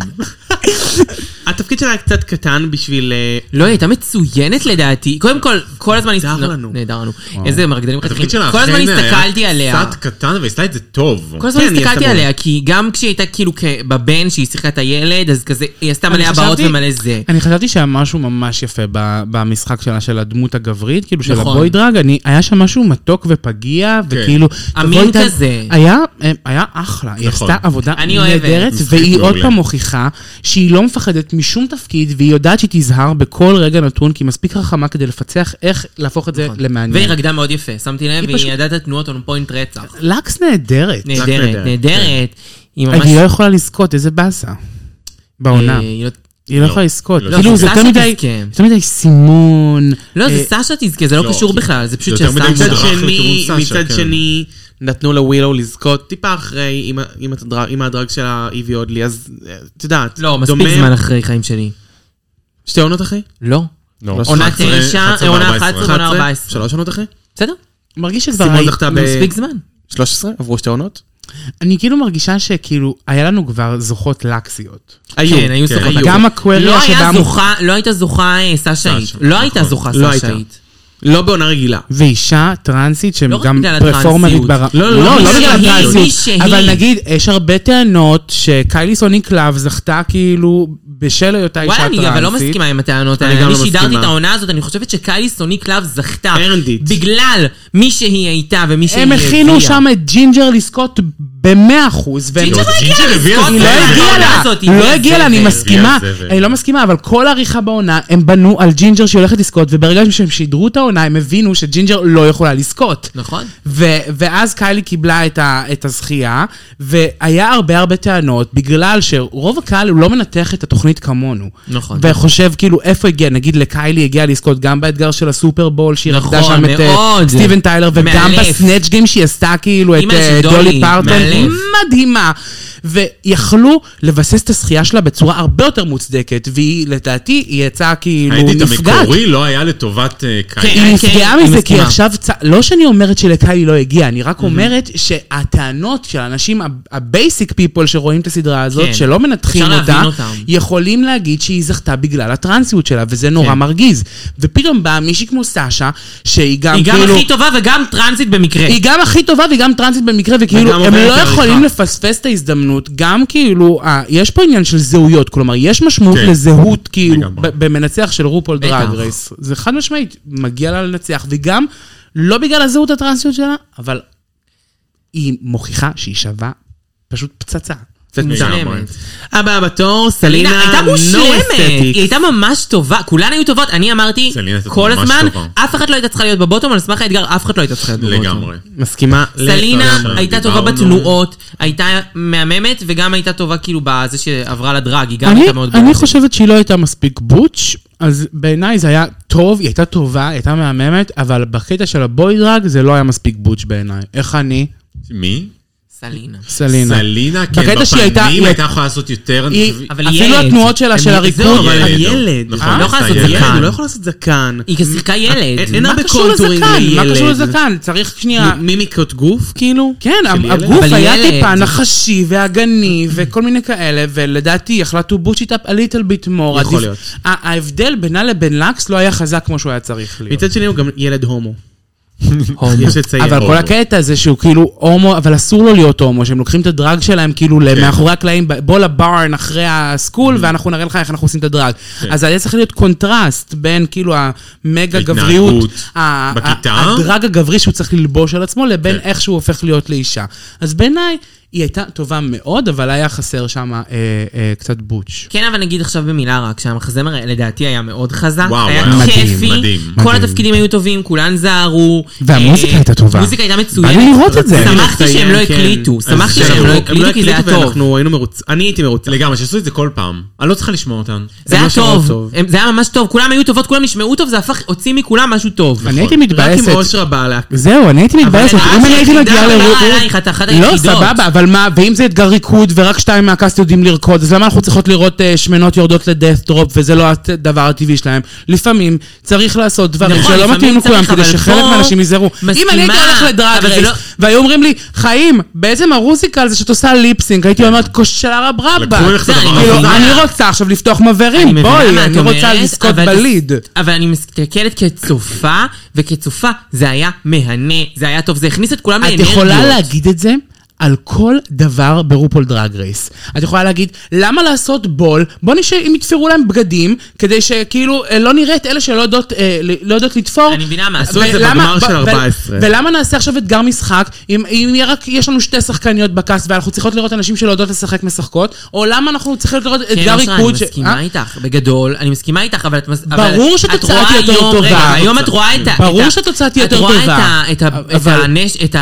S3: התפקיד שלה היה קצת קטן בשביל... אה,
S2: לא, היא הייתה מצוינת לדעתי. קודם כל, כל הזמן...
S3: נהדר לנו.
S2: נהדר לנו. איזה מרקדנים חתיכים.
S4: התפקיד שלה
S2: כל הזמן
S4: אכן היה
S2: הסתכלתי עליה.
S4: קצת קטן, והיא עשתה את זה טוב.
S2: כל הזמן
S3: כן, היא
S2: הסתכלתי
S3: עשתה
S2: עליה, כי גם כשהיא הייתה כאילו כ- בבן, שהיא שיחקה את הילד, אז כזה, היא עשתה מלא
S5: אני
S2: הבעות
S5: חשבתי-
S2: ומלא זה.
S5: אני חשבתי שהיה משהו ממש יפה ב- במשחק שלה, של הדמות הגברית, כאילו של
S2: נכון. כן.
S5: הבוי דרג, אני- היה שם משהו מתוק ופגיע, וכאילו...
S2: אמין
S5: תבואי ת-
S2: כזה.
S5: היה אה, היה אחלה, היא
S4: נכון.
S5: עשתה עבודה
S2: אני אוהבת.
S5: נהדרת,
S4: משחק
S5: והיא עוד
S4: מעולה.
S5: פעם מוכיחה שהיא לא מפחדת משום תפקיד, והיא יודעת שהיא תזהר בכל רגע נתון, כי היא מספיק חכמה כדי לפצח איך להפוך את זה
S2: נכון. והיא
S5: למעניין.
S2: רקדה מאוד יפה, שמתי לב,
S5: היא
S2: והיא
S5: פשוט-
S2: ידעה את התנועות און פוינט רצח.
S5: לקס נהדרת.
S2: נהדרת,
S3: נהדרת,
S2: נהדרת. היא ממש...
S5: היא לא יכולה לזכות, איזה באסה. בעונה.
S2: אה, היא לא-
S5: היא לא
S4: לא,
S5: יכולה לזכות.
S4: לא,
S5: כאילו,
S2: זה
S5: זה יותר
S2: סשה
S5: מדי-
S2: תזכה.
S5: יותר מדי סימון.
S2: לא,
S5: אה,
S2: זה סשה תזכה, זה לא
S4: לא,
S2: קשור
S4: זה-
S2: בכלל, זה פשוט
S4: זה יותר מדי
S2: שסשה.
S3: מצד
S4: מודרך
S3: שני,
S4: לכיוון סשה,
S3: מצד
S4: כן.
S3: שני, נתנו לווילו לזכות טיפה אחרי, אם ה- אם הדרג- אם הדרג שלה הביא עוד לי, אז אה, את יודעת,
S2: לא, מספיק
S3: דומה.
S2: זמן אחרי חיים שלי.
S3: שתי עונות אחרי?
S2: לא.
S4: לא,
S2: עונה
S4: 11,
S2: תשע,
S4: 11,
S2: עונה
S4: 14.
S2: 11, עונה 14.
S3: שלוש עונות אחרי?
S2: בסדר,
S5: מרגיש שכבר...
S3: סימון
S5: הי-
S3: זכתה ב...
S2: מספיק זמן.
S3: 13? עברו שתי עונות?
S5: אני כאילו מרגישה שכאילו, היה לנו כבר זוכות לקסיות.
S3: אה, היו.
S2: כן, היו זוכות.
S5: גם הקווריה
S2: לא היה
S5: שבה...
S2: זוכה, לא הייתה זוכה אה, סשאית.
S4: סשה,
S2: לא הייתה
S4: נכון.
S2: זוכה
S3: לא הייתה.
S2: סשאית.
S3: לא בעונה רגילה.
S5: ואישה טרנסית שהם
S2: לא רק
S5: גם
S2: בגלל
S5: פרפורמרית
S2: הטרנסיות.
S5: ברמה.
S3: לא, לא,
S5: לא,
S3: מי
S5: לא בגלל
S2: שהיא, מי
S5: הטרנסיות.
S2: שהיא.
S5: אבל נגיד, יש הרבה טענות שקיילי סוני קלאב זכתה כאילו בשל היותה אישה
S2: וואלה,
S5: טרנסית.
S2: אני אבל לא מסכימה עם הטענות
S3: אני
S2: האלה.
S3: גם
S2: אני
S3: לא
S2: שידרתי
S3: מסכימה.
S2: את העונה הזאת, אני חושבת שקיילי סוני קלאב זכתה.
S3: Earned it.
S2: בגלל מי שהיא הייתה ומי שהיא
S5: הם
S2: הביאה.
S5: הכינו שם את ג'ינג'ר לסקוט ב-100 אחוז.
S2: ג'ינג'ר לא הגיעה
S4: ג'ינג'ר
S2: לזכות,
S4: הביאה את
S5: היא לא
S4: זה.
S5: הגיעה
S2: העונה
S5: לה,
S2: הזאת, היא
S5: לא
S2: הביאה
S5: הגיעה לה, אני
S2: זבל.
S5: מסכימה,
S4: זבל.
S5: אני לא מסכימה, אבל כל העריכה בעונה, הם בנו על ג'ינג'ר שהיא הולכת לזכות, וברגע שהם שידרו את העונה, הם הבינו שג'ינג'ר לא יכולה לזכות.
S2: נכון.
S5: ו- ואז קיילי קיבלה את, ה- את הזכייה, והיה הרבה הרבה טענות, בגלל שרוב הקהל הוא לא מנתח את התוכנית כמונו.
S2: נכון.
S5: וחושב כאילו, איפה הגיע, נגיד לקיילי הגיע לזכות גם באתגר של הסופרבול, שהיא
S2: נכון,
S5: רקדה שם את אה,
S2: מאוד.
S5: סטיבן טיילר, וגם
S2: מאלף.
S5: בסנאצ' גיים שהיא עשתה כאילו את
S2: אימא של
S5: אה,
S2: דולי.
S5: דולי פרטון,
S2: מאלף.
S5: מדהימה. ויכלו לבסס את הזכייה שלה בצורה הרבה יותר מוצדקת, והיא, לדעתי, היא יצאה כאילו
S4: האדיט
S5: נפגעת.
S4: המקורי לא היה לטובת אה, קאי.
S5: היא
S2: כן,
S5: נפגעה
S2: היא
S5: מזה, כי
S2: מסכימה.
S5: עכשיו, צ- לא שאני אומרת שלקאי לא הגיעה, אני רק אומרת שהטענות של האנשים, הבייסיק פיפול שרואים את הסדרה הזאת,
S2: כן.
S5: שלא מנתחים
S2: אפשר
S5: אותה,
S2: להבין אותם.
S5: יכולים להגיד שהיא זכתה בגלל הטרנסיות שלה, וזה נורא
S2: כן.
S5: מרגיז. ופתאום באה מישהי כמו סשה, שהיא גם
S2: היא גם
S5: כאילו...
S2: הכי טובה וגם טרנסית במקרה.
S5: היא גם הכי טובה והיא גם טרנסית במקרה, וכאילו,
S3: וגם
S5: הם
S3: עוברת
S5: לא
S3: את העריכה.
S5: יכולים לפספס את ההזדמנות, גם כאילו, אה, יש פה עניין של זהויות, כלומר, יש משמעות
S4: כן.
S5: לזהות, כאילו,
S4: לגמרי.
S5: ב- במנצח של רופול
S2: בטח.
S5: דרג רייס. זה חד משמעית, מגיע לה לנצח, וגם, לא בגלל הזהות הטרנסיות שלה, אבל היא מוכיחה שהיא שווה פשוט פצצה.
S3: פצצה.
S2: כן. מושלמת.
S3: הבאה בתור,
S2: סלינה
S3: סלינה לא
S2: הייתה מושלמת, היא
S3: נורסטטיק.
S2: הייתה ממש טובה, כולן היו טובות, אני אמרתי
S4: סלינה הייתה
S2: כל
S4: ממש
S2: הזמן,
S4: טובה.
S2: אף אחת לא הייתה צריכה להיות בבוטום, על סמך האתגר אף אחת לא הייתה צריכה להיות בבוטום.
S4: לגמרי.
S3: מסכימה
S2: סלינה
S4: לגמרי.
S2: הייתה טובה
S4: דיברנו.
S2: בתנועות, הייתה מהממת, וגם הייתה טובה כאילו בזה שעברה לדרג, היא גם
S5: אני,
S2: הייתה מאוד
S5: אני
S2: בוטום.
S5: חושבת שהיא לא הייתה מספיק בוטש, אז בעיניי זה היה טוב, היא הייתה טובה, היא הייתה מהממת, אבל בקטע של הבוי דרג זה לא היה מספיק בוטש בעיניי. איך אני?
S4: מי?
S2: סלינה.
S5: סלינה.
S4: סלינה, כן,
S5: בקטע שהיא הייתה-
S4: בפנים
S5: היא-
S4: הייתה יכולה לעשות יותר. אני
S5: היא- לא
S4: חושב-
S2: אבל
S5: אפילו
S2: ילד.
S5: התנועות שלה, של
S2: הם-
S5: הריקוד,
S2: זהו,
S3: אבל
S2: אבל-
S3: לא, הילד,
S4: נכון,
S3: אה?
S2: לא יכולה לעשות
S4: ילד,
S3: ילד, הוא
S2: זקן.
S3: לא יכול לעשות זקן.
S2: היא שיחקה ילד.
S3: אין- אין
S5: מה
S3: הרבה
S5: קשור
S3: קונטורים
S5: לזקן? מה
S3: לילד.
S5: קשור לזקן? צריך שנייה...
S3: מ- מימיקות גוף, כאילו?
S5: כן,
S3: של
S5: הגוף
S2: אבל
S5: היה
S2: ילד.
S5: טיפה נחשי והגני וכל מיני כאלה, ולדעתי החלטו בוטשיט אפ a little bit more.
S3: יכול
S5: עדיף-
S3: להיות.
S5: ה- ההבדל בינה לבין לקס לא היה חזק כמו שהוא היה צריך להיות.
S3: מצד שני הוא גם ילד הומו. יש לציין.
S5: אבל כל הקטע הזה שהוא כאילו הומו, אבל אסור לו להיות הומו, שהם לוקחים את הדרג שלהם
S4: כן.
S5: כאילו מאחורי הקלעים, ב- בוא לברן אחרי
S4: Mm.
S5: הסקול, ואנחנו נראה לך איך אנחנו עושים את הדרג. אז היה צריך להיות קונטרסט בין כאילו המגה גבריות,
S4: כן. ההתנהגות
S5: ה-
S4: בכיתה.
S5: ה- הדרג הגברי שהוא צריך ללבוש על עצמו, לבין
S4: כן.
S5: איך שהוא הופך להיות לאישה. אז בעיניי, היא הייתה טובה מאוד, אבל היה חסר שם אה, אה, קצת בוטש.
S2: כן, אבל נגיד עכשיו במילה רק, שהמחזמר לדעתי היה מאוד חזק,
S4: וואו,
S2: היה
S4: היה
S5: מדהים,
S2: כיפי,
S4: מדהים,
S2: כל
S5: מדהים.
S2: התפקידים היו טובים, כולן זהרו.
S5: והמוזיקה
S2: אה,
S5: הייתה טובה.
S2: המוזיקה הייתה
S5: בא לי
S2: מצוינת.
S5: לראות את זה.
S2: שמחתי
S3: לציין,
S2: שהם לא
S3: כן.
S2: הקליטו,
S3: אז
S2: שמחתי
S4: זהו,
S2: שהם לא
S4: הם לא
S2: הקליטו כי זה היה טוב.
S3: ואנחנו היינו מרוצים, אני הייתי מרוצה.
S4: לגמרי, שעשו את זה כל פעם. אני לא צריכה לשמוע אותן.
S2: זה
S3: הם
S2: היה
S3: לא שמעו
S2: טוב,
S3: טוב.
S2: הם- זה היה ממש טוב, כולם היו טובות, כולם נשמעו טוב, זה הפך, הוציא מכולם משהו טוב.
S4: נכון.
S5: אני הייתי
S3: רק
S5: מתבאסת.
S3: עם אושרה בעלק.
S5: זהו, אני הייתי מתבאסת,
S2: אבל
S5: אם אני הייתי
S2: היחידה
S5: מגיעה
S2: באה
S5: לראות...
S2: עלייך, את אחת
S5: לא,
S2: היחידות.
S5: סבבה, אבל מה, ואם זה אתגר ריקוד ורק שתיים מהקאסט יודעים לרקוד, אז למה אנחנו צריכות לראות אה, שמנות יורדות לדאט דרופ וזה לא הדבר הטבעי שלהם? לפעמים צריך לעשות דברים
S2: נכון,
S5: שלא
S2: לפעמים
S5: מתאימים לכולם,
S2: צריך,
S5: כדי
S2: אבל
S5: שחלק
S2: פה
S5: מהאנשים ייזהרו. אם
S2: מסכימה,
S5: אני הייתי הולך לדרג
S2: אבל זה
S5: רייס,
S2: לא-
S5: והיו אומרים לי, חיים, באיזה מרוזיקל זה שאת עושה ליפסינק?
S2: כן.
S5: הייתי אומרת, כושלרה ברבה.
S4: לקחו לך את
S2: זה,
S4: הדבר
S2: אני
S4: הזה.
S5: כאילו,
S2: מבינה.
S5: אני רוצה עכשיו לפתוח מבערים,
S2: מבינה מה
S5: בואי,
S2: את
S5: אני רוצה
S2: אומרת,
S5: לזכות
S2: אבל-
S5: בליד.
S2: אבל אני מסתכלת כצופה, וכצופה זה היה מהנה, זה היה טוב, זה הכניס את כולם
S5: את
S2: לאנרגיות.
S5: יכולה להגיד את זה על כל דבר ברופול דרג רייס. את יכולה להגיד, למה לעשות בול? בוא נשאר, אם יתפרו להם בגדים, כדי שכאילו אה, לא נראה את אלה שלא יודעות, אה, ל- לא יודעות לתפור.
S2: אני מבינה מה, עשו
S3: את זה
S5: ולמה-
S3: בגמר של
S5: ו- ו-
S3: 14.
S5: ולמה נעשה עכשיו אתגר משחק, אם, אם יהיה רק יש לנו שתי שחקניות בקאסט ואנחנו צריכות לראות אנשים שלא יודעות לשחק משחקות, או למה אנחנו צריכות לראות
S2: כן,
S5: אתגר
S2: אושרה, אני
S5: ריקוד... ש-
S2: מסכימה
S5: אה?
S2: איתך, בגדול, אני מסכימה איתך, אבל את... מס- אבל
S5: ברור
S2: את
S5: שהתוצאה
S2: רואה
S5: תהיה יותר
S2: היום-
S5: טובה.
S2: רגע, היום את רואה את ה...
S5: ברור
S2: את ה-
S5: שהתוצאה תהיה יותר
S2: את
S5: טובה.
S2: רואה את ה- את ה- את
S5: אבל-
S2: הנש- את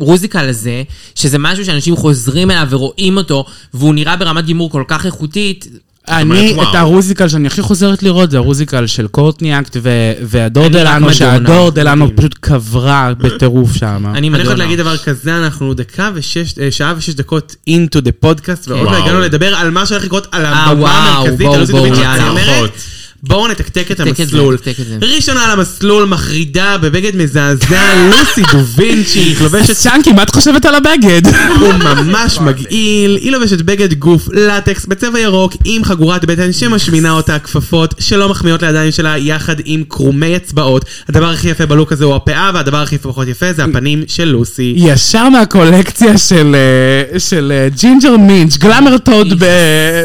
S2: המוזיקל הזה, שזה משהו שאנשים חוזרים אליו ורואים אותו, והוא נראה ברמת גימור כל כך איכותית.
S5: אני,
S4: אומרת,
S5: את
S4: וואו.
S5: הרוזיקל שאני הכי חוזרת לראות, זה הרוזיקל של קורטניאקט ו- והדור דלנו,
S2: רק
S5: שהדור
S2: מדונה.
S5: דלנו פשוט קברה בטירוף שם.
S2: אני
S3: אני יכול
S2: מדונה.
S3: להגיד דבר כזה, אנחנו דקה ושש, אה, שעה ושש דקות into the podcast, ועוד לא
S4: וואו.
S3: הגענו לדבר על מה שהולך לקרות על
S2: אה,
S3: הבמה
S2: וואו,
S3: המרכזית, לא
S2: בואו,
S3: על איזה
S2: בואו,
S3: דברים שאת
S2: יאללה.
S3: אומרת.
S4: נכון.
S3: בואו נתקתק את
S2: נתקתק את זה,
S3: המסלול.
S2: נתקתק את זה.
S3: ראשונה על המסלול, מחרידה בבגד מזעזע, לוסי דובינצ'י, לובשת
S5: צ'אנקי, מה את חושבת על הבגד?
S3: הוא ממש מגעיל, היא לובשת בגד גוף, לטקס, בצבע ירוק, עם חגורת בטן שמשמינה אותה, כפפות שלא מחמיאות לידיים שלה, יחד עם קרומי אצבעות. הדבר הכי יפה בלוק הזה הוא הפאה, והדבר הכי פחות יפה זה הפנים של לוסי.
S5: ישר מהקולקציה של אה, של אה, ג'ינג'ר מינץ', גלאמר טוד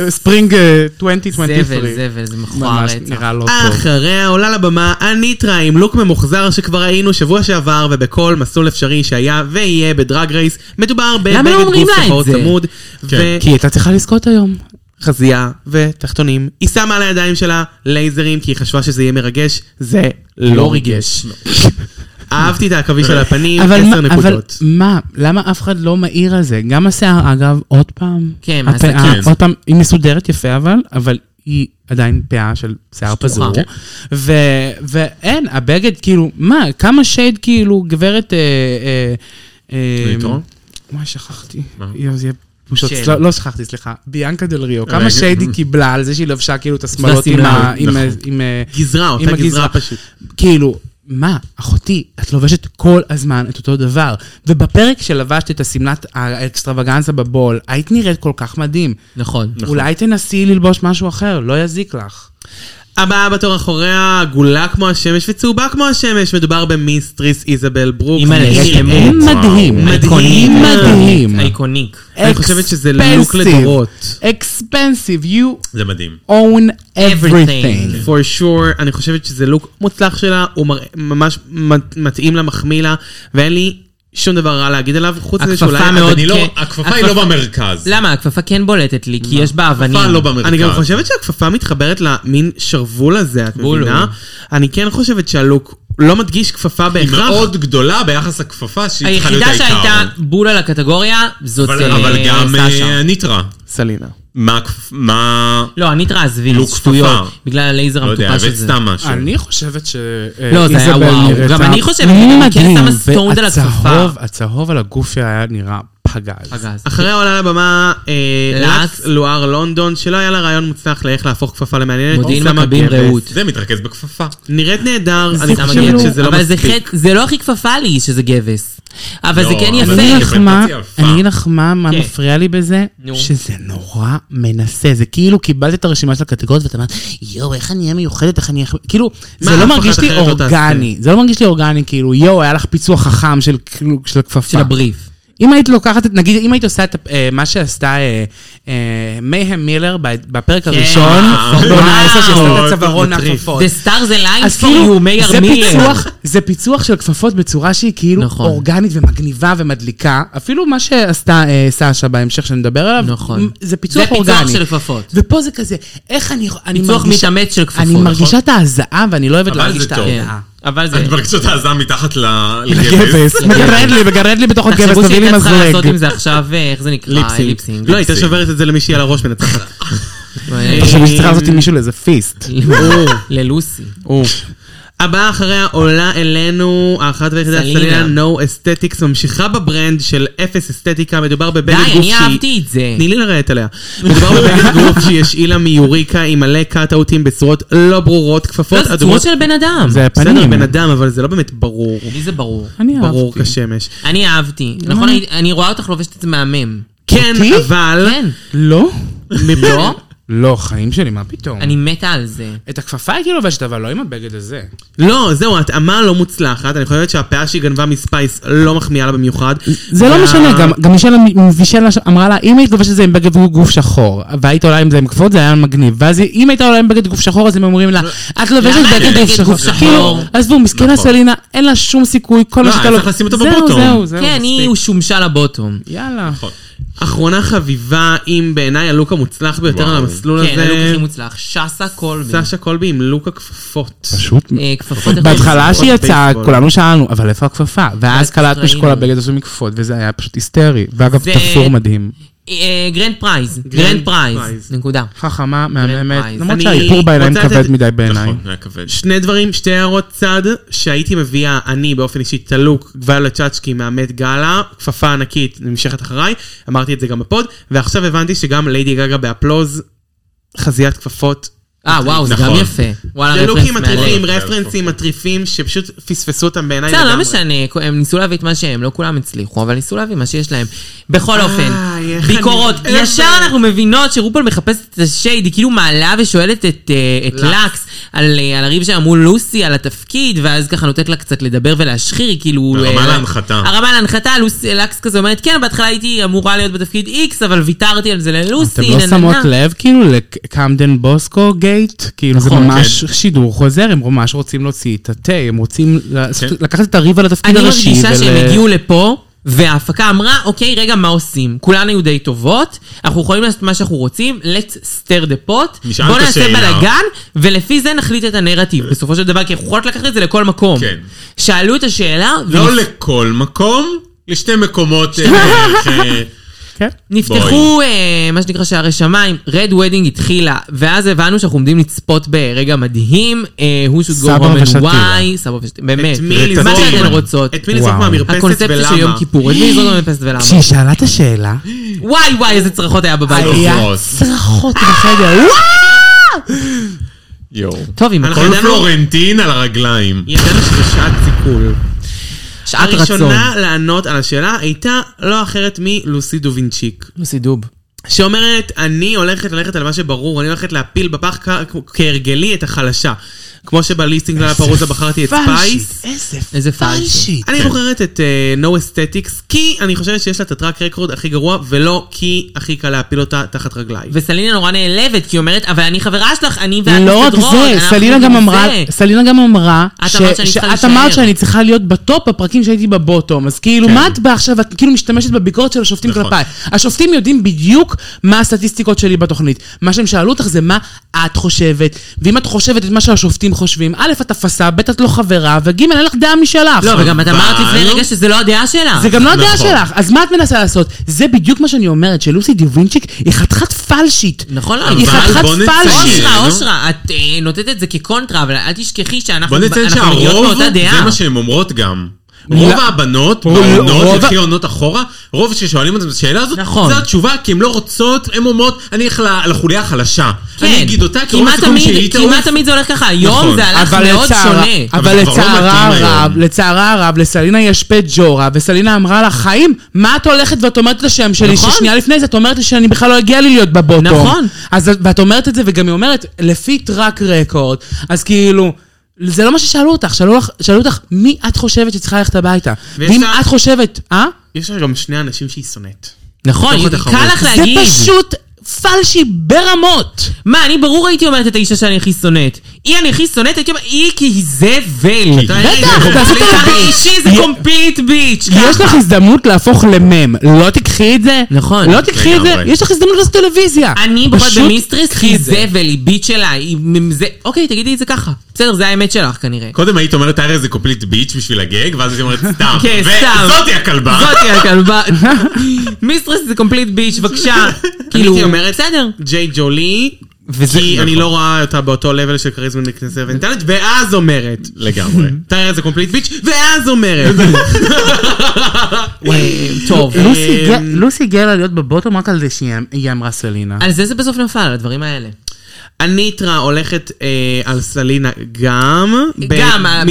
S5: בספרינג אה, 2023.
S2: זבל, אה, זבל, זה מכוער
S5: ממש
S2: רצח.
S5: נראה לא טוב.
S3: אחריה עולה לבמה אניטרה עם לוק ממוחזר שכבר ראינו שבוע שעבר ובכל מסלול אפשרי שהיה ויהיה בדרג רייס. מדובר
S2: למה לא
S3: בבגד
S2: אומרים
S3: גוף
S2: לה את
S3: שחור
S2: זה?
S3: צמוד.
S4: כן.
S3: ו-
S5: כי היא הייתה צריכה לזכות היום.
S3: חזייה ותחתונים. היא שמה על הידיים שלה לייזרים כי היא חשבה שזה יהיה מרגש, זה לא ריגש. אהבתי את העכביש על הפנים,
S5: אבל
S3: עשר
S5: מה- אבל
S3: נקודות.
S5: מה, למה אף אחד לא מעיר על זה? גם השיער, אגב, עוד פעם.
S2: כן,
S5: הפאה,
S2: מהזקן.
S5: עוד פעם, היא מסודרת יפה אבל, אבל היא עדיין פאה של שיער פזור.
S2: כן.
S5: ו- ואין, הבגד, כאילו, מה, כמה שייד, כאילו, גברת... אה, אה, אה,
S4: ליטרון?
S5: וואי, שכחתי.
S4: מה?
S5: יו, זה יהיה פשוט,
S2: של-
S5: לא, לא שכחתי, סליחה. ביאנקה דל ריו, כמה
S4: רגע.
S5: שיידי קיבלה על זה שהיא לבשה כאילו את השמלות עם
S2: שמלה,
S5: ה... עם ה-
S4: נכון.
S5: עם ה-
S4: גזרה,
S5: עם
S4: אותה גזרה
S5: הגזרה.
S4: פשוט.
S5: כאילו, מה, אחותי, את לובשת כל הזמן את אותו דבר. ובפרק שלבשת את השמלת האקסטרווגנזה בבול, היית נראית כל כך מדהים.
S2: נכון.
S5: אולי תנסי ללבוש משהו אחר, לא יזיק לך.
S3: הבאה בתור אחוריה עגולה כמו השמש וצהובה כמו השמש, מדובר במיסטריס איזבל ברוק.
S2: אימא'לה, יש אמון.
S5: מדהים.
S2: איקונית.
S5: מדהים.
S2: אייקוניק.
S3: אני חושבת שזה לוק
S5: Expensive.
S3: לדורות.
S5: Expensive, you
S4: זה מדהים.
S5: own everything.
S2: Everything.
S3: for sure, אני חושבת שזה לוק מוצלח שלה, הוא מראה- ממש מת- מתאים לה, מחמיא לה, ואין לי שום דבר רע להגיד עליו, חוץ מזה
S2: הכפפה
S3: שאולי...
S2: מאוד
S4: אני לא,
S2: כן.
S4: הכפפה היא לא
S2: הכפפה-
S4: במרכז.
S2: למה? הכפפה כן בולטת לי, כי יש בה אבנים.
S4: הכפפה לא במרכז.
S3: אני גם
S2: כן.
S3: חושבת שהכפפה מתחברת למין שרוול הזה, את
S2: בול,
S3: מבינה? אני כן חושבת שהלוק לא מדגיש כפפה
S4: היא
S3: בהכרח.
S4: מאוד גדולה ביחס לכפפה שהיא צריכה להיות
S2: היחידה
S4: העיקר.
S2: שהייתה בול על הקטגוריה, זאת
S4: אבל-
S2: אה,
S4: אבל גם אה,
S2: סשה.
S4: ניטרה.
S5: סלינה.
S4: מה... הכפ- מה...
S2: לא, הניטרה עזבי,
S4: לוק
S2: שטויות.
S4: כפפה.
S2: בגלל הלייזר
S4: לא יודע,
S2: המטופש
S4: הבאת
S2: הזה.
S4: סתם משהו.
S5: אני חושבת ש...
S2: לא, זה היה
S5: איזבל
S2: וואו.
S5: נראתה
S2: גם אני חושבת, אני כן
S5: מדהים,
S2: שמה סטונד על הכפפה.
S5: והצהוב- הצהוב על הגוף היה נראה פגז.
S2: פגז.
S3: אחריה עולה לבמה אה,
S2: לקס.
S3: לקס לואר לונדון, שלא היה לה רעיון מוצלח לאיך להפוך כפפה למעניינת.
S2: מודיעין
S3: שמה
S2: מכבים
S3: גבס.
S2: רעות.
S4: לא זה מתרכז בכפפה.
S3: נראית נהדר, אני
S2: שמה
S3: חושבת
S2: גבס.
S3: שזה לא
S2: אבל זה
S3: מספיק.
S2: חטא- זה לא הכי כפפה לי שזה גבס. אבל זה
S4: לא,
S2: כן
S4: אבל
S2: יפה.
S5: אני אגיד לך מה,
S4: זה יפה.
S5: אני אגיד לך מה, מה
S2: כן.
S5: מפריע לי בזה?
S2: נו.
S5: שזה נורא מנסה, זה כאילו קיבלת את הרשימה של הקטגוריות ואתה אומר, יואו, איך אני אהיה מיוחדת, איך אני... אהיה-" כאילו, זה לא
S3: אף
S5: מרגיש
S3: אחת
S5: לי
S3: אחרת לא תעשה?
S5: אורגני, זה לא מרגיש לי אורגני, כאילו, יואו, היה לך פיצוח חכם של כאילו, של הכפפה.
S2: של הבריף.
S5: אם היית לוקחת, את- נגיד, אם היית עושה את אה, מה שעשתה אה, אה, מייהם מילר ב- בפרק הראשון,
S4: וואו.
S5: בעונה העשר שעשתה
S4: וואו,
S5: את הצווארון
S4: מטריף.
S5: הכפפות.
S2: The stars aligned
S5: אז
S2: for you,
S5: כאילו, זה
S2: מאיר מילר.
S5: פיצוח, זה פיצוח של כפפות בצורה שהיא כאילו
S2: כן. נכון.
S5: אורגנית ומגניבה ומדליקה. אפילו מה שעשתה אה, סשה בהמשך שנדבר עליו,
S2: נכון.
S5: מ- זה פיצוח
S2: זה פיצוח
S5: אורגני.
S2: של כפפות.
S5: ופה זה כזה, איך אני, אני
S2: פיצוח נכון?
S5: מרגישה,
S2: מתאמץ של כפפות.
S5: אני מרגישה את ההזעה ואני לא אוהבת
S4: אבל
S5: להרגיש
S4: זה
S5: את
S4: טוב.
S2: כן,
S5: ההזעה.
S2: אבל זה...
S4: את מרגישה את העזם מתחת ל- לגבס.
S5: גבס, מגרד לי, מגרד לי בתוך הגבס,
S2: תחשבו
S5: תביא לי
S2: שהייתה צריכה לעשות עם
S5: מזלג.
S2: זה עכשיו, אה, איך זה נקרא?
S3: ליפסינג.
S2: ליפסינג.
S3: לא, הייתה שוברת את זה למישהי על הראש מנצחת.
S2: אה,
S5: עכשיו שצריך לעשות עם מישהו לאיזה פיסט.
S2: ללוסי.
S3: הבאה אחריה עולה אלינו, האחת והיחידה
S2: סלינה.
S3: סלינה No Aesthetics, ממשיכה בברנד של אפס אסתטיקה, מדובר
S2: די,
S3: בבגד גוף
S2: אני אהבתי את זה.
S3: תני לי לרדת עליה. מדובר בבגד גוף שהיא השאילה מיוריקה עם מלא קאט-אאוטים בצורות לא ברורות,
S2: לא,
S3: כפפות
S2: זה צורות
S3: אדומות.
S2: של בן אדם.
S5: זה
S3: בסדר,
S5: הפנים.
S3: בן אדם, אבל זה לא באמת ברור.
S2: לי זה ברור.
S5: אני
S3: ברור
S5: אהבתי.
S3: כשמש.
S2: אני אהבתי. נכון, אני- אני רואה אותך לובשת את זה מהמם.
S3: כן,
S5: אותי?
S3: אבל...
S2: כן.
S5: לא?
S2: לא?
S5: לא, חיים שלי, מה פתאום?
S2: אני מתה על זה.
S5: את הכפפה הייתי לובשת, אבל לא עם הבגד הזה.
S3: לא, זהו, ההתאמה לא מוצלחת, אני חושבת שהפאה שהיא גנבה מספייס לא מחמיאה לה במיוחד.
S5: זה לא
S3: וה-
S5: משנה, גם- גם מישל וישל אמרה לה, אם היית לובשת את זה עם בגד גוף שחור, והיית עולה עם זה עם כפפות, זה היה מגניב. ואז היא- אם היית עולה עם בגד גוף שחור, אז הם אומרים לה, את לובשת
S2: למה
S5: בגד
S2: את
S5: גוף
S2: בגד
S5: שחור.
S2: גוף שחור?
S5: כאילו, עזבו, מסכנה
S4: נכון.
S5: סלינה, אין לה שום סיכוי, כל מה
S4: לא,
S5: שאתה
S4: היה
S5: לא...
S4: צריך לשים אותה
S5: זהו,
S4: בבוטום.
S5: זהו, זהו.
S2: כן,
S5: לא מספיק.
S2: היא שומשה לבוטום.
S5: יאללה.
S3: אחרונה חביבה, עם בעיניי הלוק המוצלח ביותר
S4: וואו.
S3: על המסלול
S2: כן, הלוק
S3: הזה,
S2: הכי מוצלח. שסה קולבי.
S3: סשה קולבי עם לוק הכפפות.
S5: פשוט...
S2: אה, כפפות...
S5: בהתחלה
S3: זה
S5: שהיא
S3: ספורט
S5: יצאה,
S3: בייסבול.
S5: כולנו שאלנו, אבל איפה הכפפה? ואז קלטנו
S2: ראינו.
S5: שכל הבגד עשוי מכפפות, וזה היה פשוט היסטרי. ואגב,
S2: זה-
S5: תפור מדהים.
S2: אה, גרנד פרייז. גרנד פרייז.
S3: פרייז.
S2: נקודה.
S5: חכמה, מהממת,
S2: פרייז.
S5: למרות
S3: אני
S5: שהאיפור בעיניים
S3: רוצה לתת-
S5: כבד מדי בעיניי.
S4: נכון, היה כבד.
S3: שני דברים, שתי הערות צד, שהייתי מביאה, אני באופן אישי, את הלוק גבלה צ'אצ'קי מהמת גאלה, כפפה ענקית נמשכת אחריי, אמרתי את זה גם בפוד, ועכשיו הבנתי שגם ליידי גגה באפלוז, חזיית כפפות.
S2: אה, וואו, זה גם
S4: נכון.
S2: יפה. וואלה,
S3: זה
S2: רפרנס
S3: לוקים
S2: אה, מעלה.
S3: מטריפים, רפרנסים מטריפים, שפשוט פספסו אותם בעיניי
S2: בסדר, לא משנה, הם ניסו להביא את מה שהם, לא כולם הצליחו, אבל ניסו להביא מה שיש להם. בכל אופן,
S3: איך
S2: ביקורות.
S3: אני- איך
S2: ישר
S3: זה-
S2: אנחנו מבינות שרופול מחפשת את השייד, היא כאילו מעלה ושואלת את אה, את לקס על אה, על הריב שלה מול לוסי, על התפקיד, ואז ככה נותנת לה קצת לדבר ולהשחיר, היא כאילו...
S4: הרמה
S2: אה,
S4: להנחתה.
S2: הרמה להנחתה, לוס- לקס כזה אומרת, כן, בהתחלה הייתי אמורה להיות בתפקיד X, אבל ויתרתי על זה ללוסי,
S5: אתם לא
S2: נה, נה,
S5: שמות
S2: נה."
S5: לב כאילו לקמדן בוסקו גייט? כאילו זה
S2: נכון,
S5: ממש שידור חוזר, הם ממש רוצים להוציא את התה, הם רוצים לעשות-
S4: כן.
S5: לקחת את הריב על התפקיד
S2: אני
S5: הראשי.
S2: מרגישה שהם
S5: ול-
S2: הגיעו לפה, וההפקה אמרה, אוקיי, רגע, מה עושים? כולן היו די טובות, אנחנו יכולים לעשות מה שאנחנו רוצים, let's stir the pot,
S4: נשאל
S2: בוא
S4: את
S2: נעשה
S4: השאלה.
S2: בלאגן, ולפי זה נחליט את הנרטיב, בסופו של דבר, כי אנחנו יכולות לקחת את זה לכל מקום.
S4: כן.
S2: שאלו את השאלה,
S4: לא
S2: ונפ-
S4: לכל מקום, לשתי מקומות אה, בערך, אה,
S3: כן.
S2: נפתחו, אה, מה שנקרא, שערי שמיים, רד ודינג התחילה, ואז הבנו שאנחנו עומדים לצפות ברגע מדהים, אה, הוא שוט גו
S5: סבא
S2: רומן
S5: ושתילה.
S2: וואי, סבא ושתילה, באמת,
S3: את מי
S4: את
S2: מה
S3: לזרוק?
S2: שאתן רוצות.
S3: את מי לזרוק
S5: וואו.
S3: מהמרפסת
S2: הקונספציה של יום
S3: ולמה?
S2: כיפור, את מי זאת המפסת ולמה?
S5: כשהיא שאלה את השאלה,
S2: וואי וואי, איזה צרחות היה בבית. אוקיי.
S5: היה
S4: גרוס.
S5: צרחות בחדר,
S4: יואו.
S2: טוב, עם
S3: אנחנו
S2: הכל
S4: כל
S3: ידענו-
S4: פלורנטין על הרגליים.
S3: ידענו שזה שעת סיכול.
S2: שעת רצון.
S3: הראשונה לענות על השאלה הייתה לא אחרת מלוסי דובינצ'יק.
S2: לוסי דוב.
S3: שאומרת, אני הולכת ללכת על מה שברור, אני הולכת להפיל בפח כ- כהרגלי את החלשה. כמו שבליסטינג על הפרוזה בחרתי את ספייס.
S5: איזה
S2: איזה פלשי.
S5: פלשי.
S3: אני בוחרת את אה, No Aesthetics, כי אני חושבת שיש לה את הטראק רקורד הכי גרוע, ולא כי הכי קל להפיל אותה תחת רגליי.
S2: וסלינה נורא נעלבת, כי היא אומרת, אבל אני חברה שלך, אני ואת
S5: לא רק
S2: מסתדרות,
S5: זה,
S2: אנחנו
S5: סלינה גם
S2: זה."
S5: אמרה, סלינה גם אמרה,
S2: את
S5: ש-
S2: אמרת שאני צריכה
S5: שאת
S2: להישאר. כן.
S5: אמרת שאני צריכה להיות בטופ בפרקים שהייתי בבוטום, אז כאילו מה את באה עכשיו, את כאילו משתמשת בביקורת של השופטים
S4: נכון.
S5: כלפיי. השופטים יודעים בדיוק מה הסטטיסטיקות שלי בתוכנית. מה שהם שאלו אותך זה מה את חושבת, ואם את חושבת את מה שהשופטים חושבים, א', את אפסה, ב', את לא חברה, וג', אין לך דעה משלך.
S2: לא, וגם את אמרת לפני
S4: אבל-
S2: רגע שזה לא הדעה שלה.
S5: זה גם לא הדעה
S4: נכון.
S5: שלך, אז מה את מנסה לעשות? זה בדיוק מה שאני אומרת, שלוסי דיווינצ'יק היא חתיכת פלשית.
S2: נכון, לא,
S4: אבל
S2: אני
S5: היא חתיכת
S4: בוא נציין-
S5: פלשית.
S2: אושרה,
S4: נו.
S2: אושרה, את אה, נותנת את זה כקונטרה, אבל אל תשכחי שאנחנו
S4: בוא נציין
S2: אנחנו מגיעות
S4: שהרוב,
S2: מאותה
S4: זה
S2: דעה.
S4: מה שהן אומרות גם. רוב הבנות, בעונות,
S5: רוב-
S4: לפי עונות אחורה, רוב ששואלים אותם את השאלה הזאת,
S2: נכון.
S4: זו התשובה, כי הן לא רוצות, הן אומרות, אני אלך ל- לחוליה החלשה. אני אגיד אותה, כי רוב
S2: כמעט
S4: הסיכום
S2: כן. תמיד-
S4: שהיא
S2: כמעט
S4: תעוף.
S2: תמיד זה הולך ככה, היום
S4: נכון.
S2: זה הלך
S5: אבל
S2: מאוד
S5: לצער-
S2: שונה. נכון,
S5: אבל
S4: אבל זה כבר לא
S5: לצערה
S4: מתאים
S5: הרב,
S4: היום.
S5: לצערה הרב, לסלינה יש פג'ורה, וסלינה אמרה לה, חיים, מה את הולכת ואת אומרת את השם שלי,
S2: נכון.
S5: ששנייה לפני זה את אומרת לי שאני בכלל לא הגיעה לי להיות בבוטום.
S2: נכון.
S5: אז את- ואת אומרת את זה, וגם היא אומרת, לפי טראק רקורד, אז כאילו... זה לא מה ששאלו אותך, שאלו, לך, שאלו אותך מי את חושבת שצריכה ללכת הביתה.
S3: ויש
S5: ואם
S3: לה-
S5: את חושבת, אה?
S3: יש לה גם שני אנשים שהיא שונאת.
S2: נכון,
S3: בתוך
S2: קל
S3: התחרות.
S2: לך
S5: זה
S2: להגיד.
S5: פשוט פלשי ברמות.
S2: מה, אני ברור הייתי אומרת את האישה שאני הכי שונאת. היא אני הכי שונאת, הייתי אומרת, היא כי היא זבל.
S5: בטח, תעשי את
S2: כמה
S5: הביט.
S2: אישי זה קומפליט ביץ'.
S5: יש
S2: ככה.
S5: לך הזדמנות להפוך למם, לא תקחי את זה?
S2: נכון.
S5: לא תקחי את זה?
S4: לגמרי.
S5: יש לך הזדמנות לעשות טלוויזיה.
S2: אני בוחרת
S5: פשוט
S2: במיסטרס,
S5: קחי
S2: היא
S5: את זה.
S2: זבל, היא ביט שלה, היא זה... אוקיי, תגידי את זה ככה. בסדר, זה האמת שלך כנראה.
S4: קודם היית אומרת, הרי זה קופליט ביץ' בשביל הגג, ואז היית אומרת, סתם.
S2: כן, סתם.
S4: וזאתי הכלבה.
S2: זאתי הכלבה. מיסטרס זה קומפליט ביץ', בבקשה. כאילו,
S3: הייתי אומרת-
S2: בסדר.
S3: ג'יי ג'ולי, כי אני לא רואה אותה באותו לבל של כריזמה נכנסה ונטלנט, ואז אומרת.
S4: לגמרי.
S3: תאר זה קומפליט ביץ', ואז אומרת.
S2: וואי, טוב.
S3: לא-
S5: לוסי גר- לוסי גרלה להיות בבוטום רק על זה שהיא אמ- אמרה סלינה.
S2: על זה זה בסוף נפל, על הדברים האלה.
S3: הניטרה הולכת אה, על סלינה גם. ב-
S2: גם הבחירה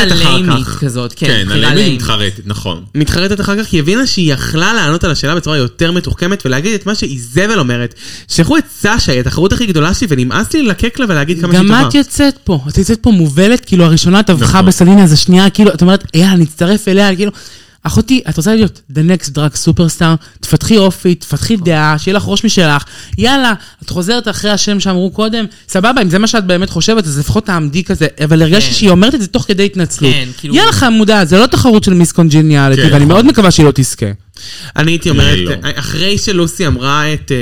S3: מתחרטת אחר
S2: הלאמית
S3: כך.
S2: כזאת, כן,
S4: כן,
S2: בחירה
S4: עליהם היא
S2: לאימית.
S4: מתחרטת, נכון.
S3: מתחרטת אחר כך כי היא הבינה שהיא יכלה לענות על השאלה בצורה יותר מתוחכמת ולהגיד את מה שאיזבל אומרת. שלחו את סשה, היא התחרות הכי גדולה שלי ונמאס לי ללקק לה ולהגיד כמה שהיא
S5: גם
S3: טובה.
S5: את יוצאת פה, את יוצאת פה מובלת, כאילו הראשונה טבחה
S4: נכון.
S5: בסלינה, אז השנייה, כאילו, את אומרת, יאללה, נצטרף אליה, כאילו, אחותי, את רוצה להיות the next drug superstar, תפתחי אופי, תפתחי דעה, שיהיה לך ראש משלך, יאללה, את חוזרת אחרי השם שאמרו קודם, סבבה, אם זה מה שאת באמת חושבת, אז לפחות תעמדי כזה, אבל הרגשתי
S2: כן.
S5: שהיא אומרת את זה תוך כדי התנצלות.
S2: כן, כאילו-
S5: יאללה חמודה, זה לא תחרות של מיס קונג'יניאליטי,
S4: כן,
S5: ואני
S4: נכון.
S5: מאוד מקווה שהיא לא תזכה.
S3: אני הייתי אומרת,
S4: לא.
S3: אחרי שלוסי אמרה את אה,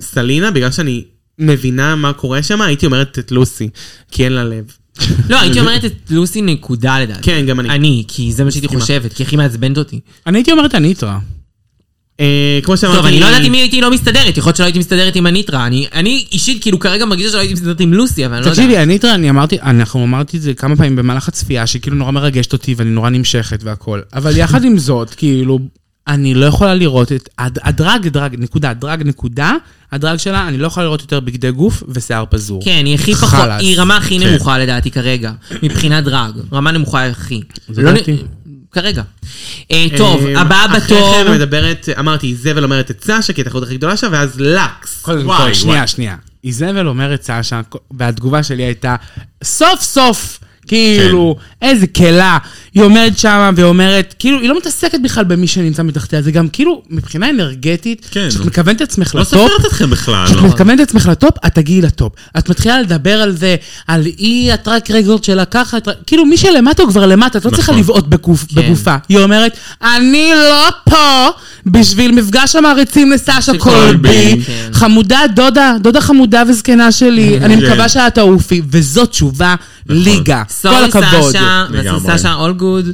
S3: סלינה, בגלל שאני מבינה מה קורה שם, הייתי אומרת את לוסי, כי אין לה לב.
S2: לא, הייתי אומרת את לוסי נקודה לדעתי.
S3: כן, גם אני.
S2: אני, כי זה מה שהייתי חושבת, כי הכי מעצבנת אותי.
S5: אני הייתי אומרת הניטרה.
S3: אה, כמו שאמרתי...
S2: טוב, אני לא יודעת אם הייתי לא מסתדרת, יכול להיות שלא הייתי מסתדרת עם הניטרה. אני- אני אישית כאילו כרגע מרגישה שלא הייתי מסתדרת עם לוסי, אבל אני לא יודעת.
S5: תקשיבי, אני תראה, אני אמרתי, אנחנו אמרתי את זה כמה פעמים במהלך הצפייה, שכאילו נורא מרגשת אותי ואני נורא נמשכת והכל. אבל יחד עם זאת, כאילו, אני לא יכולה לראות את... הד- הדרג, דרג, נקודה, הדרג, נקודה, הדרג שלה, אני לא יכולה לראות יותר בגדי גוף ושיער פזור.
S2: כן, היא הכי פחות,
S5: חלאס.
S2: היא רמה הכי נמוכה לדעתי כרגע, מבחינת דרג. רמה נמוכה הכי. לא נ-
S5: דעתי.
S2: כרגע. אה, טוב,
S3: אה,
S2: הבאה בתור,
S3: אחרי כן מדברת, אמרתי, איזבל אומרת את סשה, כי היא התחרות הכי גדולה שלה, ואז לקס.
S5: קודם
S4: וואי,
S5: כל,
S4: וואי.
S5: שנייה, שנייה. איזבל אומרת סשה, והתגובה שלי הייתה, סוף סוף, כאילו,
S4: כן.
S5: איזה כלה. היא עומדת שמה ואומרת, כאילו, היא לא מתעסקת בכלל במי שנמצא מתחתיה, זה גם כאילו, מבחינה אנרגטית,
S4: כן.
S5: שאת מכוונת את עצמך
S4: לא
S5: לטופ,
S4: סופרת אתכם בכלל. לא.
S2: לא.
S5: כשאת מתכוונת את עצמך לטופ, את תגיעי לטופ. את מתחילה לדבר על זה, על אי הטרק רגורד שלה ככה, הטרק- כאילו מי שלמטה הוא כבר למטה, את לא צריכה לבעוט בגוף-
S2: כן.
S5: בגופה. היא אומרת, אני לא פה בשביל מפגש המעריצים לסשה
S2: של
S5: קולבי.
S2: קולבי, כן.
S5: חמודה, דודה, דודה חמודה וזקנה שלי, אני מקווה שאת תעופי. וזאת תשובה ליגה.
S2: כן.
S5: כל
S2: נכון. סורי
S5: הכבוד.
S2: סשה, ועשה
S4: לגמרי.
S2: סשה אול גוד.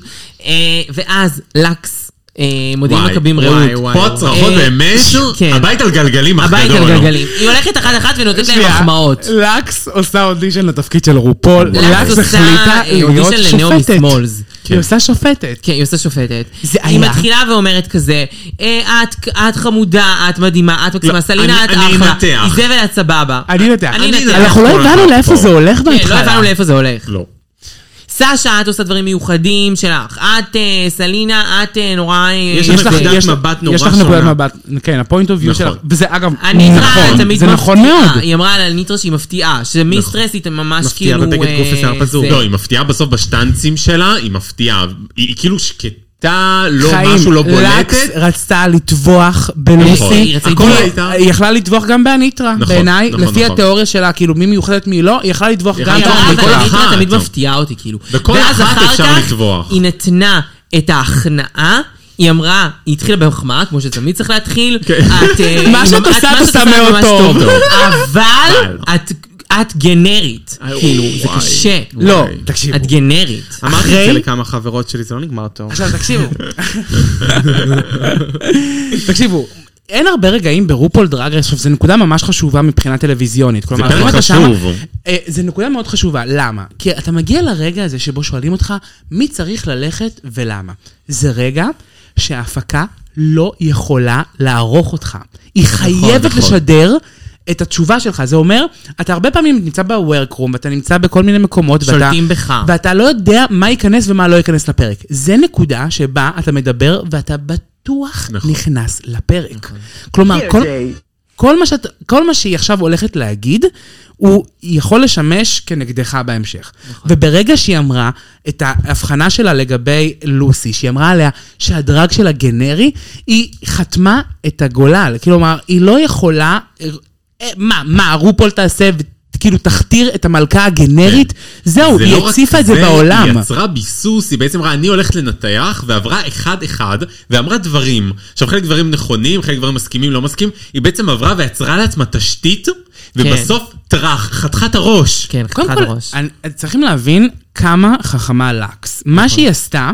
S2: אה, ואז לקס אה, מודיעים
S4: וואי,
S2: מכבים רעות.
S3: וואי, וואי.
S4: פה הצרחות
S2: אה,
S4: באמת,
S2: שו- כן.
S4: הבית על גלגלים, אח
S2: הבית
S4: גדול. לא.
S2: על גלגלים. היא הולכת אחת-אחת ונותנת להם מחמאות.
S5: לקס עושה אודישן לתפקיד של רופול.
S2: לקס
S5: לקס
S2: עושה,
S5: החליטה
S2: אה,
S5: להיות
S2: אודישן לנעמי
S5: שופטת.
S2: סמולס.
S5: היא עושה שופטת.
S2: כן, היא עושה שופטת.
S5: זה
S2: היא
S5: היה.
S2: מתחילה ואומרת כזה, "אה, את, את חמודה, את מדהימה, את מקסימה,
S4: לא,
S2: סלינה,
S4: אני-
S2: את
S4: אני
S2: אחלה.
S4: אנתח.
S2: איזבל, את סבבה.
S5: אני יודע.
S2: אני
S4: אני
S2: נתתי.
S4: נתתי.
S5: אנחנו לא
S4: כל
S5: הבנו
S4: אחד
S5: לאיפה
S4: פה.
S5: זה הולך
S2: כן, לא
S5: בהתחלה.
S2: הבנו לאיפה זה הולך.
S4: לא.
S2: סשה, את עושה דברים מיוחדים שלך. את, אה, סלינה, את אה, נורא... אה,
S3: יש
S5: יש
S3: לך
S5: לך-
S3: נקודת
S5: יש-
S3: מבט נורא
S5: יש לך נקודת
S3: שונה.
S5: מבט, כן, הפוינט אוף ויו
S4: נכון.
S5: שלך. וזה אגב,
S2: הניטרה
S5: נכון,
S2: תמיד
S5: זה נכון
S2: מפתיעה.
S5: מאוד.
S2: אה, היא אמרה על הניטרה שהיא מפתיעה, שמיסטרס היא ממש
S3: מפתיעה
S2: כאילו...
S3: בבגד
S2: אה,
S3: גוף ושיער פזור.
S2: זה.
S4: לא, היא מפתיעה בסוף בשטנצים שלה, היא מפתיעה. היא היא כאילו שקטה, לא
S5: חיים,
S4: משהו, לא
S5: לקס
S4: בולטת.
S5: רצתה לטבוח
S4: נכון.
S5: בלוסי.
S2: רצתה
S4: הכל
S2: לטבוח.
S4: הייתה.
S5: היא יכלה לטבוח גם באניטרה,
S4: נכון,
S5: בעיניי,
S4: נכון,
S5: לפי
S4: נכון.
S5: התיאוריה שלה, כאילו מי מיוחדת מי לא, היא יכלה לטבוח גם
S2: היא
S4: לטבוח
S2: אמרה,
S4: בכל
S2: אבל
S4: אחת.
S2: הניטרה תמיד מפתיעה אותי, כאילו.
S4: בכל
S2: ואז
S4: אחת
S2: אחר
S4: אפשר
S2: כך
S4: לטבוח.
S2: היא נתנה את ההכנעה. היא אמרה, היא התחילה במחמאה, כמו שתמיד צריך להתחיל.
S4: כן.
S2: את, אה,
S5: מה
S2: היא
S5: שאת
S2: ממש-
S5: עושה,
S2: מה
S5: את
S2: שאת
S5: עושה מאוד
S2: ממש
S5: טוב.
S2: אבל
S4: אבל.
S2: את- את גנרית, כאילו, זה
S4: אה, וואי,
S2: קשה.
S5: לא,
S4: וואי.
S5: תקשיבו.
S2: את גנרית.
S3: אמרתי את זה לכמה חברות שלי, זה לא נגמר טוב.
S5: עכשיו תקשיבו. תקשיבו. אין הרבה רגעים ברופול דרג רייס, עכשיו זו נקודה ממש חשובה מבחינה טלוויזיונית. כלומר,
S4: פרק
S5: אם אתה
S4: חשוב.
S5: שמה- אה, זו נקודה מאוד חשובה, למה? כי אתה מגיע לרגע הזה שבו שואלים אותך מי צריך ללכת ולמה. זה רגע שההפקה לא יכולה לערוך אותך. היא חייבת
S4: נכון.
S5: לשדר את התשובה שלך. זה אומר, אתה הרבה פעמים נמצא ב-workroom, ואתה נמצא בכל מיני מקומות, ואתה...
S2: שולטים בך.
S5: ואתה לא יודע מה ייכנס ומה לא ייכנס לפרק. זה נקודה שבה אתה מדבר ואתה בטוח נכון. נכנס לפרק. נכון. כלומר, כל, כל, מה שאת, כל מה שהיא עכשיו הולכת להגיד, הוא יכול לשמש כנגדך בהמשך. נכון. וברגע שהיא אמרה את ההבחנה שלה לגבי לוסי, שהיא אמרה עליה שהדרג שלה גנרי, היא חתמה את הגולל. כלומר, היא לא יכולה... אה, מה, מה, רופול תעשה ו- כאילו תכתיר את המלכה הגנרית? זהו,
S4: זה
S5: היא
S4: לא רק
S5: הציפה את זה בעולם.
S4: היא יצרה ביסוס, היא בעצם אמרה, אני הולכת לנתח, ועברה אחד-אחד, ואמרה דברים. עכשיו, חלק דברים נכונים, חלק דברים מסכימים, לא מסכימים. היא בעצם עברה ויצרה לעצמה תשתית,
S5: כן.
S4: ובסוף טראח, חתכה את הראש.
S2: כן,
S5: קודם
S2: חתיכת
S5: כל,
S2: ראש.
S5: אני, צריכים להבין כמה חכמה לקס. מה שהיא עשתה,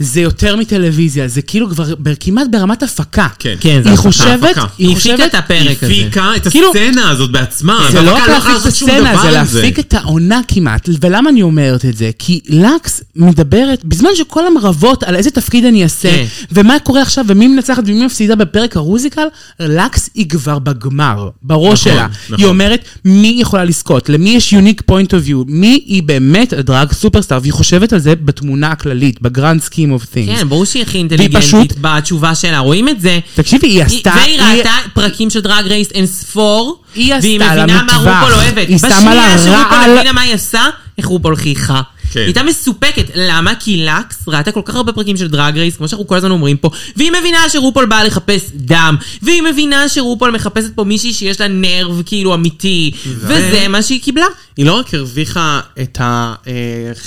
S5: זה יותר מטלוויזיה, זה כאילו כבר ב- כמעט ברמת הפקה.
S4: כן.
S2: כן, זה
S5: היא
S2: הפקה,
S5: חושבת,
S4: הפקה.
S5: היא
S2: היא הפיקה
S5: חושבת...
S2: את הפרק
S4: היא
S2: הזה.
S4: הפיקה את
S5: כאילו-
S4: הסצנה הזאת בעצמה.
S5: זה לא
S4: והפקה
S5: רק
S4: יכולה
S5: להפיק את
S4: לעשות שום דבר
S5: הסצנה, זה
S4: עם
S5: להפיק את העונה כמעט. ולמה אני אומרת את זה? כי לקס מדברת, בזמן שכל המרבות על איזה תפקיד אני אעשה,
S2: כן.
S5: ומה קורה עכשיו, ומי מנצחת ומי מפסידה בפרק הרוזיקל, לקס היא כבר בגמר, בראש
S4: נכון,
S5: שלה.
S4: נכון.
S5: היא אומרת, מי יכולה לזכות? למי יש יוניק פוינט אוף יו? מי היא באמת הדרג סופרסטאר? והיא חושבת על זה בתמונה הכללית, בגרנד סכים אוף תינגס.
S2: כן, ברור שהיא הכי
S5: פשוט-
S2: אינטליגנטית בתשובה שלה, רואים את זה.
S5: תקשיבי, היא עשתה...
S2: והיא
S5: היא-
S2: ראתה פרקים של דרג רייס אין ספור,
S5: היא עשתה
S2: והיא
S5: לה
S2: מבינה מה
S5: מטווח.
S2: רופול אוהבת.
S5: היא שמה לה
S2: בשנייה שרופול
S5: רעל.
S2: הבינה מה היא עשה, איך רופול חייכה.
S4: כן.
S2: היא הייתה מסופקת, למה? כי לקס ראתה כל כך הרבה פרקים של דרג רייס, כמו שאנחנו כל הזמן אומרים פה, והיא מבינה שרופול באה לחפש דם, והיא מבינה שרופול מחפשת פה מישהי שיש לה נרב כאילו אמיתי, וזה מה שהיא קיבלה.
S3: היא לא רק הרוויחה את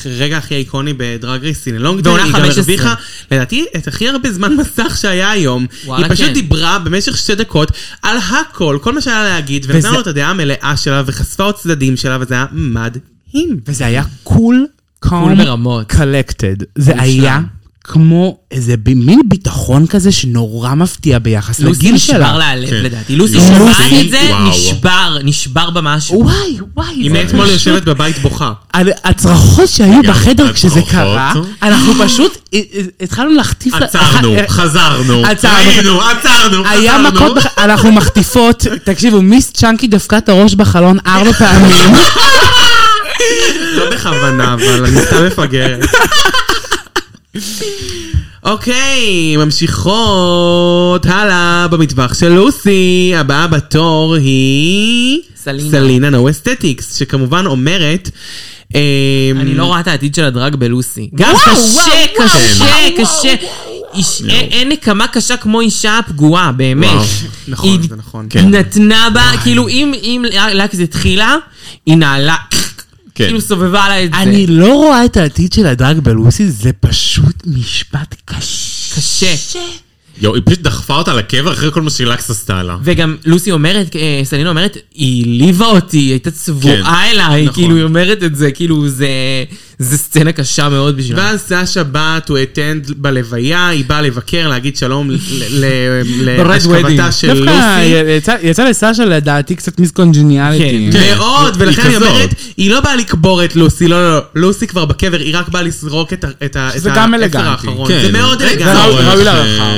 S3: הרגע הכי איקוני בדרג רייס סינלונג,
S2: בעונה
S3: היא גם
S2: 15.
S3: הרוויחה, לדעתי, את הכי הרבה זמן מסך שהיה היום.
S2: וואלה,
S3: היא פשוט
S2: כן.
S3: דיברה במשך שתי דקות על הכל, כל מה שהיה לה להגיד, ונתנה
S5: וזה-
S3: לו את הדעה המלאה שלה, וחשפה עוד צדדים שלה, וזה היה מדהים.
S5: וזה היה קול, קול
S2: ברמות.
S5: קלקטד. זה היה כמו איזה ב- מין ביטחון כזה שנורא מפתיע ביחס
S4: לא
S2: לוסי
S5: לגיל
S2: נשבר
S5: שלה.
S2: לה הלב
S4: כן.
S2: לדעתי. לוסי
S4: לוסי-
S2: שמעה את זה,
S4: וואו.
S2: נשבר, נשבר במשהו.
S5: וואי, וואי.
S3: היא
S5: זה
S3: מאתמול
S5: פשוט-
S3: יושבת בבית בוכה.
S5: על- הצרחות שהיו
S4: גם
S5: בחדר כשזה
S4: הצרחות.
S5: קרה, אנחנו פשוט אה, אה, התחלנו להחטיף... לה-
S4: עצרנו,
S5: אה,
S4: חזרנו,
S5: עצרנו.
S4: ראינו, עצרנו,
S2: אה,
S5: היה
S4: חזרנו.
S5: מכות, בח- אנחנו מחטיפות, תקשיבו, מיס צ'אנקי דפקה את הראש בחלון ארבע פעמים.
S3: לא בכוונה, אבל אני סתם מפגרת. אוקיי, ממשיכות הלאה במטבח של לוסי. הבאה בתור היא...
S2: סלינה.
S3: סלינה נו אסתטיקס, שכמובן אומרת... אמ,
S2: אני
S3: Mm.
S2: לא רואה את העתיד של הדרג בלוסי.
S3: גם
S2: קשה, קשה, קשה. איש- אין- אין נקמה קשה כמו אישה פגועה, באמת.
S4: לא. וואו, כן.
S3: נכון,
S2: היא
S3: זה נכון.
S2: נתנה בה, כאילו אם- אם לקס התחילה, היא נעלה,
S4: כן.
S2: כאילו סובבה לה את זה.
S5: אני לא רואה את העתיד של הדרג בלוסי, זה פשוט משפט קשה.
S2: קשה.
S4: יואו, היא פשוט דחפה אותה לקבר אחרי כל מה שלקס עשתה לה.
S2: וגם לוסי אומרת, אה, סלינה אומרת, היא העליבה אותי, היא הייתה צבועה אליי,
S4: נכון.
S2: כאילו היא אומרת את זה, כאילו זה... זו סצנה קשה מאוד בשבילם.
S3: ואז סשה באת, הוא אטנד בלוויה, היא באה לבקר, להגיד שלום ל- ל- ל-
S2: ב-Red
S3: להשכבתה
S2: Wedding.
S3: של
S5: דווקא
S3: לוסי.
S5: יצא- יצא לסשה לדעתי קצת מיסקונג'יניאליטי.
S2: כן.
S3: מאוד,
S4: היא
S3: ולכן אני
S4: כזאת.
S3: אומרת, היא לא באה לקבור את לוסי, לא, לא, לא, לוסי כבר בקבר, היא רק באה לזרוק את ה- את ה-
S5: שזה
S3: את
S5: גם
S3: ה-
S5: אלגנטי.
S3: האחרון.
S4: כן.
S3: זה מאוד
S4: אין
S3: אלגנטי.
S4: צורך,
S5: ראוי
S4: אה,
S5: להערכה.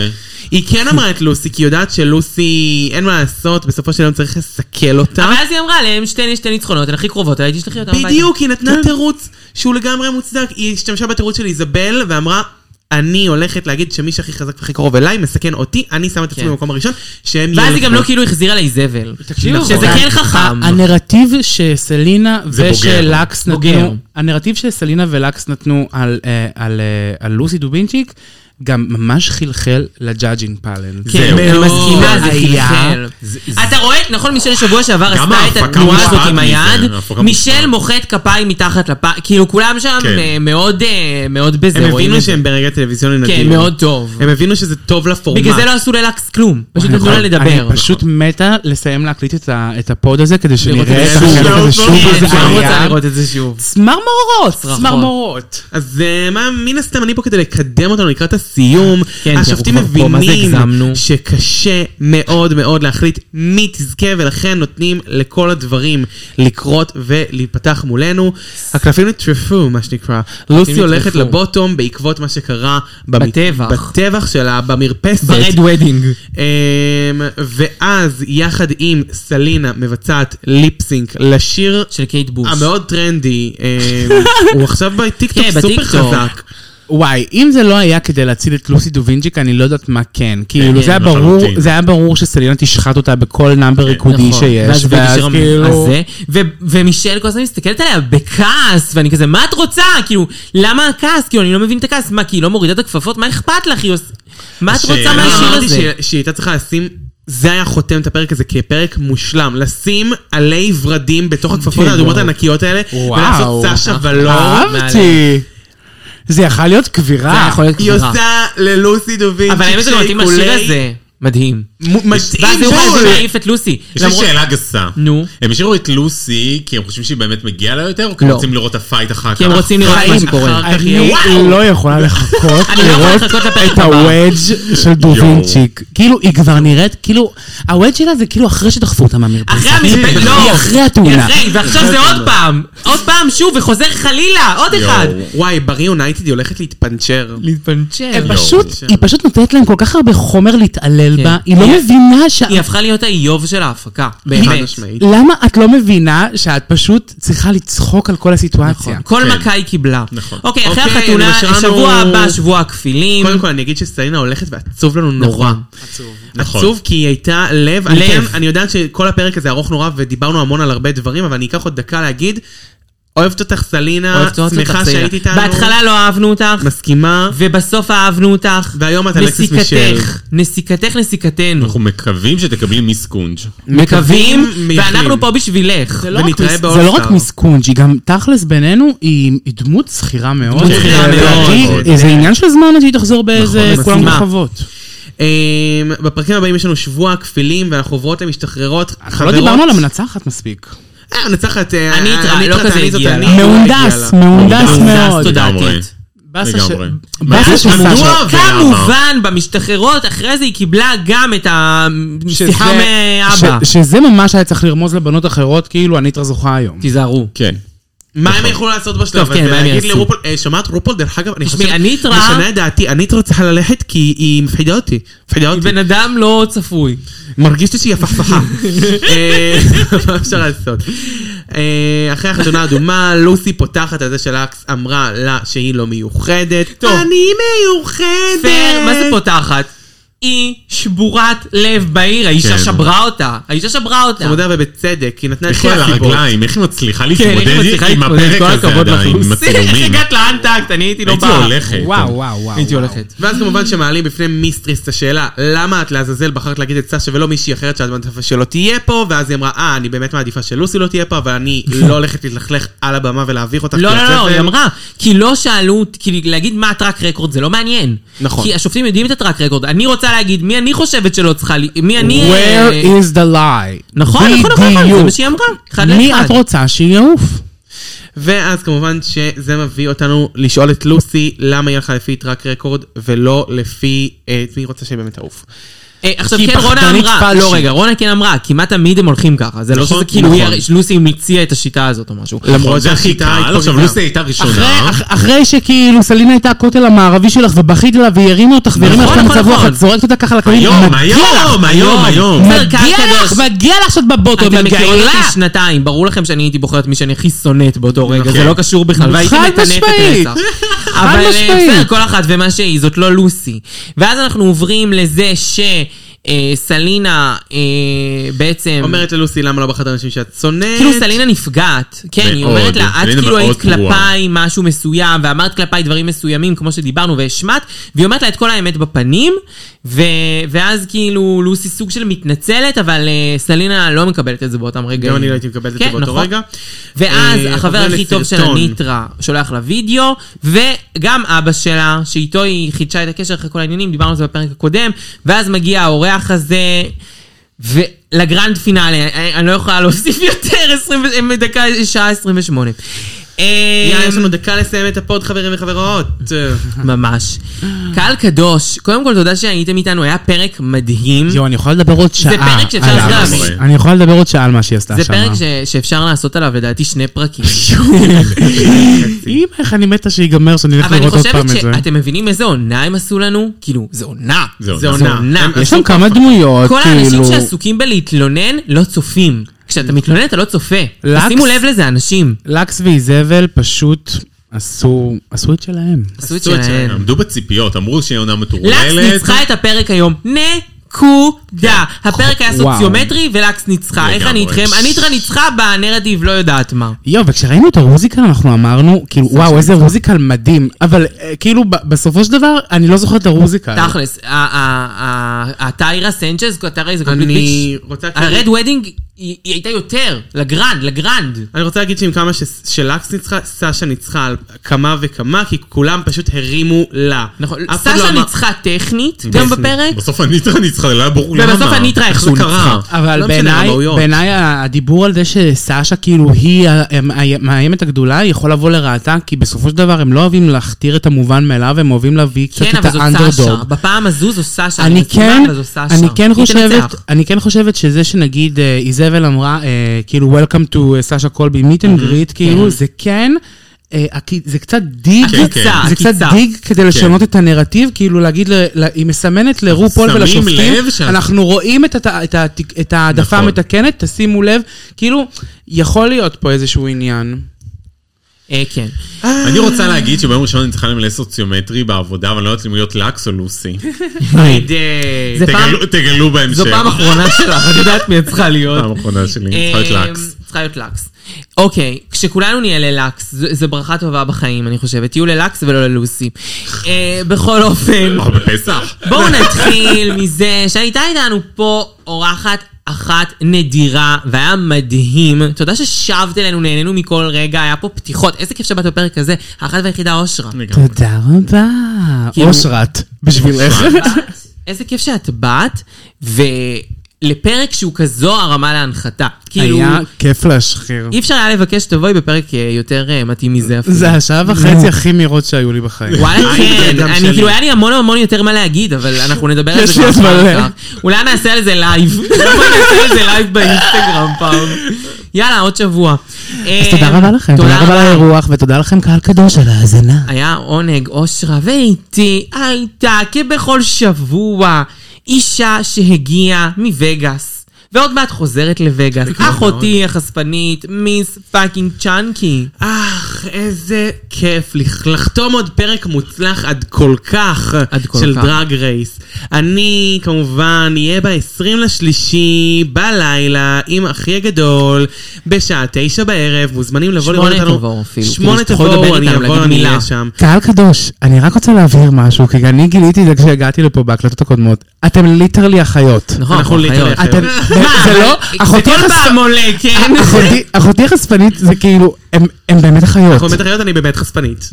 S3: היא כן אמרה את לוסי, כי היא יודעת שלוסי, אין מה לעשות, בסופו של יום צריך לסכל אותה.
S2: ואז היא אמרה להם, שתי שתי ניצחונות, הן הכי קרובות, אולי תשלחי אותם הביתה.
S3: בדיוק, היא נתנה תירוץ שהוא לגמרי מוצדק. היא השתמשה בתירוץ של איזבל ואמרה, אני הולכת להגיד שמי שהכי חזק והכי קרוב אליי מסכן אותי, אני שם את עצמי
S2: כן.
S3: במקום הראשון, שהם
S2: ואז היא גם לא
S3: ילכו."
S2: כאילו החזירה לה איזבל.
S8: תקשיבו,
S2: שזה
S5: אוקיי.
S2: כן חכם.
S5: אה, הנרטיב שסלינה
S4: זה
S5: ושל
S4: בוגר.
S5: לקס
S2: בוגר.
S5: נתנו, הנרטיב שסלינה ולקס נתנו על, אה, על, אה, על לוסי דובינצ'יק, גם ממש חלחל לג'אג'ין פאלנס.
S2: כן, אני
S3: מאוד.
S2: מסכימה, זה
S5: היה.
S2: חלחל. אתה רואה, נכון, מישל שבוע שעבר
S4: גם
S2: עשתה את
S4: ההפקה
S2: התנועה הזאת
S4: מושפעת
S2: עם
S4: מזה,
S2: היד,
S4: ההפקה
S2: מישל
S4: מושפעת.
S2: מוחאת כפיים מתחת לפ... כאילו, כולם שם
S4: כן.
S2: אה, מאוד אה, מאוד בזה,
S3: הם
S2: רואים
S3: הבינו
S2: את זה.
S3: שהם ברגע טלוויזיוני נדיר.
S2: כן, מאוד טוב.
S3: הם הבינו שזה טוב לפורמט.
S2: בגלל זה לא עשו ללקס כלום, פשוט
S5: אני
S2: נתנו לה
S5: יכול-
S2: לדבר.
S5: נכון. אני פשוט מתה לסיים להקליט את ה- את הפוד הזה, כדי שנראה את
S3: זה
S5: החלק
S2: לא,
S3: שוב,
S5: הזה שוב.
S3: כן,
S5: וזה
S3: אני
S5: בעיה.
S3: רוצה לראות את זה שוב.
S5: צמרמורות,
S2: צרחות.
S5: צמרמורות.
S3: אז אה, מה, מן הסתם אני פה כדי לקדם אותנו לקראת הסיום.
S2: כן,
S3: השופטים
S2: כי אנחנו כבר פה, מה זה
S3: מבינים
S2: הגזמנו?
S3: שקשה מאוד מאוד להחליט מי תזכה, ולכן נותנים לכל הדברים לקרות ולהיפתח מולנו. הקלפים נטרפו, מה שנקרא. לוסי הולכת
S2: נטרפו.
S3: לבוטום בעקבות מה שקרה במ-
S2: בטבח.
S3: בטבח שלה, במרפסת.
S2: ברד וודינג.
S3: אמ, ואז יחד עם סלינה מבצעת ליפסינק לשיר
S2: של קייט בוש.
S3: המאוד טרנדי, אמ, הוא עכשיו בטיקטוק
S2: כן,
S3: סופר
S2: בטיקטוק.
S3: חזק.
S5: וואי, אם זה לא היה כדי להציל את לוסי דובינג'יק, אני לא יודעת מה כן. כאילו, זה היה
S4: לחלוטין.
S5: ברור, זה היה ברור שסלינה תשחט אותה בכל נאמבר ריקודי
S2: נכון.
S5: שיש, ואז
S2: ואז
S5: כאילו...
S2: הזה, ו- ומישל כל הזמן מסתכלת עליה בכעס, ואני כזה, מה את רוצה? כאילו, למה הכעס? כאילו, אני לא מבין את הכעס. מה, כי היא לא מורידה את הכפפות? מה אכפת לך? היא עוש- מה את רוצה
S4: השאלה-
S2: מהשיר
S3: אה, אמרתי
S2: הזה?
S3: שהיא- שהיא הייתה צריכה לשים, זה היה חותם את הפרק הזה כפרק מושלם, לשים עלי ורדים בתוך
S2: כן.
S3: הכפפות האדומות הענקיות האלה,
S5: וואו.
S3: ולעשות סשה
S2: לא
S3: ולא.
S5: אהבתי. זה יכל להיות
S2: זה
S5: קבירה.
S2: יכול להיות
S3: היא
S2: כבירה.
S3: עושה ללוסי דוביץ'
S2: אבל האמת שגם מתאים לשיר הזה. מדהים. ואז
S3: מתאים
S2: הוא חייב
S3: בול.
S2: להעיף את לוסי.
S4: יש לי
S2: למרות-
S4: שאלה גסה.
S2: נו.
S4: הם השאירו את לוסי כי הם חושבים שהיא באמת מגיעה לה יותר, או כי הם
S2: לא.
S4: רוצים לראות את הפייט אחר כך?
S2: כי הם רוצים לראות מה שקורה.
S3: אחר כך
S5: אני
S3: יהיה
S5: לא יכולה לחכות
S2: אני לא יכולה
S5: לראות
S2: לחכות לפרק
S5: את
S2: הבא.
S5: הוודג' של דובינצ'יק. כאילו, היא כבר נראית, כאילו, הוודג' שלה זה כאילו אחרי שדחפו אותה מהמרפסת.
S2: אחרי המרפסת, לא.
S5: היא אחרי התאונה.
S2: אחרי, ועכשיו זה עוד פעם. עוד פעם, שוב, וחוזר חלילה, עוד אחד.
S3: וואי, בריא יונייטד היא הולכת להתפנצ'ר.
S2: להתפנצ'ר.
S5: פשוט, היא פשוט נותנת להם כל כך הרבה חומר להתעלל
S2: כן.
S5: בה, היא לא
S2: היא-
S5: מבינה ש...
S2: היא הפכה להיות האיוב של ההפקה.
S3: חד
S2: באמת.
S3: משמעית.
S5: למה את לא מבינה שאת פשוט צריכה לצחוק על כל הסיטואציה?
S2: נכון. כל
S4: כן.
S2: מכה היא קיבלה.
S4: נכון.
S2: אוקיי, אחרי
S3: אוקיי,
S2: החתונה,
S3: נשארנו-
S2: שבוע הבא, שבוע הכפילים.
S3: קודם כל אני אגיד שסלינה הולכת ועצוב לנו נורא.
S4: נכון.
S3: עצוב כי היא הייתה לב. אני
S2: לב.
S3: כן- אני יודעת שכל הפרק הזה ארוך נורא ודיברנו המון על הרבה דברים, אבל אני אקח עוד דקה להגיד, אוהבת אותך סלינה,
S2: אוהבת אותך, צעירה.
S3: שמחה שהיית איתנו.
S2: בהתחלה לא אהבנו אותך,
S3: מסכימה.
S2: ובסוף אהבנו אותך.
S3: והיום את אלכסיס מישל.
S2: נסיקתך, נסיקתך, נסיקתנו.
S4: אנחנו מקווים שתקבלי מיס קונג'.
S2: מקווים,
S3: מייחלים.
S2: ואנחנו פה בשבילך.
S3: לא רק ונתראה מיס-
S5: זה לא
S3: באולסטאר.
S5: רק מיסקונג', היא גם תכלס בינינו, היא היא דמות שכירה מאוד.
S2: דמות שכירה
S5: לדעתי,
S4: מאוד.
S5: אה, זה עניין של זמן עד שהיא תחזור באיזה
S3: נכון,
S5: כולם
S3: מסכימה.
S5: רחבות.
S3: אמ, בפרקים הבאים יש לנו שבוע הכפילים ואנחנו עוברות למשתחררות.
S5: אנחנו לא דיברנו על המנצחת מספיק.
S3: אה, מנצחת... אה,
S2: אני איתך, לא
S3: איתך,
S2: כזה
S3: אני זאת
S2: הגיע
S3: אני.
S2: לה.
S5: מהונדס, מהונדס מאוד.
S4: לגמרי.
S2: תודעתית.
S5: באסה ש-
S4: לגמרי.
S5: באסה של
S4: מדוע?
S5: סשה.
S2: כמובן, במשתחררות, אחרי זה היא קיבלה גם את השיחה
S5: שזה-
S2: מאבא.
S5: ש- שזה ממש היה צריך לרמוז לבנות אחרות, כאילו הניטרה זוכה היום.
S2: תיזהרו.
S4: כן.
S3: מה הם יכלו לעשות בשלב
S2: טוב, כן,
S3: הזה?
S2: מה הם
S3: להגיד
S2: יעשו?
S3: לרופול, אה, שמעת רופול? דרך אגב, אני
S2: תשמעי,
S3: חושב...
S2: אני התראה-
S3: משנה את דעתי, אני התראה צריכה ללכת כי היא מפחידה אותי. מפחידה אותי.
S2: בן אדם לא צפוי.
S3: מרגיש לי שהיא הפכפכה. אה, מה אפשר לעשות? אה, אחרי החתונה האדומה, לוסי פותחת על זה שלאקס אמרה לה שהיא לא מיוחדת.
S2: טוב.
S3: אני מיוחדת!
S2: פר, מה
S3: כן.
S2: זה פותחת? היא שבורת לב בעיר, האישה
S4: כן.
S2: שברה אותה. האישה שברה אותה.
S3: מודה ובצדק, היא נתנה את
S4: איך
S3: כל
S4: היא על
S3: הסיבות.
S4: הרגליים, איך היא מצליחה
S2: כן,
S4: להתמודד
S2: איך היא מצליחה
S4: עם
S2: להתמודד,
S4: הפרק
S2: כל
S4: הזה
S2: הכבוד
S4: עדיין, עם
S2: לחוס. איך
S4: הצילומים.
S2: הגעת לאנטקט? אני הייתי לא
S4: הייתי
S2: באה.
S4: הולכת.
S5: וואו, וואו, וואו.
S2: הייתי
S5: וואו.
S2: הולכת.
S3: ואז כמובן שמעלים בפני מיסטריס את השאלה, למה את לעזאזל בחרת להגיד את סשה ולא מישהי אחרת שאת מעדיפה שלא תהיה פה, ואז היא אמרה, אה, אני באמת מעדיפה שלוסי לא תהיה פה, אבל אני לא הולכת להתלכלך על הבמה ולהביך אותך.
S2: לא,
S3: כי
S2: לא, לא,
S3: הצפן-
S2: היא אמרה, כי לא שאלו, כי להגיד מה הטראק רקורד זה לא מעניין.
S3: נכון.
S2: כי השופטים יודעים את הטראק רקורד. אני רוצה להגיד מי אני חושבת שלא צריכה לי, מי אני... אה,
S5: Where is the lie?
S2: נכון, נכון, נכון, נכון, זה מה שהיא אמרה. אחד
S5: מי
S2: לאחד.
S5: את רוצה שיעוף?
S3: ואז כמובן שזה מביא אותנו לשאול את לוסי, למה היא הלכה לפי טראק רקורד ולא לפי אה, את מי היא רוצה שבאמת תעוף.
S2: אה, עכשיו
S5: כי
S2: כן רונה
S5: פחדנית
S2: אמרה,
S5: פלאשית.
S2: לא רגע, רונה כן אמרה, כמעט תמיד הם הולכים ככה, זה לא
S4: נכון,
S2: שזה כאילו,
S4: נכון.
S2: היא- לוסי המציאה את השיטה הזאת או משהו.
S4: נכון, זה הכי
S3: שהשיטה
S4: קל, עכשיו
S3: התפוגגה.
S4: לוסי הייתה ראשונה.
S5: אחרי, אח, אחרי שכאילו סלינה הייתה הכותל המערבי שלך ובכית לה והרימו אותך והרימו לך
S2: נכון,
S5: כמה
S2: נכון,
S5: צבוע,
S2: נכון.
S5: את זורקת אותה ככה לקווים,
S4: היום,
S5: מגיע לך,
S4: היום, היום, היום.
S5: מגיע
S2: קרקע
S5: לך,
S2: קדוש.
S5: מגיע לך שאת בבוטו,
S2: אתם מכירים
S5: מגעילה.
S2: אותי שנתיים, ברור לכם שאני הייתי בוחרת מי שאני הכי שונאת באותו רגע,
S4: נכון.
S2: זה לא קשור בכלל, והייתי
S5: חד
S2: מטנפת
S5: משמעית.
S2: רצח. אבל אה,
S5: משמעית.
S2: בסדר, כל אחת ומה שהיא, זאת לא לוסי. ואז אנחנו עוברים לזה ש... אה, סלינה אה, בעצם...
S3: אומרת ללוסי, למה לא בחרת אנשים שאת שונאת?
S2: אמ, כאילו סלינה נפגעת, כן, היא
S4: מאוד.
S2: אומרת לה, את
S4: סלינה
S2: כאילו
S4: מאוד
S2: היית
S4: גרועה."
S2: כלפיי משהו מסוים, ואמרת כלפיי דברים מסוימים, כמו שדיברנו, והשמעת, והיא אומרת לה את כל האמת בפנים, ו- ואז כאילו לוסי סוג של מתנצלת, אבל אה, סלינה לא מקבלת את זה באותם רגעים.
S3: גם אני לא הייתי מקבלת את זה
S2: כן,
S3: באותו
S2: נכון.
S3: רגע.
S2: ואז
S3: אה,
S2: החבר
S3: עובר
S2: הכי טוב של
S3: לסרטון.
S2: הניטרה שולח לה וידאו, וגם אבא שלה, שאיתו היא חידשה את הקשר אחרי כל העניינים, דיברנו על זה בפרק הקודם, ואז מגיע האורח הזה, ולגרנד פינאלי, אני- אני לא יכולה להוסיף יותר, 20 ו- דקה, שעה אמ, 28.
S3: יאללה, יש לנו דקה לסיים את הפוד, חברים וחברות.
S2: ממש. קהל קדוש, קודם כל תודה שהייתם איתנו, היה פרק מדהים.
S5: יואו, אני יכול לדבר עוד שעה.
S2: פרק שאפשר
S5: עליו.
S4: לעשות.
S5: אני יכול לדבר עוד שעה על מה שהיא עשתה שם.
S2: זה פרק ש- שאפשר לעשות עליו לדעתי שני פרקים.
S5: אם איך אני מתה שיגמר, שאני אלך
S2: אבל אני
S5: לראות עוד פעם
S2: חושבת
S5: את זה.
S2: שאתם מבינים איזה עונה הם עשו לנו? כאילו, זה עונה.
S4: זה
S2: זה
S4: עונה.
S2: עונה.
S5: יש שם כמה דמויות,
S2: כל האנשים
S5: כאילו...
S2: שעסוקים בלהתלונן לא צופים. כשאתה מתלונן אתה לא צופה.
S5: לקס.
S2: שימו לב לזה, אנשים.
S5: לקס ואיזבל פשוט עשו עשו את שלהם.
S2: עשו את שלהם.
S4: עמדו בציפיות, אמרו שהיא עונה
S2: לקס
S4: מטורללת.
S2: ניצחה את הפרק היום. נקודה. הפרק היה
S5: כן. וואו.
S2: סוציומטרי ולקס ניצחה. איך אני
S4: לגמרי.
S2: איתכם? הניטרה ניצחה בנרטיב, לא יודעת מה.
S5: יואו, וכשראינו את הרוזיקל אנחנו אמרנו, כאילו, וואו, איזה רוזיקל מדהים. אבל אה, כאילו, ב- בסופו של דבר, אני לא זוכר את הרוזיקל.
S2: תכלס, ה- ה- ה- הטיירה סנצ'ז, הטיירה זה קומפליט
S3: אני
S2: ביץ'.
S3: רוצה...
S2: הרד וודינג היא היא הייתה יותר. לגרנד, לגרנד.
S3: אני רוצה להגיד שעם כמה ש- שלקס ניצחה, סשה ניצחה על כמה וכמה, כי כולם פשוט הרימו לה.
S2: נכון,
S3: אף אחד לא
S2: סשה
S3: אמר-
S2: ניצחה טכנית גם בפרק,
S4: בסוף הניטרה ניצחה, נכון. לא היה ברור למה.
S2: ובסוף הניטרה
S4: איך זה
S2: איכשהו
S4: קרה?
S2: ניצחה.
S5: אבל
S3: לא משנה,
S5: בעיניי,
S3: המהויות.
S5: בעיניי הדיבור על זה שסשה כאילו היא המאיימת הגדולה, יכול לבוא לרעתה, כי בסופו של דבר הם לא אוהבים להכתיר את המובן מאליו, הם אוהבים להביא קצת
S2: כן,
S5: את
S2: אבל זו סשה.
S5: האנדרדוג.
S2: בפעם הזו זו סשה.
S5: אני
S2: מסכימה,
S5: כן,
S2: אבל זו סשה.
S5: אני כן
S2: היא
S5: חושבת,
S2: תנצח.
S5: אני כן חושבת שזה שנגיד אה, איזבל אמרה, אה, כאילו, Welcome to סשה קולבי meet
S4: Mhm.
S5: and greet, כאילו, זה כן, אה, הקי- זה קצת דיג,
S4: כן, כן.
S5: זה קצת
S2: עקיצה.
S5: דיג כדי לשנות את הנרטיב, כאילו להגיד, ל- ל- היא מסמנת לרופול
S4: שמים
S5: ולשופטים,
S4: לב שאת-
S5: אנחנו רואים את הת- את הת- את ההעדפה
S4: נכון.
S5: המתקנת, תשימו לב, כאילו, יכול להיות פה איזשהו עניין.
S2: אה, כן.
S4: אני רוצה להגיד שביום ראשון אני צריכה למלא סוציומטרי בעבודה, אבל אני לא יודעת אם להיות לקס או לוסי.
S2: זה פעם-
S4: תגלו- תגלו בהמשך.
S2: זו פעם אחרונה שלך, את יודעת מי את צריכה להיות.
S4: פעם אחרונה שלי, אני צריכה
S2: אה,
S4: להיות לקס.
S2: צריכה להיות לקס. אוקיי, כשכולנו נהיה ללקס, זו זו ברכה טובה בחיים, אני חושבת. תהיו ללקס ולא ללוסי. אה, בכל אופן,
S4: אה, בפסח.
S2: בואו נתחיל מזה שהייתה איתנו פה אורחת אחת נדירה, והיה מדהים. תודה ששבת אלינו, נהנינו מכל רגע, היה פה פתיחות. איזה כיף שבאת בפרק הזה, האחת והיחידה אושרה.
S4: לגמרי.
S5: תודה רבה.
S2: כאילו-
S5: אושרת, בשבילך.
S2: איזה כיף שאת באת, ולפרק שהוא כזו הרמה להנחתה. כאילו,
S5: היה כיף להשחיר.
S2: אי אפשר היה לבקש שתבואי בפרק אה, יותר אה, מתאים מזה אפילו.
S5: אוקיי. זה השעה וחצי הכי מהירות שהיו לי בחיים.
S2: וואלה כן,
S3: גם
S2: אני
S3: שלי.
S2: כאילו היה לי המון המון יותר מה להגיד, אבל אנחנו נדבר על זה
S5: יש לי עוד
S2: אחר
S5: מלא.
S2: כך. אולי נעשה על זה לייב. אולי נעשה על זה לייב באינסטגרם פעם. יאללה, עוד שבוע. אה,
S5: אז תודה רבה לכם, תודה רבה על האירוח, ותודה לכם קהל קדוש על ההאזנה.
S2: היה עונג, אושרה, ואיתי הייתה, כבכל שבוע, אישה שהגיעה מווגאס. ועוד מעט חוזרת לווגאס. אחותי החשפנית, מיס פאקינג צ'אנקי.
S3: אך, איזה כיף לכ- לחתום עוד פרק מוצלח עד כל כך
S2: עד כל
S3: של
S2: כך.
S3: דרג רייס. אני כמובן אהיה ב-20 לשלישי בלילה עם אחי הגדול בשעה תשע בערב, מוזמנים לבוא לראות
S2: שמונה
S3: אותנו.
S2: תבואו אפילו,
S3: שמונה
S2: כאילו, שתוכל
S3: תבואו,
S2: לדבר
S3: אני
S2: איתנו,
S3: אבוא,
S2: להגיד
S3: אני
S2: מילה.
S3: אהיה שם.
S5: קהל קדוש, אני רק רוצה להבהיר משהו, כי אני גיליתי את זה כשהגעתי לפה בהקלטות הקודמות. אתם ליטרלי אחיות.
S2: נכון,
S3: אנחנו
S2: אחיות.
S3: ליטרלי אחיות.
S5: אתם, זה לא,
S2: זה
S5: אחותי
S2: כל
S5: החס-
S2: פעם עולה, כן?
S5: אחותי- אחותי החשפנית זה כאילו,
S9: הם- הם באמת אחיות.
S3: אנחנו באמת אחיות, אני באמת חשפנית.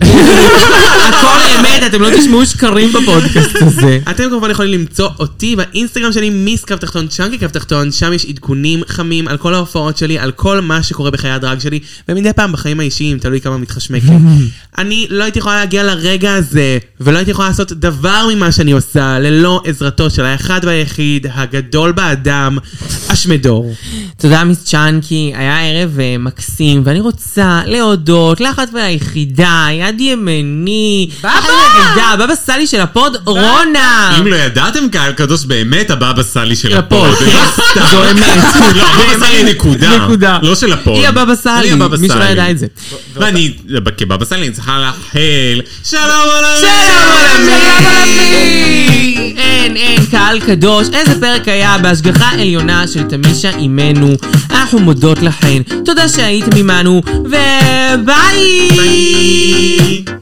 S2: הכל אמת, אתם לא תשמעו שקרים בפודקאסט הזה.
S3: אתם כמובן יכולים למצוא אותי באינסטגרם שלי, מיס קו תחתון, צ'אנקי קו תחתון, שם יש עדכונים חמים על כל ההופעות שלי, על כל מה שקורה בחיי הדרג שלי, ומדי פעם בחיים האישיים, תלוי כמה מתחשמק לי. אני לא הייתי יכולה להגיע לרגע הזה, ולא הייתי יכולה לעשות דבר ממה שאני עושה, ללא עזרתו של האחד והיחיד, הגדול באדם, אשמדור.
S2: תודה מיס צ'אנקי, היה ערב אה, מקסים, ואני רוצה להודות לאחת וליחידה, יד ימיני, בבא! היחידה, בבא סאלי של הפוד, רונה!
S4: אם לא ידעתם, קהל קדוש באמת הבבא סאלי של הפוד.
S2: זו אמת.
S4: לא, הבבא סאלי נקודה.
S2: נקודה.
S4: לא של הפוד.
S2: היא הבבא סאלי,
S4: אני הבבא
S2: מישהו לא
S4: סאלי.
S2: ידע את זה.
S4: ואני, כבבא סאלי, אני צריכה לאחל שלום עולמי.
S2: אין, אין, קהל קדוש, איזה פרק היה בהשגחה עליונה של תמישה אימנו. אנחנו מודות לכן, תודה שהייתם עמנו, וביי!
S4: עולמי.